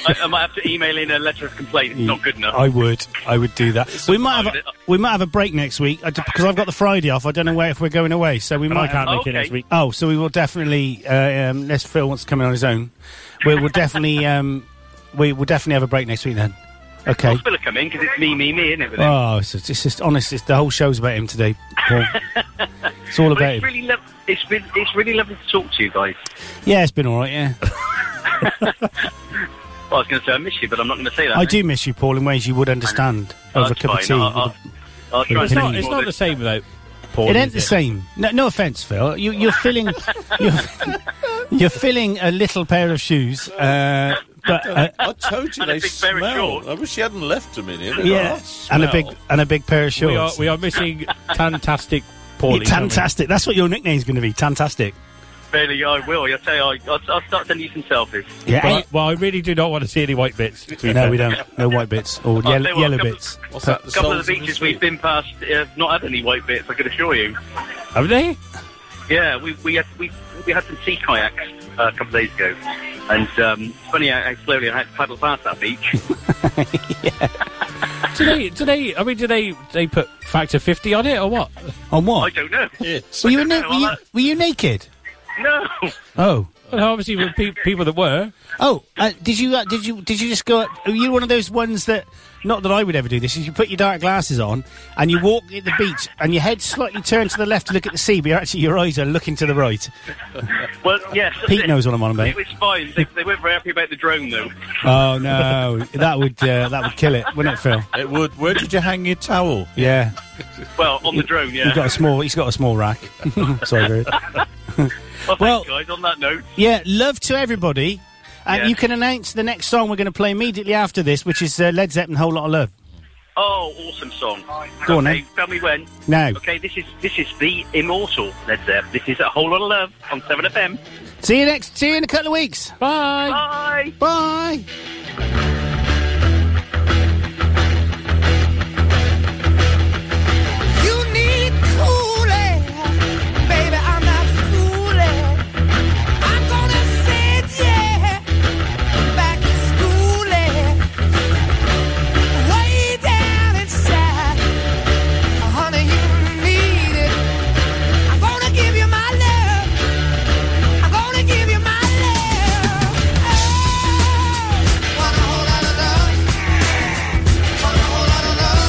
[SPEAKER 15] I, I might have to email in a letter of complaint. It's not good enough.
[SPEAKER 3] I would. I would do that. We might have a, we might have a break next week I d- because I've got the Friday off. I don't know where if we're going away, so we
[SPEAKER 8] And I
[SPEAKER 3] might
[SPEAKER 8] can't
[SPEAKER 3] have-
[SPEAKER 8] make it next week.
[SPEAKER 3] Oh, so we will definitely. Uh, um, unless Phil wants to come in on his own, we will definitely. Um, we will definitely have a break next week then. Okay.
[SPEAKER 15] Well, come in because it's me, me, me, isn't it? with him?
[SPEAKER 3] Oh, it's, it's just honest. It's, the whole show's about him today. Paul. it's all
[SPEAKER 15] But
[SPEAKER 3] about
[SPEAKER 15] it's
[SPEAKER 3] him.
[SPEAKER 15] really, lo- it's, been, it's really lovely to talk to you guys.
[SPEAKER 3] Yeah, it's been all right. Yeah,
[SPEAKER 15] Well, I was going to say I miss you, but I'm not going to say that.
[SPEAKER 3] I do miss you, Paul, in ways you would understand
[SPEAKER 15] Oh,
[SPEAKER 3] over a
[SPEAKER 15] that's
[SPEAKER 3] cup of
[SPEAKER 15] fine.
[SPEAKER 3] tea.
[SPEAKER 15] I'll- I'll- I'll try
[SPEAKER 3] It's
[SPEAKER 15] and-
[SPEAKER 3] not- it's not
[SPEAKER 4] the same though.
[SPEAKER 3] it ain't the same. No, no offense, Phil. You, you're filling, you're, you're filling a little pair of shoes, uh, but uh,
[SPEAKER 5] I told you they smell. I wish you hadn't left them in here. They've got
[SPEAKER 3] yeah, and a big and a big pair of shorts.
[SPEAKER 4] We are, we are missing fantastic
[SPEAKER 3] You're
[SPEAKER 4] Paulie.
[SPEAKER 3] Tantastic. That's what your nickname's going to be. Tantastic.
[SPEAKER 15] Barely, I will. I'll tell you, I- I'll, I'll start sending you some selfies.
[SPEAKER 3] Yeah.
[SPEAKER 4] Well, well, I really do not want to see any white bits. to be
[SPEAKER 3] No,
[SPEAKER 4] fair.
[SPEAKER 3] we don't. No white bits or yellow,
[SPEAKER 15] I'll tell you what,
[SPEAKER 3] yellow
[SPEAKER 15] a couple-
[SPEAKER 3] bits.
[SPEAKER 15] A couple of the beaches we've been past have not had any white bits, I can assure you.
[SPEAKER 4] Have they?
[SPEAKER 15] Yeah, we we had we, we had some sea kayaks uh, a couple of days ago, and um, it's funny how, how slowly I had to paddle past that beach.
[SPEAKER 4] Do they? Do they? I mean, do they? They put factor fifty on it or what?
[SPEAKER 3] On what?
[SPEAKER 15] I don't know.
[SPEAKER 3] Were you, na- were, you, were you naked?
[SPEAKER 15] No,
[SPEAKER 3] Oh,
[SPEAKER 4] Well, obviously, with pe- people that were.
[SPEAKER 3] Oh, uh, did you uh, did you did you just go? Are you one of those ones that? Not that I would ever do this. Is you put your dark glasses on and you walk at the beach and your head slightly turned to the left to look at the sea, but you're actually your eyes are looking to the right.
[SPEAKER 15] Well, yes.
[SPEAKER 3] Pete knows what I'm on about.
[SPEAKER 15] It was fine. They, they weren't very happy about the drone, though.
[SPEAKER 3] Oh no, that would uh, that would kill it, wouldn't it, Phil?
[SPEAKER 5] It would. Where did you hang your towel?
[SPEAKER 3] Yeah,
[SPEAKER 15] Well, on the drone, yeah.
[SPEAKER 3] he's got a small he's got a small rack. Sorry, Rude.
[SPEAKER 15] well, thanks, guys. On that note,
[SPEAKER 3] Yeah, love to everybody. And
[SPEAKER 15] Yeah.
[SPEAKER 3] you can announce the next song we're going to play immediately after this, which is uh, Led Zeppelin "Whole Lot of Love."
[SPEAKER 15] oh, awesome song.
[SPEAKER 3] Go on,
[SPEAKER 15] okay,
[SPEAKER 3] then.
[SPEAKER 15] tell me when.
[SPEAKER 3] Now.
[SPEAKER 15] Okay, this is this is the immortal Led Zepp. This is a whole lot of love on Seven FM.
[SPEAKER 3] See you next. See you in a couple of weeks.
[SPEAKER 15] Bye.
[SPEAKER 3] Bye.
[SPEAKER 17] You need cool air, baby. I'm not fooling. I'm gonna send yeah back to school air. Way down inside, honey, you need it. I'm gonna give you my love. I'm gonna give you my love. Oh, want a whole lot of love. Want a whole lot of love.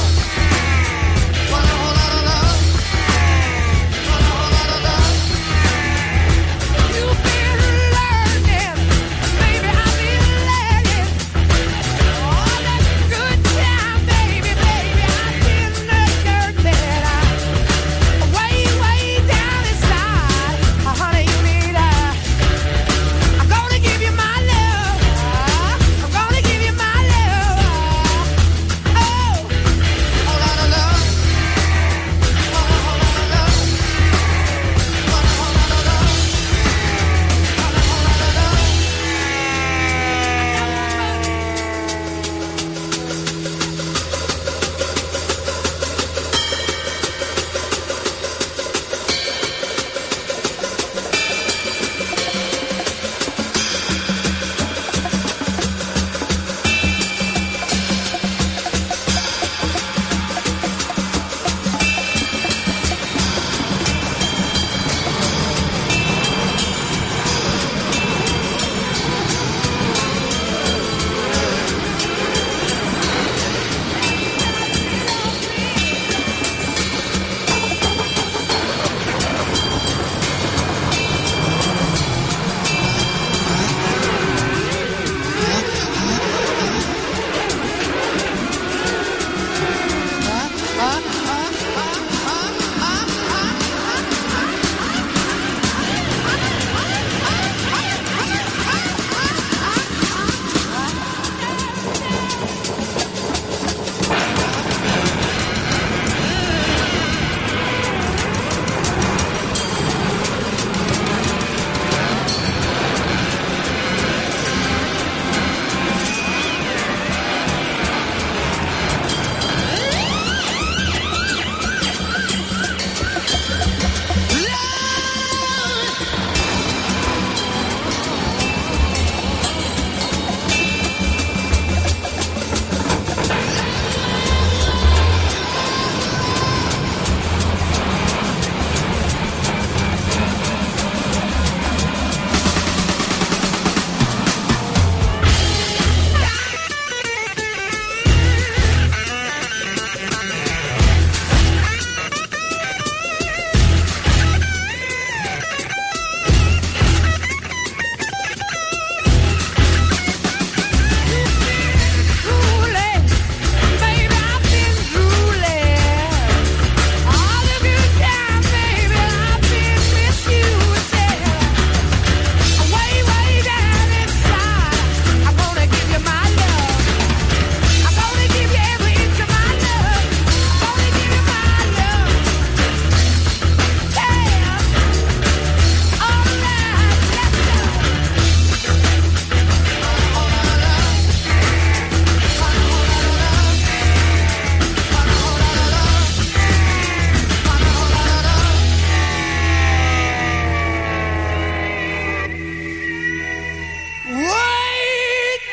[SPEAKER 17] Way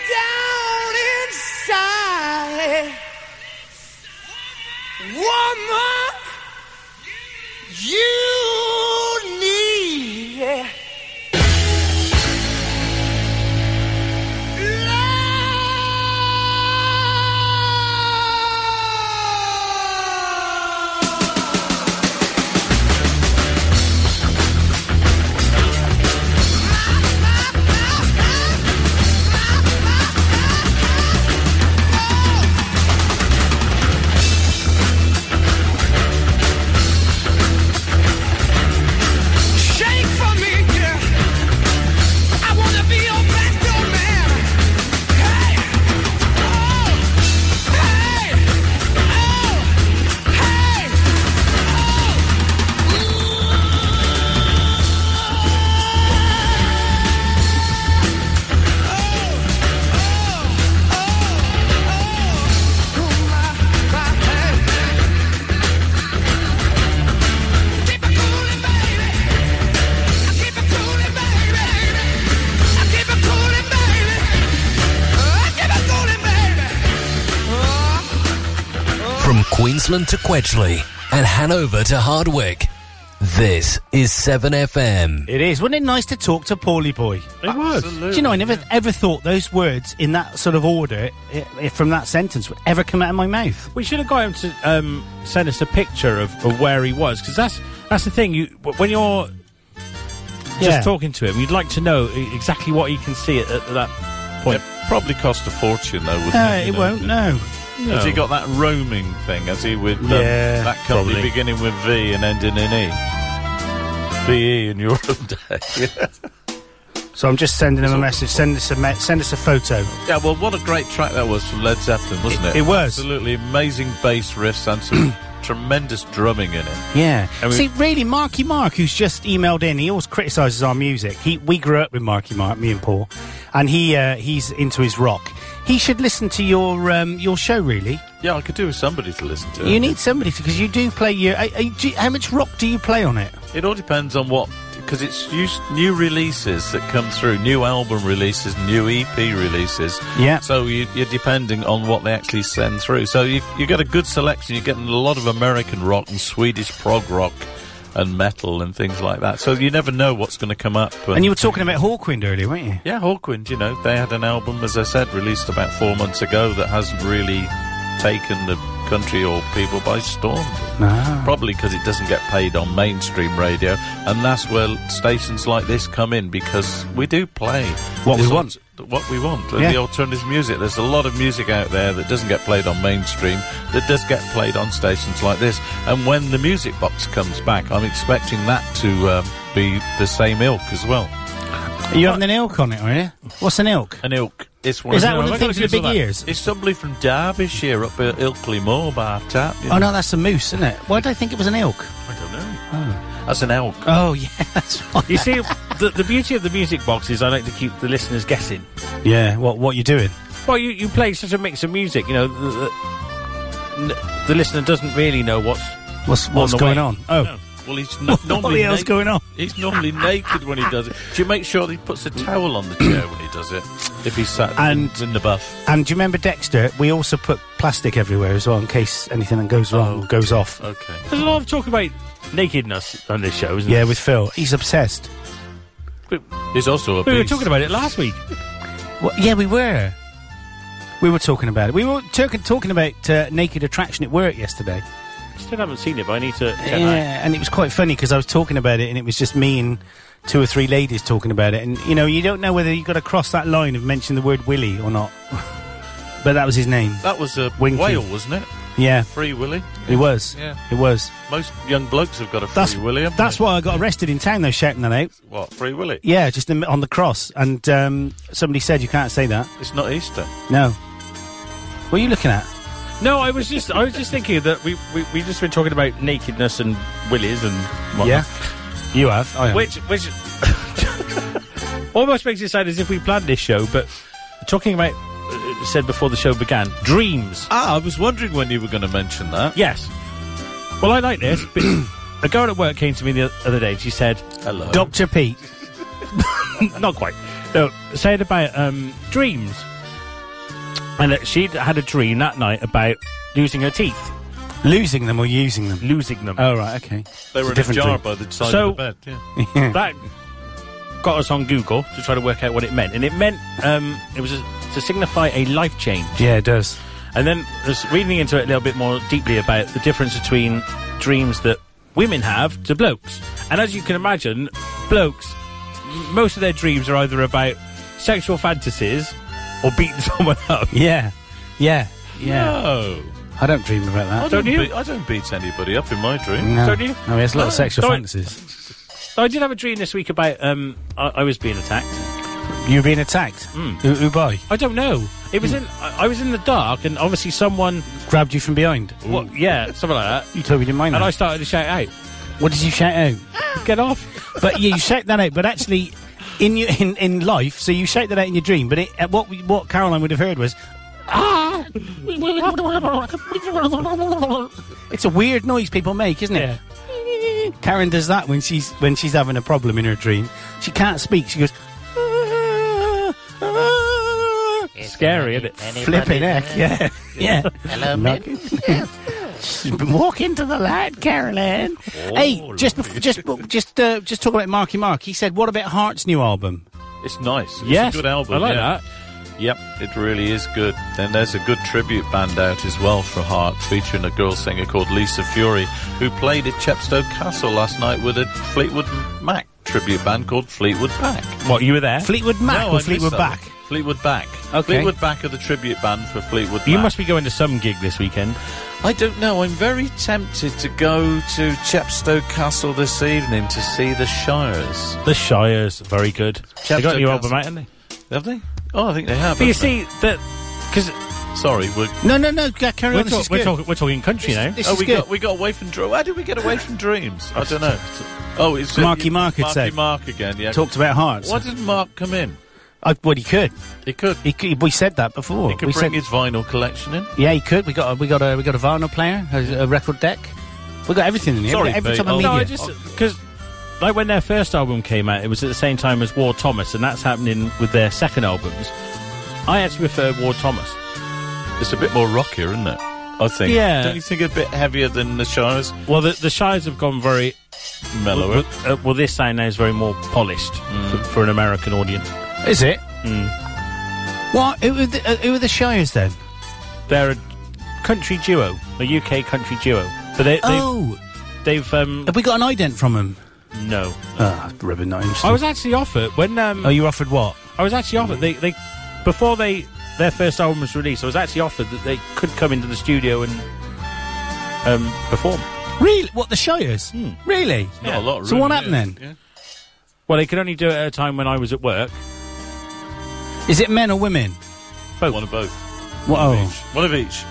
[SPEAKER 17] down inside, woman, you need
[SPEAKER 1] Queensland to Quedgeley, and Hanover to Hardwick. This is 7FM.
[SPEAKER 3] It is. Wasn't it nice to talk to Paulie Boy? It was. Do you know, I never ever thought those words in that sort of order i i from that sentence would ever come out of my mouth.
[SPEAKER 4] We should have got him to um, send us a picture of, of where he was because that's that's the thing. You when you're just
[SPEAKER 3] Yeah.
[SPEAKER 4] talking to him, you'd like to know e- exactly what he can see at, at that point.
[SPEAKER 5] Probably cost a fortune though, wouldn't
[SPEAKER 3] No,
[SPEAKER 5] Uh, it? you
[SPEAKER 3] Uh, it
[SPEAKER 5] know?
[SPEAKER 3] won't, no.
[SPEAKER 5] Has he got that roaming thing? Has he with um,
[SPEAKER 3] Yeah,
[SPEAKER 5] that company
[SPEAKER 3] probably.
[SPEAKER 5] beginning with V and ending in E? VE in your own day.
[SPEAKER 3] So I'm just sending him a message. Send us a me- send us a photo.
[SPEAKER 5] yeah, well, what a great track that was from Led Zeppelin, wasn't it?
[SPEAKER 3] It- it was.
[SPEAKER 5] Absolutely amazing bass riffs and some tremendous drumming in it.
[SPEAKER 3] Yeah.
[SPEAKER 5] And we-
[SPEAKER 3] See, really, Marky Mark, who's just emailed in, he always criticises our music. He, we grew up with Marky Mark, me and Paul, and he uh, he's into his rock. He should listen to your um, your show, really.
[SPEAKER 5] Yeah, I could do with somebody to listen to.
[SPEAKER 3] You
[SPEAKER 5] it.
[SPEAKER 3] need somebody to because you do play your. Uh, uh, do you- how much rock do you play on it?
[SPEAKER 5] It all depends on what, because it's used, new releases that come through, new album releases, new EP releases.
[SPEAKER 3] Yeah.
[SPEAKER 5] So you, you're depending on what they actually send through. So you, you get a good selection. You're getting a lot of American rock and Swedish prog rock and metal and things like that. So you never know what's going to come up.
[SPEAKER 3] And you were talking about Hawkwind earlier, weren't you?
[SPEAKER 5] Yeah, Hawkwind, you know, they had an album, as I said, released about four months ago that hasn't really taken the country or people by storm.
[SPEAKER 3] Ah.
[SPEAKER 5] Probably because it doesn't get paid on mainstream radio, and that's where stations like this come in because we do play
[SPEAKER 3] What
[SPEAKER 5] the
[SPEAKER 3] we
[SPEAKER 5] sorts- What we want, and
[SPEAKER 3] Yeah.
[SPEAKER 5] the alternative music. There's a lot of music out there that doesn't get played on mainstream, that does get played on stations like this. And when the music box comes back, I'm expecting that to um, be the same ilk as well.
[SPEAKER 3] Are you having an ilk on it, are you? What's an ilk?
[SPEAKER 5] An ilk. It's
[SPEAKER 3] Is that one of the things with the big ears?
[SPEAKER 5] It's somebody from Derbyshire up at Ilkley Moor by tap. you
[SPEAKER 3] Oh
[SPEAKER 5] know.
[SPEAKER 3] no, that's a moose, isn't it? Why did I think it was an ilk?
[SPEAKER 5] I don't know.
[SPEAKER 3] Oh,
[SPEAKER 5] That's an elk.
[SPEAKER 3] oh yeah, that's why.
[SPEAKER 4] You see, the, the beauty of the music box is I like to keep the listeners guessing.
[SPEAKER 3] Yeah, what what you doing?
[SPEAKER 4] Well, you, you play such a mix of music, you know, the, the, n- the listener doesn't really know what's
[SPEAKER 3] What's what's
[SPEAKER 4] the
[SPEAKER 3] going
[SPEAKER 4] way.
[SPEAKER 3] on? Oh,
[SPEAKER 5] No. Well, he's
[SPEAKER 3] What
[SPEAKER 5] not
[SPEAKER 3] the
[SPEAKER 5] normally
[SPEAKER 3] hell's
[SPEAKER 5] naked-
[SPEAKER 3] going on?
[SPEAKER 5] He's normally naked when he does it. Do you make sure that he puts a towel on the chair when he does it? If he's sat
[SPEAKER 3] And-
[SPEAKER 5] in the buff.
[SPEAKER 3] and do you remember Dexter? We also put plastic everywhere as well in case anything that goes wrong goes off.
[SPEAKER 5] Oh, Okay.
[SPEAKER 4] There's a lot of talk about nakedness on this show, isn't
[SPEAKER 3] Yeah, with Phil, he's obsessed.
[SPEAKER 4] there?
[SPEAKER 5] He's also a
[SPEAKER 4] We were
[SPEAKER 5] beast.
[SPEAKER 4] talking about it last week.
[SPEAKER 3] Well, yeah, we were. We were talking about it. We were talking talking about uh, naked attraction at work yesterday.
[SPEAKER 4] Still haven't seen it, but I need to. check that out.
[SPEAKER 3] Yeah, and it was quite funny because I was talking about it, and it was just me and two or three ladies talking about it. And you know, you don't know whether you got to cross that line of mentioning the word Willie or not. but that was his name.
[SPEAKER 5] That was a
[SPEAKER 3] Winky.
[SPEAKER 5] whale, wasn't it?
[SPEAKER 3] Yeah,
[SPEAKER 5] Free Willy.
[SPEAKER 3] it was.
[SPEAKER 5] Yeah.
[SPEAKER 3] It was.
[SPEAKER 5] Most young blokes have got a free
[SPEAKER 3] That's
[SPEAKER 5] Willy. haven't
[SPEAKER 3] that's
[SPEAKER 5] they?
[SPEAKER 3] why I got arrested in town though, shouting that out.
[SPEAKER 5] What? Free Willy?
[SPEAKER 3] Yeah, just in- on the cross, and um, somebody said you can't say that.
[SPEAKER 5] It's not
[SPEAKER 4] uh,
[SPEAKER 5] Easter.
[SPEAKER 3] No. What are you looking at?
[SPEAKER 4] No, I was just I was just thinking that we we we just been talking about nakedness and willies and whatnot,
[SPEAKER 3] You have. I have.
[SPEAKER 4] which which almost makes it sound as if we planned this show. But talking about uh, said before the show began, dreams.
[SPEAKER 5] Ah, I was wondering when you were going to mention that.
[SPEAKER 4] Yes. Well, I like this. But a girl at work came to me the other day and she said,
[SPEAKER 5] Hello.
[SPEAKER 3] Doctor Pete.
[SPEAKER 4] not quite. No, said about um, dreams, and that she'd had a dream that night about losing her teeth,
[SPEAKER 3] Losing them or using them?
[SPEAKER 4] losing them.
[SPEAKER 3] Oh, right, okay.
[SPEAKER 5] They were in a
[SPEAKER 3] different
[SPEAKER 5] jar
[SPEAKER 3] drink.
[SPEAKER 5] by the side
[SPEAKER 4] So-
[SPEAKER 5] of the bed. Yeah.
[SPEAKER 4] that got us on Google to try to work out what it meant, and it meant um, it was a, to signify a life change.
[SPEAKER 3] Yeah, it does.
[SPEAKER 4] And then just reading into it a little bit more deeply about the difference between dreams that women have to blokes, and as you can imagine, blokes m- most of their dreams are either about sexual fantasies or beating someone up.
[SPEAKER 3] Yeah, yeah, yeah.
[SPEAKER 5] No.
[SPEAKER 3] I don't dream about that.
[SPEAKER 5] I
[SPEAKER 4] Don't
[SPEAKER 5] don't,
[SPEAKER 4] you?
[SPEAKER 5] beat, I don't beat anybody up in my dream.
[SPEAKER 3] No,
[SPEAKER 4] don't you?
[SPEAKER 3] no, he has a lot of
[SPEAKER 4] No,
[SPEAKER 3] sexual
[SPEAKER 4] don't.
[SPEAKER 3] fantasies.
[SPEAKER 4] So I did have a dream this week about um, I, I was being attacked.
[SPEAKER 3] You're being attacked. Mm. Who, who by?
[SPEAKER 4] I don't know. It
[SPEAKER 5] Hmm.
[SPEAKER 4] was in I, I was in the dark, and obviously someone,
[SPEAKER 3] Grabbed you from behind.
[SPEAKER 4] what, yeah, something like that.
[SPEAKER 3] You told me you didn't mind
[SPEAKER 4] And I
[SPEAKER 3] that.
[SPEAKER 4] started to shout out,
[SPEAKER 3] What did you shout out?
[SPEAKER 4] "Get off!"
[SPEAKER 3] but yeah, you shout that out. But actually, in you in, in life, so you shout that out in your dream. But it, uh, what we- what Caroline would have heard was, it's a weird noise people make, isn't it? Karen does that when she's when she's having a problem in her dream. She can't speak. She goes.
[SPEAKER 4] Scary, isn't it?
[SPEAKER 7] Anybody
[SPEAKER 3] Flipping
[SPEAKER 7] there?
[SPEAKER 3] heck, yeah, yeah.
[SPEAKER 7] Hello,
[SPEAKER 3] Knock
[SPEAKER 7] mate.
[SPEAKER 3] Walk into the light, Caroline. hey, just bef- just bef- just uh, just talk about Marky Mark. He said, "What about Heart's new album?"
[SPEAKER 5] It's nice. It's
[SPEAKER 3] Yes,
[SPEAKER 5] a good album.
[SPEAKER 3] I like
[SPEAKER 5] yeah. Yep, it really is good. Then there's a good tribute band out as well for Heart, featuring a girl singer called Lisa Fury, who played at Chepstow Castle last night with a Fleetwood Mac tribute band called Fleetwood Mac.
[SPEAKER 4] What, you were there?
[SPEAKER 3] Fleetwood Mac
[SPEAKER 5] No, I
[SPEAKER 3] or
[SPEAKER 5] missed
[SPEAKER 3] Fleetwood
[SPEAKER 5] that
[SPEAKER 3] Back?
[SPEAKER 5] one. Fleetwood Back.
[SPEAKER 4] Okay.
[SPEAKER 5] Fleetwood Back are the tribute band for Fleetwood
[SPEAKER 4] You
[SPEAKER 5] Mac.
[SPEAKER 4] must be going to some gig this weekend.
[SPEAKER 5] I don't know. I'm very tempted to go to Chepstow Castle this evening to see the Shires.
[SPEAKER 4] The Shires, very good. they got a new album out, haven't
[SPEAKER 5] they? Have they? Oh, I think they have.
[SPEAKER 4] But you
[SPEAKER 5] haven't they?
[SPEAKER 4] see, that. Because.
[SPEAKER 5] Sorry, we're.
[SPEAKER 3] No, no, no. ca- Carry
[SPEAKER 4] We're
[SPEAKER 3] on.
[SPEAKER 4] talk-
[SPEAKER 3] this is
[SPEAKER 4] we're
[SPEAKER 3] good.
[SPEAKER 4] talking- we're talking country
[SPEAKER 3] This-
[SPEAKER 4] now.
[SPEAKER 3] This
[SPEAKER 5] oh,
[SPEAKER 3] is
[SPEAKER 5] we
[SPEAKER 3] good.
[SPEAKER 5] got we got away from dreams. How did we get away from dreams? I don't know. Oh, it's
[SPEAKER 3] Marky Mark had
[SPEAKER 5] Marky
[SPEAKER 3] said.
[SPEAKER 5] Mark again. Yeah,
[SPEAKER 3] Talked about hearts.
[SPEAKER 5] Why didn't Mark come in?
[SPEAKER 3] I, well, he could.
[SPEAKER 5] He could.
[SPEAKER 3] He could. We said that before.
[SPEAKER 5] He could
[SPEAKER 3] Oh, we
[SPEAKER 5] bring
[SPEAKER 3] said,
[SPEAKER 5] his vinyl collection in.
[SPEAKER 3] yeah, he could. We got a, we got a we got a vinyl player, a, a record deck. We got everything in here.
[SPEAKER 4] Sorry,
[SPEAKER 3] every
[SPEAKER 4] mate.
[SPEAKER 3] time I meet
[SPEAKER 4] No,
[SPEAKER 3] you.
[SPEAKER 4] I just because like when their first album came out, it was at the same time as War Thomas, and that's happening with their second albums. I actually prefer War Thomas.
[SPEAKER 5] It's a bit more rockier, isn't it? I think.
[SPEAKER 4] Yeah.
[SPEAKER 5] Don't you think a bit heavier than the Shires?
[SPEAKER 4] Well, the, the Shires have gone very
[SPEAKER 5] Mellower. Mm.
[SPEAKER 4] Well, uh, well, this sound now is very more polished for, for an American audience.
[SPEAKER 3] Is it?
[SPEAKER 4] Mm.
[SPEAKER 3] What? Who were the, uh, who were the Shires then?
[SPEAKER 4] They're a country duo, a UK country duo. But they, they've,
[SPEAKER 3] Oh.
[SPEAKER 4] they've um,
[SPEAKER 3] Have we got an ident from him?
[SPEAKER 4] no.
[SPEAKER 3] Ah, rubber not
[SPEAKER 4] I was actually offered when um,
[SPEAKER 3] Oh, you were offered what?
[SPEAKER 4] I was actually offered they they before they their first album was released. I was actually offered that they could come into the studio and um, perform. Hmm.
[SPEAKER 3] Really? What the Shires? Really?
[SPEAKER 4] Not a lot of
[SPEAKER 3] So
[SPEAKER 4] room,
[SPEAKER 3] what
[SPEAKER 4] yeah.
[SPEAKER 3] happened then?
[SPEAKER 4] Well, they could only do it at a time when I was at work.
[SPEAKER 3] Is it men or women?
[SPEAKER 4] Both.
[SPEAKER 5] One of both.
[SPEAKER 3] What?
[SPEAKER 5] One of
[SPEAKER 3] Oh,
[SPEAKER 5] each. One of each.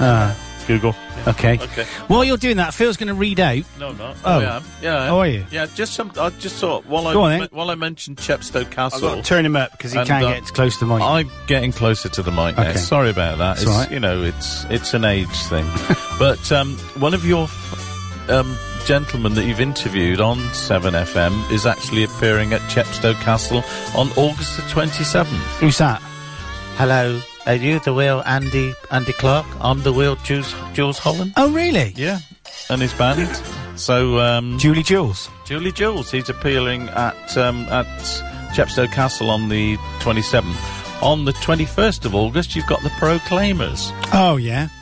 [SPEAKER 3] uh,
[SPEAKER 4] Google.
[SPEAKER 3] Okay.
[SPEAKER 5] Okay.
[SPEAKER 3] While you're doing that, Phil's going to read out.
[SPEAKER 5] No, I'm not.
[SPEAKER 3] Oh.
[SPEAKER 5] I am. Yeah. I am.
[SPEAKER 3] Oh, are you?
[SPEAKER 5] Yeah. Just some. I just thought while I
[SPEAKER 3] Go on, then.
[SPEAKER 5] men- while I mentioned Chepstow Castle.
[SPEAKER 3] I've got to turn him up because he can't
[SPEAKER 5] uh,
[SPEAKER 3] get close to the mic.
[SPEAKER 5] I'm getting closer to the mic.
[SPEAKER 3] Okay.
[SPEAKER 5] Now. Sorry about that.
[SPEAKER 3] It's
[SPEAKER 5] It's,
[SPEAKER 3] all right.
[SPEAKER 5] You know, it's it's an age thing. but um, one of your f- um, gentlemen that you've interviewed on Seven FM is actually appearing at Chepstow Castle on August the twenty seventh.
[SPEAKER 3] Who's that?
[SPEAKER 16] Hello, are you the real Andy Andy Clark? I'm the real Jules Jules Holland.
[SPEAKER 3] Oh, really?
[SPEAKER 5] Yeah, and his band. So um,
[SPEAKER 3] Julie Jules.
[SPEAKER 5] Julie Jules. He's appealing at um, at Chepstow Castle on the twenty seventh. On the twenty first of August, you've got the Proclaimers.
[SPEAKER 3] Oh, yeah.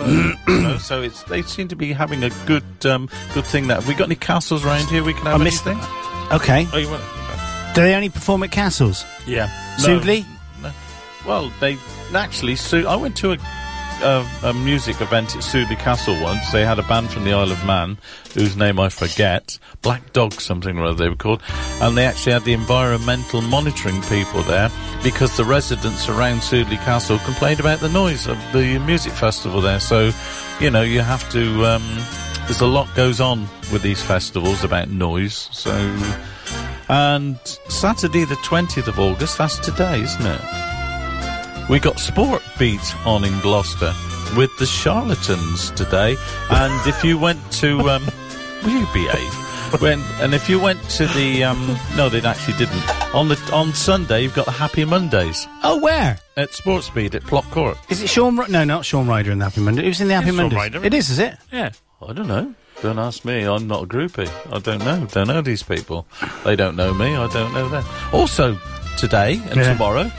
[SPEAKER 5] So, you know, so it's they seem to be having a good um, good thing. That have we got any castles around here? We can have
[SPEAKER 3] I missed
[SPEAKER 5] anything.
[SPEAKER 3] Okay.
[SPEAKER 5] Oh, you want?
[SPEAKER 3] Do they only perform at castles?
[SPEAKER 5] Yeah,
[SPEAKER 3] Sudley?
[SPEAKER 5] No. Well, they actually. Su- I went to a, a a music event at Sudley Castle once. They had a band from the Isle of Man, whose name I forget, Black Dog something or other they were called, and they actually had the environmental monitoring people there because the residents around Sudley Castle complained about the noise of the music festival there. So, you know, you have to. Um, there's a lot goes on with these festivals about noise, so. And Saturday, the 20th of August, that's today, isn't it? We got Sport Beat on in Gloucester with the Charlatans today. And if you went to. Um, will you behave? When, and if you went to the. Um, no, they actually didn't. On, the, on Sunday, you've got the Happy Mondays
[SPEAKER 3] Oh, where?
[SPEAKER 5] at Sport Speed at Plop Court.
[SPEAKER 3] Is it Sean? R- no, not Sean Ryder in the Happy Monday. Who's in the Happy
[SPEAKER 4] Sean
[SPEAKER 3] Monday?
[SPEAKER 4] Ryder.
[SPEAKER 3] It is, is it?
[SPEAKER 4] Yeah.
[SPEAKER 5] I don't know. Don't ask me. I'm not a groupie. I don't know. Don't know these people. They don't know me. I don't know them. Also, today and
[SPEAKER 3] Yeah.
[SPEAKER 5] tomorrow,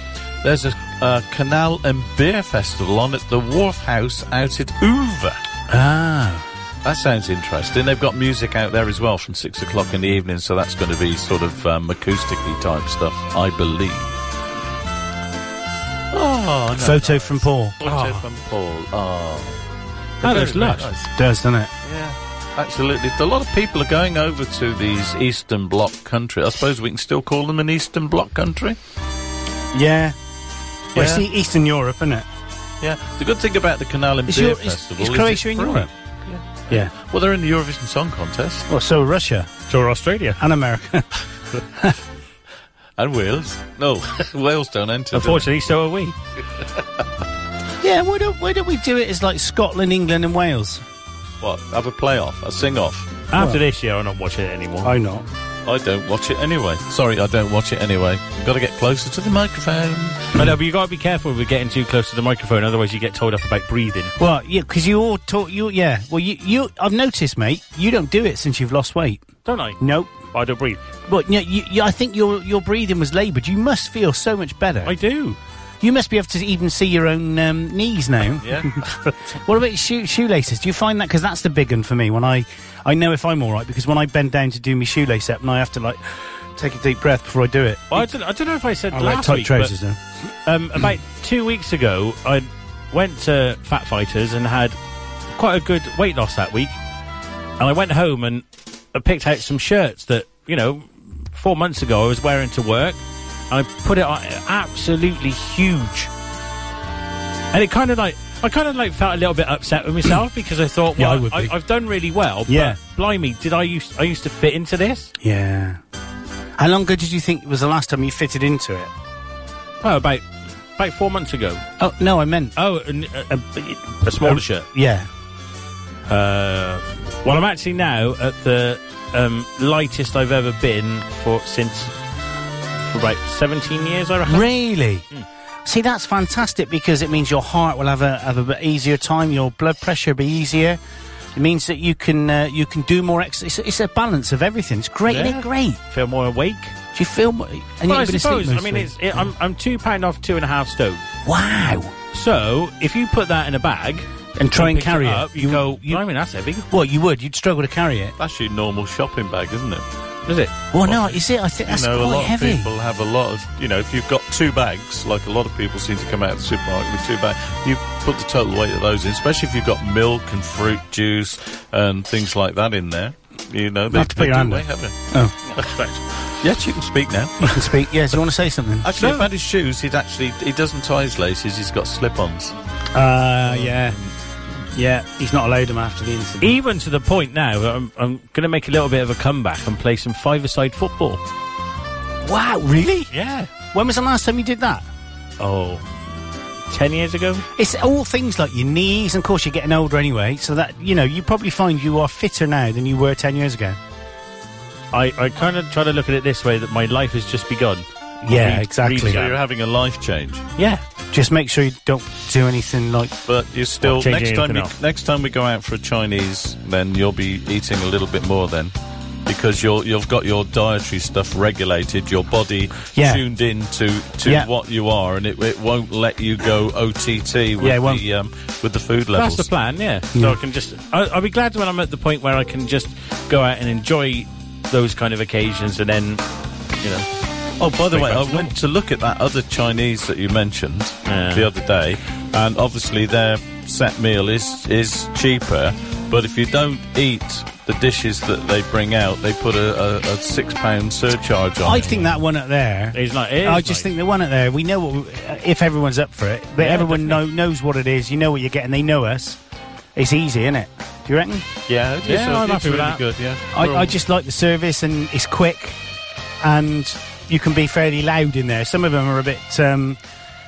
[SPEAKER 5] there's a uh, canal and beer festival on at the Wharf House out at Hoover.
[SPEAKER 3] Ah.
[SPEAKER 5] That sounds interesting. They've got music out there as well from six o'clock in the evening, so that's going to be sort of um, acoustically type stuff, I believe. Oh, no.
[SPEAKER 3] Photo from Paul.
[SPEAKER 5] Photo from Paul. Oh,
[SPEAKER 3] That looks
[SPEAKER 5] Very, very
[SPEAKER 3] lush.
[SPEAKER 5] nice.
[SPEAKER 3] Does, doesn't it?
[SPEAKER 5] Yeah, absolutely. A lot of people are going over to these Eastern Bloc country. I suppose we can still call them an Eastern Bloc country.
[SPEAKER 3] Yeah. Well, it's
[SPEAKER 5] Yeah.
[SPEAKER 3] E- Eastern Europe, isn't it?
[SPEAKER 5] Yeah. The good thing about the Canal and
[SPEAKER 3] Is
[SPEAKER 5] Beer
[SPEAKER 3] your- is-
[SPEAKER 5] Festival
[SPEAKER 3] is
[SPEAKER 5] it's
[SPEAKER 3] Croatia in
[SPEAKER 5] free.
[SPEAKER 3] Europe? Yeah.
[SPEAKER 5] Well, they're in the Eurovision Song Contest
[SPEAKER 3] Well, so Russia
[SPEAKER 4] Tour Australia.
[SPEAKER 3] and America.
[SPEAKER 5] and Wales. No, Wales don't enter. do they?
[SPEAKER 4] Unfortunately, so are we.
[SPEAKER 3] yeah, why don't, why don't we do it as like Scotland, England, and Wales?
[SPEAKER 5] What? Have a playoff, a sing-off.
[SPEAKER 4] After this year, I'm not watching it anymore.
[SPEAKER 3] I not.
[SPEAKER 5] I don't watch it anyway. Sorry, I don't watch it anyway. Got to get closer to the microphone.
[SPEAKER 4] I know, but you got to be careful with getting too close to the microphone, otherwise you get told off about breathing.
[SPEAKER 3] Well, yeah, because you all talk. You yeah. Well, you you. I've noticed, mate. You don't do it since you've lost weight.
[SPEAKER 4] Don't I?
[SPEAKER 3] Nope.
[SPEAKER 4] I don't breathe.
[SPEAKER 3] But you, you, you- I think your your breathing was laboured. You must feel so much better. I
[SPEAKER 4] do.
[SPEAKER 3] You must be able to even see your own um, knees now.
[SPEAKER 4] Yeah.
[SPEAKER 3] what about shoe, shoelaces? Do you find that because that's the big one for me? When I I know if I'm all right because when I bend down to do my shoelace up and I have to like take a deep breath before I do it.
[SPEAKER 4] Well, I, don't, I don't know if I said
[SPEAKER 3] I like
[SPEAKER 4] last
[SPEAKER 3] tight
[SPEAKER 4] week,
[SPEAKER 3] trousers,
[SPEAKER 4] but, um, about two weeks ago, I went to Fat Fighters and had quite a good weight loss that week. And I went home and I picked out some shirts that you know four months ago I was wearing to work. And I put it on absolutely huge, and it kind of like I kind of like felt a little bit upset with myself because I thought,
[SPEAKER 3] Yeah, I
[SPEAKER 4] well,
[SPEAKER 3] would
[SPEAKER 4] I
[SPEAKER 3] be.
[SPEAKER 4] have done really well.
[SPEAKER 3] Yeah.
[SPEAKER 4] but blimey, did I used I used to fit into this?
[SPEAKER 3] Yeah. How long ago did you think was the last time you fitted into it?
[SPEAKER 4] Oh, about about four months ago.
[SPEAKER 3] Oh no, I meant
[SPEAKER 4] Oh, an, a, a, a smaller shirt.
[SPEAKER 3] yeah.
[SPEAKER 4] Uh, well, I'm actually now at the um, lightest I've ever been for since for about 17 years, I reckon. Hmm.
[SPEAKER 3] Really? See, that's fantastic because it means your heart will have a have a bit easier time. Your blood pressure will be easier. It means that you can uh, you can do more exercise. It's, it's a balance of everything. It's great, isn't
[SPEAKER 4] Yeah.
[SPEAKER 3] it? Great.
[SPEAKER 4] Feel more awake.
[SPEAKER 3] Do you feel more? And
[SPEAKER 4] well, I
[SPEAKER 3] you've been asleep
[SPEAKER 4] suppose. I
[SPEAKER 3] most
[SPEAKER 4] mean,
[SPEAKER 3] of
[SPEAKER 4] it's, it, I'm, I'm two pound off two and a half stone.
[SPEAKER 3] Wow.
[SPEAKER 4] So if you put that in a bag
[SPEAKER 3] And try and
[SPEAKER 4] pick
[SPEAKER 3] carry it.
[SPEAKER 4] up, you, go. I mean, that's heavy.
[SPEAKER 3] Well, you would. You'd struggle to carry it.
[SPEAKER 5] That's your normal shopping bag, isn't it?
[SPEAKER 4] Is it?
[SPEAKER 3] Well, no, you see, I think
[SPEAKER 5] You
[SPEAKER 3] that's
[SPEAKER 5] know, a
[SPEAKER 3] quite
[SPEAKER 5] lot
[SPEAKER 3] heavy.
[SPEAKER 5] of people have a lot of, you know, if you've got two bags, like a lot of people seem to come out of the supermarket with two bags, you put the total weight of those in, especially if you've got milk and fruit juice and things like that in there. You know, they,
[SPEAKER 3] have to put
[SPEAKER 5] they
[SPEAKER 3] your
[SPEAKER 5] do
[SPEAKER 3] hand
[SPEAKER 5] weigh
[SPEAKER 3] up.
[SPEAKER 5] heavily.
[SPEAKER 3] Oh.
[SPEAKER 5] Right. yes, you can speak now.
[SPEAKER 3] You can speak. Yes, you want to say something?
[SPEAKER 5] Actually, if I had his shoes, he'd actually, he doesn't tie his laces, he's got slip-ons.
[SPEAKER 3] Uh, yeah, yeah. He's not allowed them after the incident.
[SPEAKER 4] Even to the point now, I'm, I'm going to make a little bit of a comeback and play some five-a-side football.
[SPEAKER 3] Wow, really?
[SPEAKER 4] Yeah.
[SPEAKER 3] When was the last time you did that?
[SPEAKER 4] Oh, 10 years ago?
[SPEAKER 3] It's all things like your knees, and of course you're getting older anyway, so that you know you probably find you are fitter now than you were ten years ago.
[SPEAKER 4] I, I kind of try to look at it this way that my life has just begun.
[SPEAKER 3] Yeah,
[SPEAKER 4] Re-
[SPEAKER 3] exactly.
[SPEAKER 4] re-
[SPEAKER 5] So you're having a life change.
[SPEAKER 4] Yeah.
[SPEAKER 3] Just make sure you don't do anything like.
[SPEAKER 5] But you're still
[SPEAKER 3] Not changing
[SPEAKER 5] next time.
[SPEAKER 3] anything
[SPEAKER 5] We,
[SPEAKER 3] else.
[SPEAKER 5] next time we go out for a Chinese, then you'll be eating a little bit more then, because you're you've got your dietary stuff regulated, your body
[SPEAKER 3] Yeah.
[SPEAKER 5] tuned in to, to
[SPEAKER 3] Yeah.
[SPEAKER 5] what you are, and it, it won't let you go OTT with
[SPEAKER 4] Yeah, it won't.
[SPEAKER 5] the um, with the food levels.
[SPEAKER 4] That's the plan, yeah. So I can just. I, I'll be glad when I'm at the point where I can just go out and enjoy those kind of occasions and then, you know.
[SPEAKER 5] Oh, by the
[SPEAKER 4] Think
[SPEAKER 5] way,
[SPEAKER 4] back
[SPEAKER 5] I
[SPEAKER 4] to
[SPEAKER 5] went to look at that other Chinese that you mentioned the other day, and obviously their set meal is is cheaper. But if you don't eat the dishes that they bring out, they put a, a, a six pound surcharge on.
[SPEAKER 3] I
[SPEAKER 5] it.
[SPEAKER 3] think that one up there.
[SPEAKER 4] It's like,
[SPEAKER 3] I just think the one up there. We know what we, uh, if everyone's up for it, but
[SPEAKER 4] Yeah,
[SPEAKER 3] everyone know, knows what it is. You know what you're getting. They know us. It's easy, isn't it? Do you reckon?
[SPEAKER 5] Yeah, it is,
[SPEAKER 4] Yeah,
[SPEAKER 5] uh,
[SPEAKER 4] I'm
[SPEAKER 5] it's
[SPEAKER 4] happy with
[SPEAKER 5] really
[SPEAKER 4] that.
[SPEAKER 5] good. Yeah,
[SPEAKER 3] I, I just like the service and it's quick, and you can be fairly loud in there. Some of them are a bit. Um,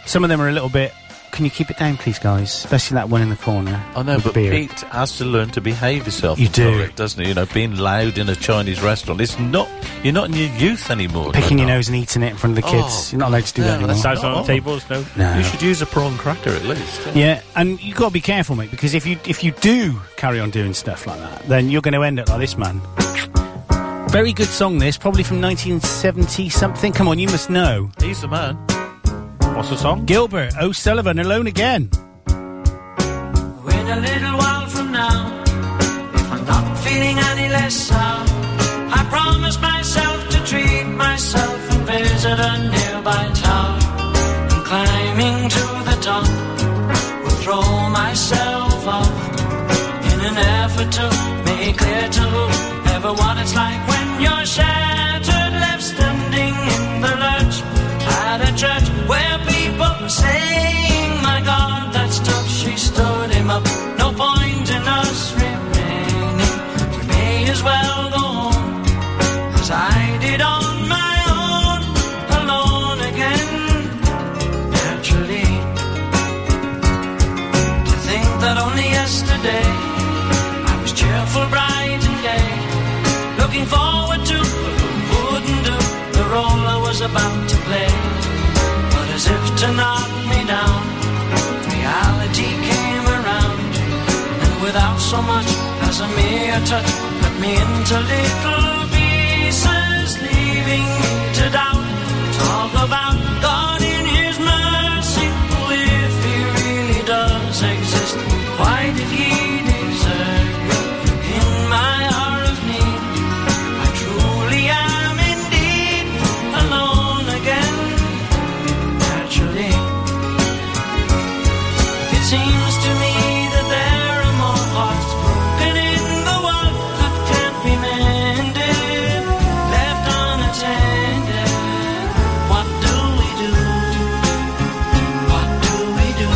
[SPEAKER 3] some of them are a little bit. Can you keep it down, please, guys? Especially that one in the corner.
[SPEAKER 5] I know,
[SPEAKER 3] with
[SPEAKER 5] but
[SPEAKER 3] beer.
[SPEAKER 5] Pete has to learn to behave himself.
[SPEAKER 3] You
[SPEAKER 5] for
[SPEAKER 3] do.
[SPEAKER 5] it, doesn't he? You know, being loud in a Chinese restaurant. It's not. You're not in your youth anymore.
[SPEAKER 3] picking your
[SPEAKER 5] Bernard.
[SPEAKER 3] nose and eating it in front of the kids.
[SPEAKER 5] Oh,
[SPEAKER 3] You're not allowed to do that
[SPEAKER 5] no,
[SPEAKER 3] anymore.
[SPEAKER 5] that's not on.
[SPEAKER 4] no.
[SPEAKER 3] No.
[SPEAKER 5] You should use a prawn cracker at least.
[SPEAKER 3] Yeah, and you got to be careful, mate, because if you if you do carry on doing stuff like that, then you're going to end up like this man. Very good song, this probably from 1970 something. Come on, you must know.
[SPEAKER 5] He's the man.
[SPEAKER 4] What's the song?
[SPEAKER 3] Gilbert O'Sullivan, Alone Again.
[SPEAKER 18] Wait a little while from now, if I'm not feeling any less sound, I promise myself to treat myself and visit a nearby town. And climbing to the top, will throw myself up in an effort to make clear to everyone what it's like when you're shattered, left standing in the lurch at a church where people were saying, My God, that stuff she stood him up. No point in us remaining. We may as well go on as I did on my own, alone again. Naturally, to think that only yesterday I was cheerful, bright and gay, looking forward to about to play. But as if to knock me down, reality came around. And without so much as a mere touch, cut me into little pieces, leaving me to doubt. Talk about God in His mercy, if He really does exist. Why did He desert me in my hour of need? I truly am indeed alone again, naturally. It seems to me that there are more hearts broken in the world that can't be mended, left unattended. What do we do? What do we do?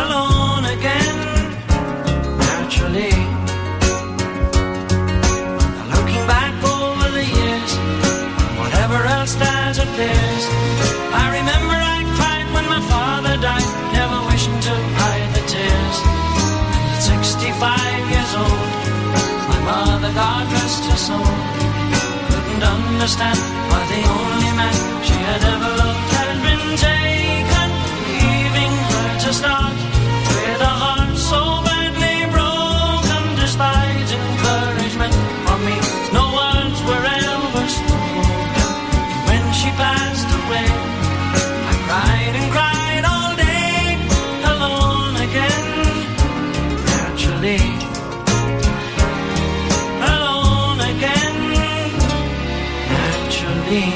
[SPEAKER 18] alone again, naturally. Now looking back over the years, whatever else dies appears. I remember I cried when my father died, never wishing to hide the tears. And at 65 years old, my mother, God rest her soul, couldn't understand why the only man she had ever loved had been taken, leaving her to start with a heart so badly broken, despite encouragement from me, no words were ever spoken. When she passed away, I cried and cried all day, alone again, naturally. Alone again, naturally.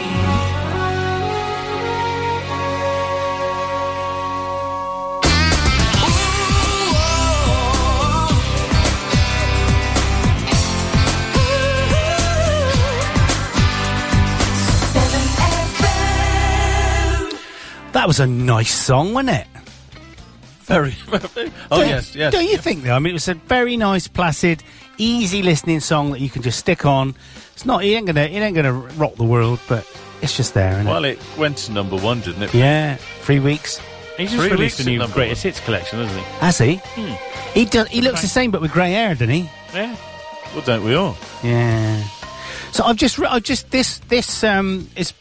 [SPEAKER 3] That was a nice song, wasn't it?
[SPEAKER 5] Very. oh, yes, yes.
[SPEAKER 3] Don't you think, though? I mean, it was a very nice, placid, easy listening song that you can just stick on. It's not, it ain't gonna, it ain't gonna rock the world, but it's just there, isn't
[SPEAKER 5] Well, it went to number one, didn't it?
[SPEAKER 3] it? Yeah, three weeks.
[SPEAKER 4] He's just
[SPEAKER 5] Three
[SPEAKER 4] released
[SPEAKER 5] weeks
[SPEAKER 4] a
[SPEAKER 5] at
[SPEAKER 4] new
[SPEAKER 5] number
[SPEAKER 4] greatest hits collection, hasn't he?
[SPEAKER 3] Has he?
[SPEAKER 5] Hmm.
[SPEAKER 3] He does, he looks the same, but with grey hair, doesn't he?
[SPEAKER 4] Yeah.
[SPEAKER 5] Well, don't we all?
[SPEAKER 3] Yeah. So I've just, re- I've just this, this, um, is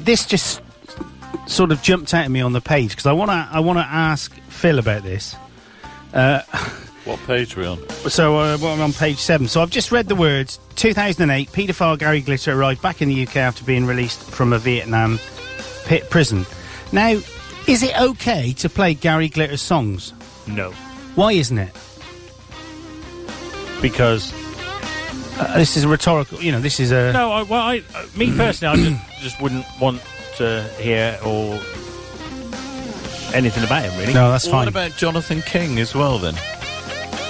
[SPEAKER 3] this just sort of jumped out at me on the page because I want to, I want to ask Phil about this. Uh,
[SPEAKER 5] What page are we on?
[SPEAKER 3] so uh, well, I'm on page seven. So I've just read the words 2008. Paedophile Gary Glitter arrived back in the UK after being released from a Vietnam pit prison. Now, is it okay to play Gary Glitter's songs?
[SPEAKER 4] No.
[SPEAKER 3] Why isn't it?
[SPEAKER 4] Because
[SPEAKER 3] uh, this is a rhetorical. You know, this is a
[SPEAKER 4] No, I, well, I, uh, me personally, I just, just wouldn't want to hear or anything about him, really.
[SPEAKER 3] No, that's
[SPEAKER 5] Well, What about Jonathan King as well, then?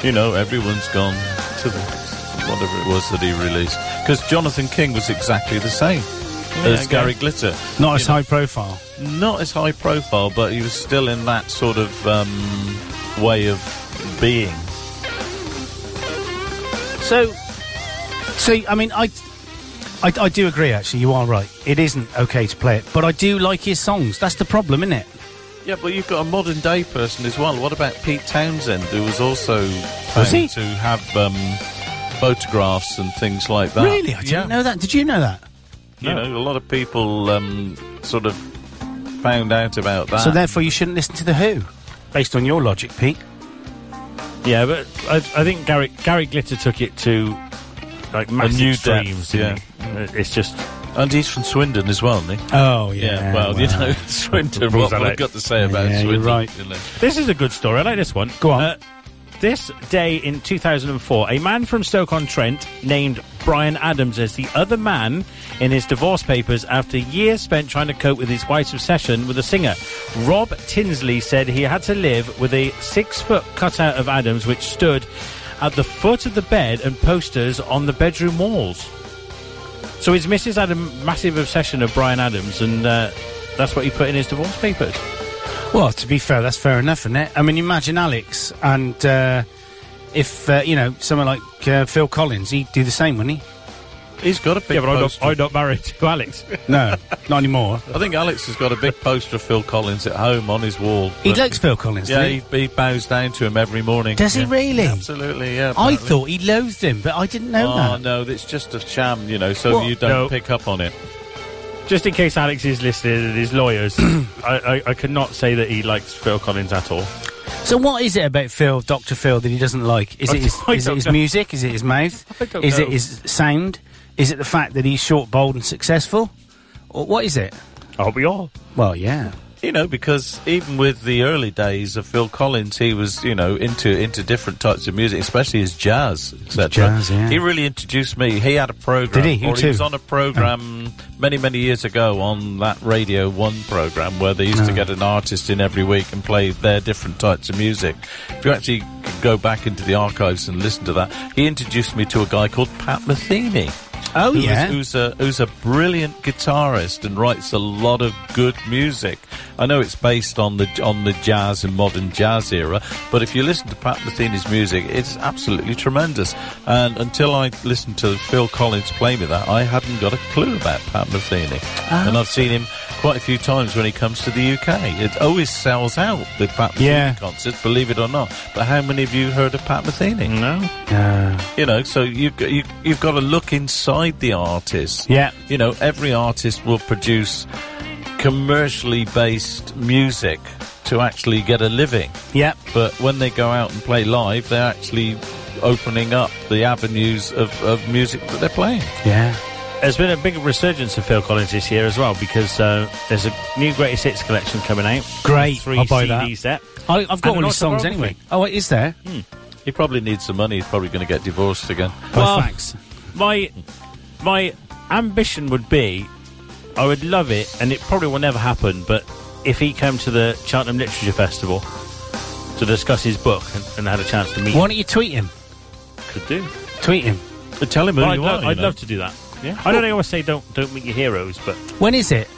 [SPEAKER 5] You know, everyone's gone to the, whatever it was that he released. Because Jonathan King was exactly the same
[SPEAKER 3] Yeah,
[SPEAKER 5] as
[SPEAKER 3] okay.
[SPEAKER 5] Gary Glitter.
[SPEAKER 3] not as high profile.
[SPEAKER 5] Not as high profile, but he was still in that sort of um, way of being.
[SPEAKER 3] So, so I mean, I, I, I do agree. Actually, you are right. It isn't okay to play it, but I do like his songs. That's the problem, isn't it?
[SPEAKER 5] Yeah, but you've got a modern day person as well. What about Pete Townsend, who was also
[SPEAKER 3] Was
[SPEAKER 5] found
[SPEAKER 3] he?
[SPEAKER 5] to have um, photographs and things like that?
[SPEAKER 3] Really, I didn't know that. Did you know that?
[SPEAKER 5] You know, a lot of people um, sort of found out about that.
[SPEAKER 3] So therefore, you shouldn't listen to the Who, based on your logic, Pete.
[SPEAKER 4] Yeah, but I, I think Gary Gary Glitter took it to like massive
[SPEAKER 5] new
[SPEAKER 4] extremes.
[SPEAKER 5] depth,
[SPEAKER 4] didn't he? it's just,
[SPEAKER 5] and he's from Swindon as well, isn't he?
[SPEAKER 3] Oh
[SPEAKER 5] yeah. well, you know, Swindon.
[SPEAKER 4] Rules
[SPEAKER 5] What have
[SPEAKER 4] that
[SPEAKER 5] I
[SPEAKER 4] out.
[SPEAKER 5] got to say about
[SPEAKER 4] Yeah, you're
[SPEAKER 5] Swindon?
[SPEAKER 4] right.
[SPEAKER 5] you know?
[SPEAKER 4] This is a good story. I like this one. Go on. Uh, This day in 2004, a man from Stoke-on-Trent named Brian Adams as the other man in his divorce papers after years spent trying to cope with his wife's obsession with a singer. Rob Tinsley said he had to live with a six-foot cutout of Adams which stood at the foot of the bed and posters on the bedroom walls. So his missus had a massive obsession of Brian Adams, and uh, that's what he put in his divorce papers.
[SPEAKER 3] Well, to be fair, that's fair enough, isn't it? I mean, imagine Alex and uh, if uh, you know someone like uh, Phil Collins, he'd do the same, wouldn't he?
[SPEAKER 5] He's got a big
[SPEAKER 3] Yeah, but I'm not-
[SPEAKER 5] poster.
[SPEAKER 3] I'm
[SPEAKER 4] not married to Alex.
[SPEAKER 3] No, not anymore.
[SPEAKER 5] I think Alex has got a big poster of Phil Collins at home on his wall.
[SPEAKER 3] He
[SPEAKER 5] But-
[SPEAKER 3] likes Phil Collins,
[SPEAKER 5] Yeah,
[SPEAKER 3] doesn't he?
[SPEAKER 5] he, he bows down to him every morning.
[SPEAKER 3] Does he
[SPEAKER 5] Yeah.
[SPEAKER 3] really?
[SPEAKER 5] Absolutely,
[SPEAKER 3] I
[SPEAKER 5] yeah. apparently.
[SPEAKER 3] thought he loathed him, but I didn't know
[SPEAKER 5] oh,
[SPEAKER 3] that.
[SPEAKER 5] no, it's just a sham, you know, so
[SPEAKER 4] What?
[SPEAKER 5] you don't
[SPEAKER 4] No.
[SPEAKER 5] pick up on it.
[SPEAKER 4] Just in case Alex is listening and his lawyers, I, I, I cannot say that he likes Phil Collins at all.
[SPEAKER 3] So what is it about Phil, Doctor Phil, that he doesn't like? Is
[SPEAKER 4] I
[SPEAKER 3] it his,
[SPEAKER 4] don't- I
[SPEAKER 3] is it
[SPEAKER 4] don't
[SPEAKER 3] his
[SPEAKER 4] know.
[SPEAKER 3] music? Is it his mouth?
[SPEAKER 4] I don't
[SPEAKER 3] is
[SPEAKER 4] know.
[SPEAKER 3] it his sound? Is it the fact that he's short, bold, and successful? Or what is it?
[SPEAKER 4] Are Oh, we all?
[SPEAKER 3] Well, yeah.
[SPEAKER 5] You know, because even with the early days of Phil Collins, he was, you know, into into different types of music, especially his jazz, etc.
[SPEAKER 3] Jazz, yeah.
[SPEAKER 5] He really introduced me. He had a program.
[SPEAKER 3] Did he? You
[SPEAKER 5] or
[SPEAKER 3] too?
[SPEAKER 5] he was on a program many, many years ago on that Radio 1 program where they used to
[SPEAKER 3] Oh.
[SPEAKER 5] get an artist in every week and play their different types of music. If you actually go back into the archives and listen to that, he introduced me to a guy called Pat Metheny.
[SPEAKER 3] Oh,
[SPEAKER 5] who was-
[SPEAKER 3] yeah.
[SPEAKER 5] who's a who's a brilliant guitarist and writes a lot of good music. I know it's based on the on the jazz and modern jazz era, but if you listen to Pat Metheny's music, it's absolutely tremendous. And until I listened to Phil Collins play me that, I hadn't got a clue about Pat Metheny.
[SPEAKER 3] Ah.
[SPEAKER 5] And I've seen him quite a few times when he comes to the UK. It always sells out the Pat Metheny
[SPEAKER 3] Yeah.
[SPEAKER 5] concerts, believe it or not. But how many of you heard of Pat Metheny? No.
[SPEAKER 3] Uh,
[SPEAKER 5] You know, so you've got, you, you've got to look inside the artist.
[SPEAKER 3] Yeah.
[SPEAKER 5] You know, every artist will produce commercially based music to actually get a living.
[SPEAKER 3] yeah.
[SPEAKER 5] But when they go out and play live, they're actually opening up the avenues of, of music that they're playing.
[SPEAKER 3] Yeah.
[SPEAKER 4] There's been a big resurgence of Phil Collins this year as well because uh, there's a new Greatest Hits collection coming out.
[SPEAKER 3] Great.
[SPEAKER 4] Three
[SPEAKER 3] I'll buy
[SPEAKER 4] CD
[SPEAKER 3] that.
[SPEAKER 4] set.
[SPEAKER 3] I, I've got
[SPEAKER 4] And
[SPEAKER 3] all
[SPEAKER 4] an
[SPEAKER 3] his songs anyway.
[SPEAKER 4] autobiography.
[SPEAKER 3] Oh, wait, is there?
[SPEAKER 5] He probably needs some money. He's probably going to get divorced again.
[SPEAKER 4] Well, My my ambition would be, I would love it, and it probably will never happen. But if he came to the Cheltenham Literature Festival to discuss his book and, and had a chance to meet,
[SPEAKER 3] Why
[SPEAKER 4] him,
[SPEAKER 3] don't you tweet him?
[SPEAKER 4] could do.
[SPEAKER 3] Tweet him.
[SPEAKER 5] tell him who
[SPEAKER 4] Well, I'd,
[SPEAKER 5] you
[SPEAKER 4] lo-
[SPEAKER 5] are, you
[SPEAKER 4] I'd
[SPEAKER 5] know.
[SPEAKER 4] love to do that. I don't always say don't don't meet your heroes, but
[SPEAKER 3] When is it?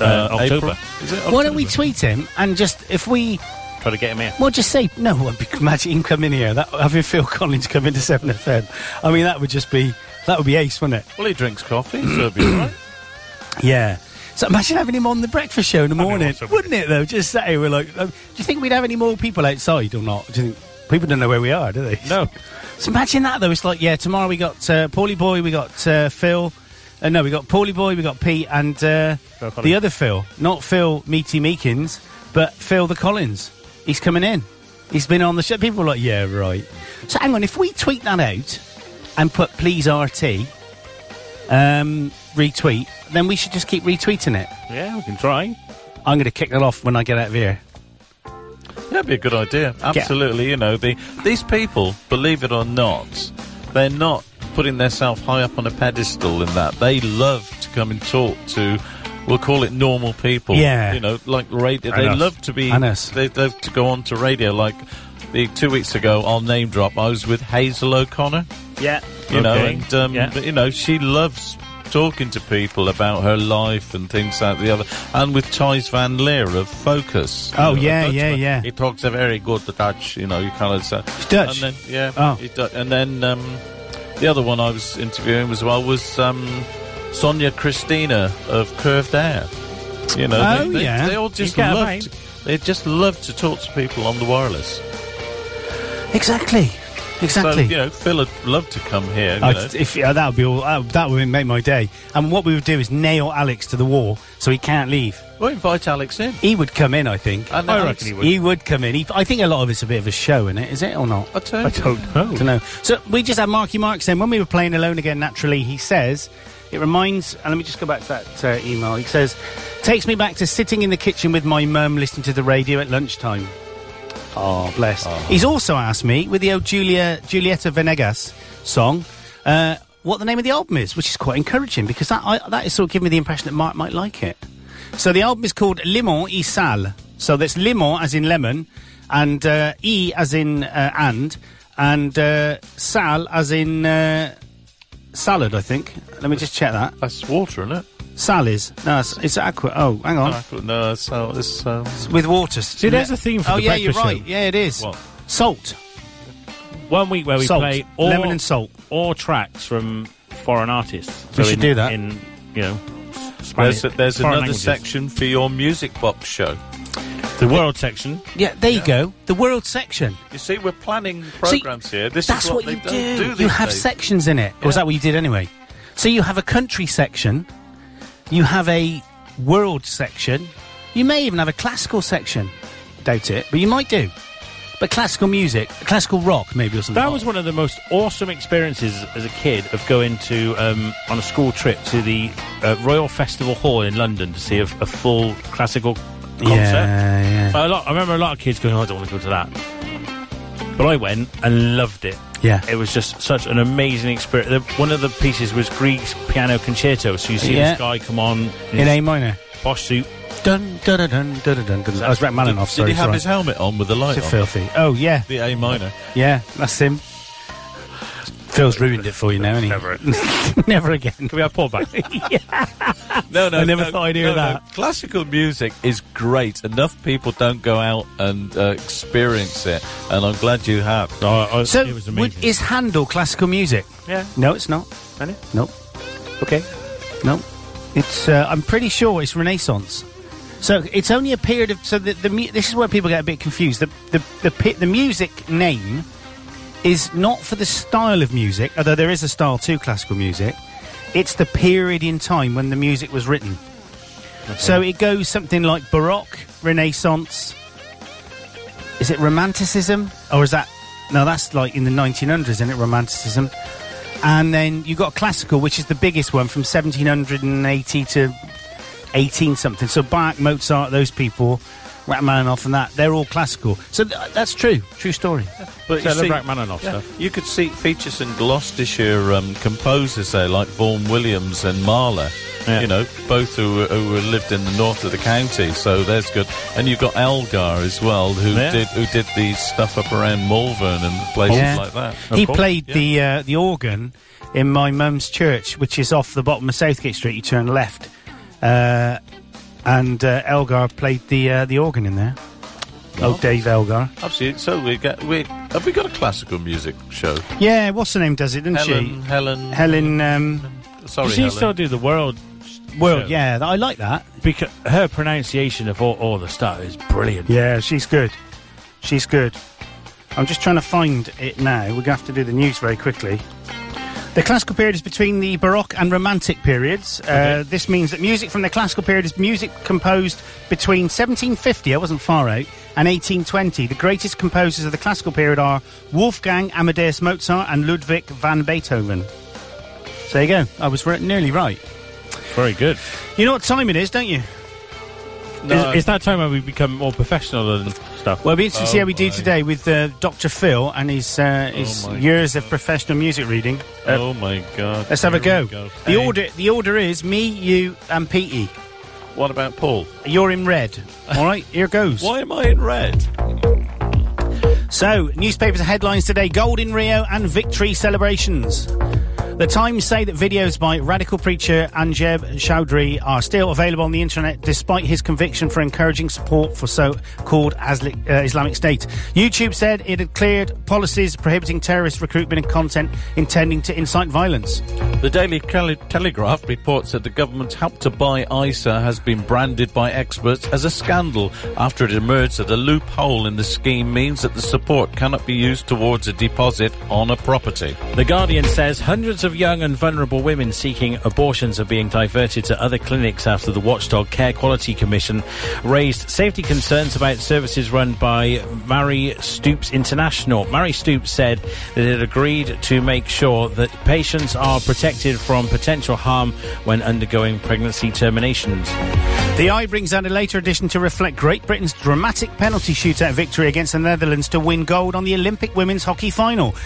[SPEAKER 4] uh, October.
[SPEAKER 5] Is it
[SPEAKER 3] Why don't we tweet him and just, if we,
[SPEAKER 4] Try to get him here.
[SPEAKER 3] well, just say, no, I'd be, imagine him coming here, that, having Phil Collins come into 7FM. I mean, that would just be, that would be ace, wouldn't it?
[SPEAKER 5] Well, he drinks coffee, so it'll be all right.
[SPEAKER 3] Yeah. So imagine having him on the breakfast show in the morning,
[SPEAKER 4] awesome,
[SPEAKER 3] wouldn't it? Though, just say we're like, um, do you think we'd have any more people outside or not? Do you think people don't know where we are, do they?
[SPEAKER 4] No.
[SPEAKER 3] So imagine that though. It's like, yeah, tomorrow we got uh, Paulie Boy, we got uh, Phil, uh, no, we got Paulie Boy, we got Pete, and uh,
[SPEAKER 4] Phil Collins.
[SPEAKER 3] the other Phil, not Phil Meaty Meekins, but Phil the Collins. He's coming in. He's been on the show. People are like, yeah, right. So hang on, if we tweet that out and put please RT, um, retweet, then we should just keep retweeting it.
[SPEAKER 4] Yeah, we can try.
[SPEAKER 3] I'm going to kick that off when I get out of here.
[SPEAKER 5] That'd be a good idea. Absolutely, you know, the these people, believe it or not, they're not putting themselves high up on a pedestal in that. They love to come and talk to we'll call it normal people.
[SPEAKER 3] Yeah.
[SPEAKER 5] You know, like radio
[SPEAKER 3] And
[SPEAKER 5] they
[SPEAKER 3] us.
[SPEAKER 5] love to be
[SPEAKER 3] And us.
[SPEAKER 5] they love to go on to radio like the two weeks ago I'll name drop I was with Hazel O'Connor.
[SPEAKER 4] Yeah,
[SPEAKER 5] You know,
[SPEAKER 4] Okay.
[SPEAKER 5] and um,
[SPEAKER 4] yeah.
[SPEAKER 5] but, you know, she loves talking to people about her life and things like the other. And with Thijs van Leer of Focus. you
[SPEAKER 3] Oh,
[SPEAKER 5] know, a
[SPEAKER 3] yeah, yeah,
[SPEAKER 5] Dutchman,
[SPEAKER 3] yeah.
[SPEAKER 5] He talks a very good Dutch, you know, you kind of say.
[SPEAKER 3] Dutch?
[SPEAKER 5] And then, yeah.
[SPEAKER 3] Oh.
[SPEAKER 5] he do- and then um, the other one I was interviewing as well was um, Sonia Christina of Curved Air. You know,
[SPEAKER 3] Oh,
[SPEAKER 5] they, they,
[SPEAKER 3] yeah.
[SPEAKER 5] they all
[SPEAKER 3] You
[SPEAKER 5] just
[SPEAKER 3] get eh? a
[SPEAKER 5] love
[SPEAKER 3] vibe.
[SPEAKER 5] to, they just love to talk to people on the wireless.
[SPEAKER 3] Exactly. Exactly.
[SPEAKER 5] So, you know, Phil would love to come here. you
[SPEAKER 3] I'd-
[SPEAKER 5] know.
[SPEAKER 3] Oh, if yeah, that would be all, that, that would make my day. And what we would do is nail Alex to the wall so he can't leave.
[SPEAKER 5] Well, invite Alex in.
[SPEAKER 3] He would come in, I think.
[SPEAKER 5] And I Alex- reckon he would.
[SPEAKER 3] He would come in. He, I think a lot of it's a bit of a show, isn't it? Is it or not?
[SPEAKER 5] I don't,
[SPEAKER 3] I don't know. So we just had Marky Mark saying when we were playing Alone Again Naturally, he says, it reminds, and let me just go back to that uh, email. He says, takes me back to sitting in the kitchen with my mum listening to the radio at lunchtime. Oh, bless. He's also asked me with the old Julia Julieta Venegas song, uh, what the name of the album is, which is quite encouraging because that I, that is sort of giving me the impression that Mark might like it. So the album is called Limon y Sal. So that's limon as in lemon, and uh, e as in uh, and, and uh, sal as in uh, salad. I think. Let me just check that.
[SPEAKER 5] That's water, isn't it?
[SPEAKER 3] Sal is no, it's, it's aqua. Oh, hang on.
[SPEAKER 5] Aqua- No, so it's um,
[SPEAKER 3] With water. See,
[SPEAKER 4] there's a theme for
[SPEAKER 3] Oh
[SPEAKER 4] the
[SPEAKER 3] yeah, you're
[SPEAKER 4] breakfast
[SPEAKER 3] right.
[SPEAKER 4] show.
[SPEAKER 3] Yeah, it is.
[SPEAKER 4] What?
[SPEAKER 3] Salt.
[SPEAKER 4] One week where we
[SPEAKER 3] Salt.
[SPEAKER 4] play all,
[SPEAKER 3] Lemon and salt.
[SPEAKER 4] or tracks from foreign artists.
[SPEAKER 3] We should
[SPEAKER 4] in-
[SPEAKER 3] do that.
[SPEAKER 4] in you know. Spanish-
[SPEAKER 5] there's, a, there's
[SPEAKER 4] foreign
[SPEAKER 5] another
[SPEAKER 4] languages.
[SPEAKER 5] section for your music box show.
[SPEAKER 4] The world section.
[SPEAKER 3] Yeah, there you go. The world section.
[SPEAKER 5] You see, we're planning programs here. This
[SPEAKER 3] That's
[SPEAKER 5] is what,
[SPEAKER 3] what, you
[SPEAKER 5] they
[SPEAKER 3] do.
[SPEAKER 5] don't these
[SPEAKER 3] you have
[SPEAKER 5] days.
[SPEAKER 3] sections in it, or is that what you did anyway? So you have a country section, you have a world section, you may even have a classical section. Doubt it, but you might do. But classical music, classical rock, maybe or something.
[SPEAKER 4] That was one of the most awesome experiences as a kid of going to um, on a school trip to the uh, Royal Festival Hall in London to see a, a full classical concert.
[SPEAKER 3] Yeah,
[SPEAKER 4] A lot, I remember a lot of kids going, oh, "I don't want to go to that," but I went and loved it.
[SPEAKER 3] Yeah.
[SPEAKER 4] it was just such an amazing experience. The- One of the pieces was Grieg's piano concerto, so you see
[SPEAKER 3] Yeah.
[SPEAKER 4] this guy come on
[SPEAKER 3] In
[SPEAKER 4] his
[SPEAKER 3] A minor.
[SPEAKER 4] posh suit.
[SPEAKER 3] Dun dun dun dun dun dun. dun. I was Rachmaninoff.
[SPEAKER 5] Did,
[SPEAKER 3] sorry,
[SPEAKER 5] he have
[SPEAKER 3] sorry.
[SPEAKER 5] his helmet on with the light
[SPEAKER 3] It's
[SPEAKER 5] on?
[SPEAKER 3] filthy. Oh yeah,
[SPEAKER 5] The A minor.
[SPEAKER 3] yeah, that's him. Phil's ruined it for you now,
[SPEAKER 4] Never,
[SPEAKER 3] never again. Can
[SPEAKER 4] we have Paul back?
[SPEAKER 5] No, no.
[SPEAKER 3] I never
[SPEAKER 5] no,
[SPEAKER 3] thought I'd hear
[SPEAKER 5] no, no.
[SPEAKER 3] that.
[SPEAKER 5] Classical music is great. Enough people don't go out and uh, experience it, and I'm glad you have.
[SPEAKER 3] So, would, is Handel classical music?
[SPEAKER 4] Yeah.
[SPEAKER 3] No, it's not.
[SPEAKER 4] Isn't it?
[SPEAKER 3] Nope.
[SPEAKER 4] Okay.
[SPEAKER 3] No. It's. Uh, I'm pretty sure it's Renaissance. So it's only a period of. So the, the mu- this is where people get a bit confused. The the the, pi- the music name is not for the style of music, although there is a style to classical music. It's the period in time when the music was written. So it goes something like Baroque, Renaissance. Is it Romanticism? Or is that. No, that's like in the 1900s, isn't it? Romanticism. And then you got Classical, which is the biggest one from 1780 to 18 something. So Bach, Mozart, those people, Rachmaninoff and that, they're all classical. So th- that's true. True story.
[SPEAKER 5] you see- yeah,
[SPEAKER 4] stuff.
[SPEAKER 5] You could see feature some Gloucestershire um, composers there, like Vaughan Williams and Marla. You know, both who, were- who were- lived in the north of the county, so there's good. And you've got Elgar as well, who
[SPEAKER 3] Yeah.
[SPEAKER 5] did who did the stuff up around Malvern and places like that.
[SPEAKER 3] He played the uh, the organ in my mum's church, which is off the bottom of Southgate Street. You turn left, uh, and uh, Elgar played the uh, the organ in there. Oh, Dave Elgar.
[SPEAKER 5] Absolutely. So we get we have we got a classical music show?
[SPEAKER 3] Yeah, what's her name? Does it? Doesn't
[SPEAKER 5] Helen-
[SPEAKER 3] she?
[SPEAKER 5] Helen-
[SPEAKER 3] Helen. Um,
[SPEAKER 5] Sorry,
[SPEAKER 4] Does she
[SPEAKER 5] Helen.
[SPEAKER 4] still do the world?
[SPEAKER 3] World, yeah, I like that
[SPEAKER 4] because her pronunciation of all, all the stuff is brilliant.
[SPEAKER 3] yeah, she's good. She's good. I'm just trying to find it now. We're going to have to do the news very quickly. The classical period is between the Baroque and Romantic periods. Uh, this means that music from the classical period is music composed between 1750, I wasn't far out, and 1820. The greatest composers of the classical period are Wolfgang Amadeus Mozart and Ludwig van Beethoven. So there you go. I was re- nearly right.
[SPEAKER 4] Very good.
[SPEAKER 3] You know what time it is, don't you?
[SPEAKER 4] It's, it's that time where we become more professional and stuff. Um,
[SPEAKER 3] Well, it'll be interesting
[SPEAKER 5] Oh
[SPEAKER 3] to see how we do today with uh, Dr. Phil and his, uh, his
[SPEAKER 4] my
[SPEAKER 3] years of professional music reading. Uh,
[SPEAKER 5] oh my god!
[SPEAKER 3] Let's have a
[SPEAKER 5] Here
[SPEAKER 3] go.
[SPEAKER 5] we
[SPEAKER 3] The
[SPEAKER 5] Hey,
[SPEAKER 3] order the order is me, you, and Petey.
[SPEAKER 5] What about Paul?
[SPEAKER 3] You're in red. All right, here goes.
[SPEAKER 5] Why am I in red?
[SPEAKER 3] So, newspapers headlines today: Gold in Rio and victory celebrations. The Times say that videos by radical preacher Anjeb Chowdhury are still available on the internet despite his conviction for encouraging support for so-called Asli- uh, Islamic State. YouTube said it had cleared policies prohibiting terrorist recruitment and content intending to incite violence.
[SPEAKER 5] The Daily Tele- Telegraph reports that the government's help to buy ISA has been branded by experts as a scandal after it emerged that a loophole in the scheme means that the support cannot be used towards a deposit on a property.
[SPEAKER 4] The Guardian says hundreds of of young and vulnerable women seeking abortions are being diverted to other clinics after the Watchdog Care Quality Commission raised safety concerns about services run by Mary Stoops International. Mary Stoops said that it agreed to make sure that patients are protected from potential harm when undergoing pregnancy terminations.
[SPEAKER 3] The Eye brings out a later edition to reflect Great Britain's dramatic penalty shootout victory against the Netherlands to win gold on the Olympic women's hockey final.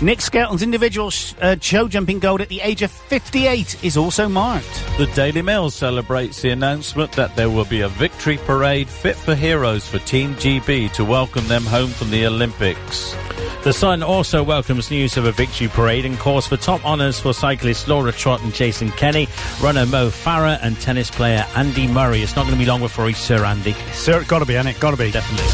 [SPEAKER 3] Nick Skelton's individual sh- uh, show jumping gold at the age of 58 is also marked.
[SPEAKER 5] The Daily Mail celebrates the announcement that there will be a victory parade fit for heroes for Team GB to welcome them home from the Olympics.
[SPEAKER 4] The Sun also welcomes news of a victory parade and calls for top honours for cyclists Laura Trott and Jason Kenny, runner Mo Farah, and tennis player Andy Murray. It's not going to be long before he's Sir Andy.
[SPEAKER 3] Sir, gotta be, it? Gotta be.
[SPEAKER 4] Definitely.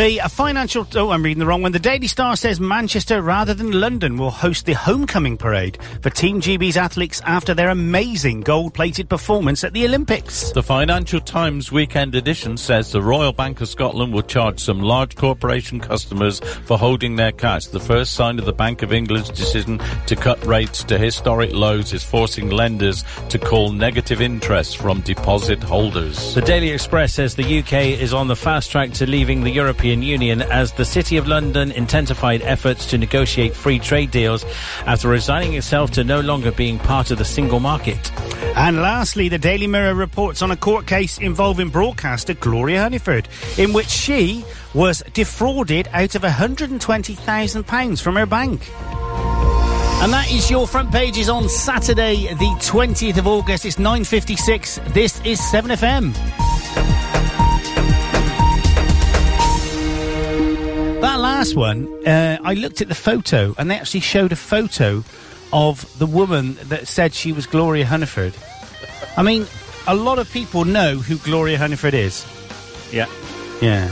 [SPEAKER 3] The uh, financial. Oh, I'm reading the wrong one. The Daily Star says Manchester rather than London will host the homecoming parade for Team GB's athletes after their amazing gold plated performance at the Olympics.
[SPEAKER 5] The Financial Times Weekend Edition says the Royal Bank of Scotland will charge some large corporation customers for holding their cash. The first sign of the Bank of England's decision to cut rates to historic lows is forcing lenders to call negative interest from deposit holders.
[SPEAKER 4] The Daily Express says the UK is on the fast track to leaving the European Union as the City of London intensified efforts to negotiate free trade deals after resigning itself to no longer being part of the single market.
[SPEAKER 3] And lastly, the Daily Mirror reports on a court case involving broadcaster Gloria Honeyford, in which she was defrauded out of £120,000 from her bank. And that is your front pages on Saturday, the 20th of August. It's 9.56. This is 7FM. That last one, uh, I looked at the photo, and they actually showed a photo of the woman that said she was Gloria Hunniford. I mean, a lot of people know who Gloria Hunniford is.
[SPEAKER 4] Yeah. Mm. Uh,
[SPEAKER 3] Yeah.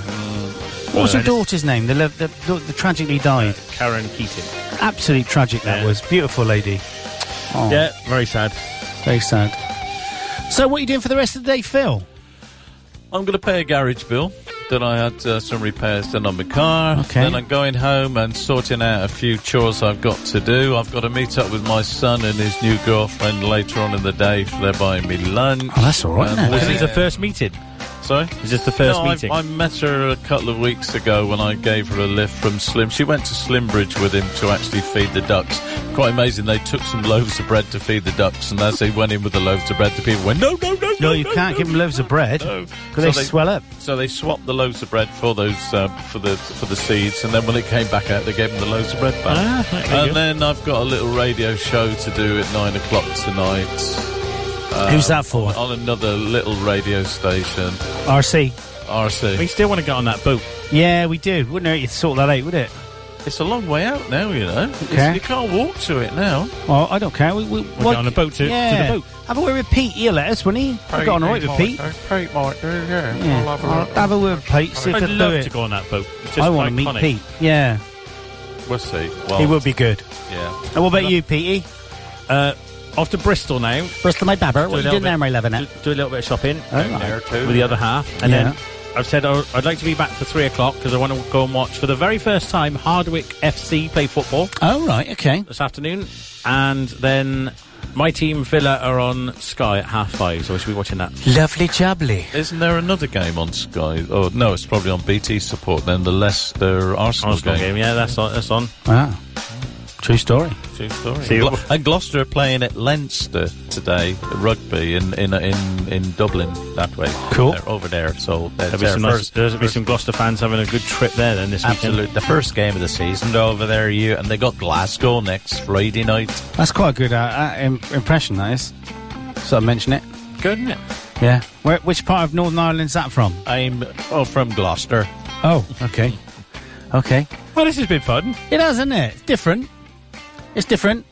[SPEAKER 3] What was her
[SPEAKER 4] Well,
[SPEAKER 3] daughter's name? The, lo- the, the, the tragically died.
[SPEAKER 4] Uh, Karen Keating.
[SPEAKER 3] Absolutely tragic that was. Beautiful lady. Oh,
[SPEAKER 4] Yeah, very sad.
[SPEAKER 3] Very sad. So, what are you doing for the rest of the day, Phil?
[SPEAKER 5] I'm going to pay a garage bill. Then I had uh, some repairs done on my car.
[SPEAKER 3] Okay.
[SPEAKER 5] Then I'm going home and sorting out a few chores I've got to do. I've got to meet up with my son and his new girlfriend later on in the day. They're buying me lunch.
[SPEAKER 3] Oh, that's all right, then.
[SPEAKER 4] Uh, This is the first meeting.
[SPEAKER 5] Sorry?
[SPEAKER 4] Is this the first
[SPEAKER 5] no, I-
[SPEAKER 4] meeting?
[SPEAKER 5] I, met her a couple of weeks ago when I gave her a lift from Slim. She went to Slimbridge with him to actually feed the ducks. Quite amazing. They took some loaves of bread to feed the ducks, and as they went in with the loaves of bread, the people went, no, no, no,
[SPEAKER 3] No, you can't give them loaves of bread.
[SPEAKER 5] no.
[SPEAKER 3] Because they, swell up.
[SPEAKER 5] So they swapped the loaves of bread for those uh, for the for the seeds, and then when it came back out, they gave them the loaves of bread back.
[SPEAKER 4] Ah, there you
[SPEAKER 5] and
[SPEAKER 4] go.
[SPEAKER 5] then I've got a little radio show to do at nine o'clock tonight. Uh,
[SPEAKER 3] Who's that for?
[SPEAKER 5] On another little radio station,
[SPEAKER 3] RC.
[SPEAKER 5] RC.
[SPEAKER 4] We still want to get on that boat.
[SPEAKER 3] Yeah, we do. Wouldn't hurt you to sort that out, would it?
[SPEAKER 5] It's a long way out now, you know. It's-
[SPEAKER 3] Okay.
[SPEAKER 5] You can't walk to it now.
[SPEAKER 3] Well, I don't care. We, we,
[SPEAKER 5] We'll get on a boat to- to the
[SPEAKER 3] yeah.
[SPEAKER 5] boat.
[SPEAKER 3] Have a word with Pete. He'll let us, won't he? I got on all right with Pete.
[SPEAKER 5] Pete, Mike, yeah.
[SPEAKER 3] Yeah. I'll have a word with Pete. See if
[SPEAKER 4] I'd
[SPEAKER 3] he'll
[SPEAKER 4] love
[SPEAKER 3] do it.
[SPEAKER 4] to go on that boat. It's just
[SPEAKER 3] I want to meet
[SPEAKER 4] iconic.
[SPEAKER 3] Pete. Yeah.
[SPEAKER 5] We'll see.
[SPEAKER 3] He would be good.
[SPEAKER 5] Yeah.
[SPEAKER 3] And what about you, Petey?
[SPEAKER 4] Uh, off to Bristol now.
[SPEAKER 3] Bristol, my babber. What are you doing there, my Oh,
[SPEAKER 4] do,
[SPEAKER 3] loving
[SPEAKER 4] do
[SPEAKER 3] it?
[SPEAKER 4] a little bit of shopping
[SPEAKER 3] Alright. There
[SPEAKER 5] too.
[SPEAKER 4] with the other half, and
[SPEAKER 3] Yeah.
[SPEAKER 4] then I've said I'll- I'd like to be back for three o'clock because I want to go and watch for the very first time Hardwick FC play football
[SPEAKER 3] Oh, right. Okay.
[SPEAKER 4] this afternoon, and then my team Villa are on Sky at half five, so I should be watching that.
[SPEAKER 3] Lovely jubbly.
[SPEAKER 5] Isn't there another game on Sky? Oh no, it's probably on BT support. Then the Leicester Arsenal,
[SPEAKER 4] Arsenal game, yeah, that's on. That's on.
[SPEAKER 3] Wow. True story.
[SPEAKER 5] True story.
[SPEAKER 4] See you-
[SPEAKER 5] Glo- and Gloucester are playing at Leinster today, rugby in in in, in Dublin that way.
[SPEAKER 3] Cool.
[SPEAKER 5] They're over there, so they're
[SPEAKER 4] There'll be some, nice,
[SPEAKER 5] first.
[SPEAKER 4] there'll be some Gloucester fans having a good trip there then this
[SPEAKER 5] Absolute,
[SPEAKER 4] weekend.
[SPEAKER 5] the first game of the season they're over there. You and they got Glasgow next Friday night.
[SPEAKER 3] That's quite a good uh, uh, im- impression, that is. So I mention it.
[SPEAKER 5] Good, isn't it?
[SPEAKER 3] Yeah. Where, which part of Northern Ireland's that from?
[SPEAKER 5] I'm oh from Gloucester.
[SPEAKER 3] Oh, okay. okay.
[SPEAKER 4] Well, this has been fun.
[SPEAKER 3] It has, hasn't it? It's different. It's different.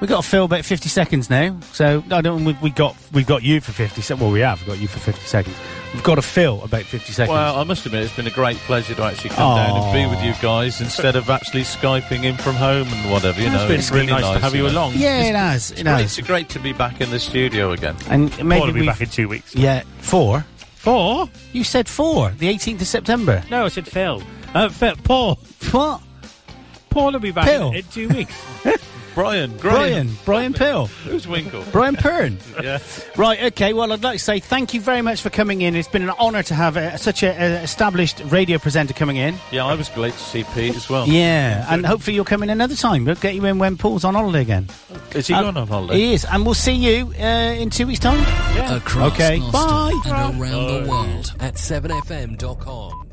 [SPEAKER 3] We've got to fill about 50 seconds now. So, no, I don't, we, we got we got you for 50 seconds. Well, we have got you for 50 seconds. We've got to fill about 50 seconds.
[SPEAKER 5] Well, I must admit, it's been a great pleasure to actually come down and be with you guys instead of actually Skyping in from home and whatever, you
[SPEAKER 4] It's
[SPEAKER 5] know.
[SPEAKER 4] been really nice to have you
[SPEAKER 5] know.
[SPEAKER 4] along.
[SPEAKER 3] yeah, it has.
[SPEAKER 5] It's
[SPEAKER 3] It
[SPEAKER 5] great,
[SPEAKER 3] has.
[SPEAKER 5] it's great to be back in the studio again.
[SPEAKER 3] And maybe
[SPEAKER 4] Paul will be
[SPEAKER 3] we-
[SPEAKER 4] back in two weeks.
[SPEAKER 3] Yeah, four.
[SPEAKER 4] Four?
[SPEAKER 3] You said four, the 18th of September.
[SPEAKER 4] No, I said Phil. Uh, Phil. Paul.
[SPEAKER 3] What?
[SPEAKER 4] Paul will be back
[SPEAKER 3] Phil.
[SPEAKER 4] in, in two weeks.
[SPEAKER 5] Brian.
[SPEAKER 3] Brian. Brian Pill.
[SPEAKER 5] Who's Winkle?
[SPEAKER 3] Brian Pern.
[SPEAKER 5] yeah.
[SPEAKER 3] Right, okay. Well, I'd like to say thank you very much for coming in. It's been an honour to have uh, such an established radio presenter coming in.
[SPEAKER 5] Yeah, I was glad to see Pete as well.
[SPEAKER 3] Yeah, and hopefully you'll come in another time. We'll get you in when Paul's on holiday again.
[SPEAKER 5] Is he
[SPEAKER 3] Um,
[SPEAKER 5] gone on holiday?
[SPEAKER 3] He is, and we'll see you uh, in two weeks' time.
[SPEAKER 1] Across
[SPEAKER 3] okay,
[SPEAKER 1] Gloucester
[SPEAKER 3] bye.
[SPEAKER 1] and around the world at 7fm.com.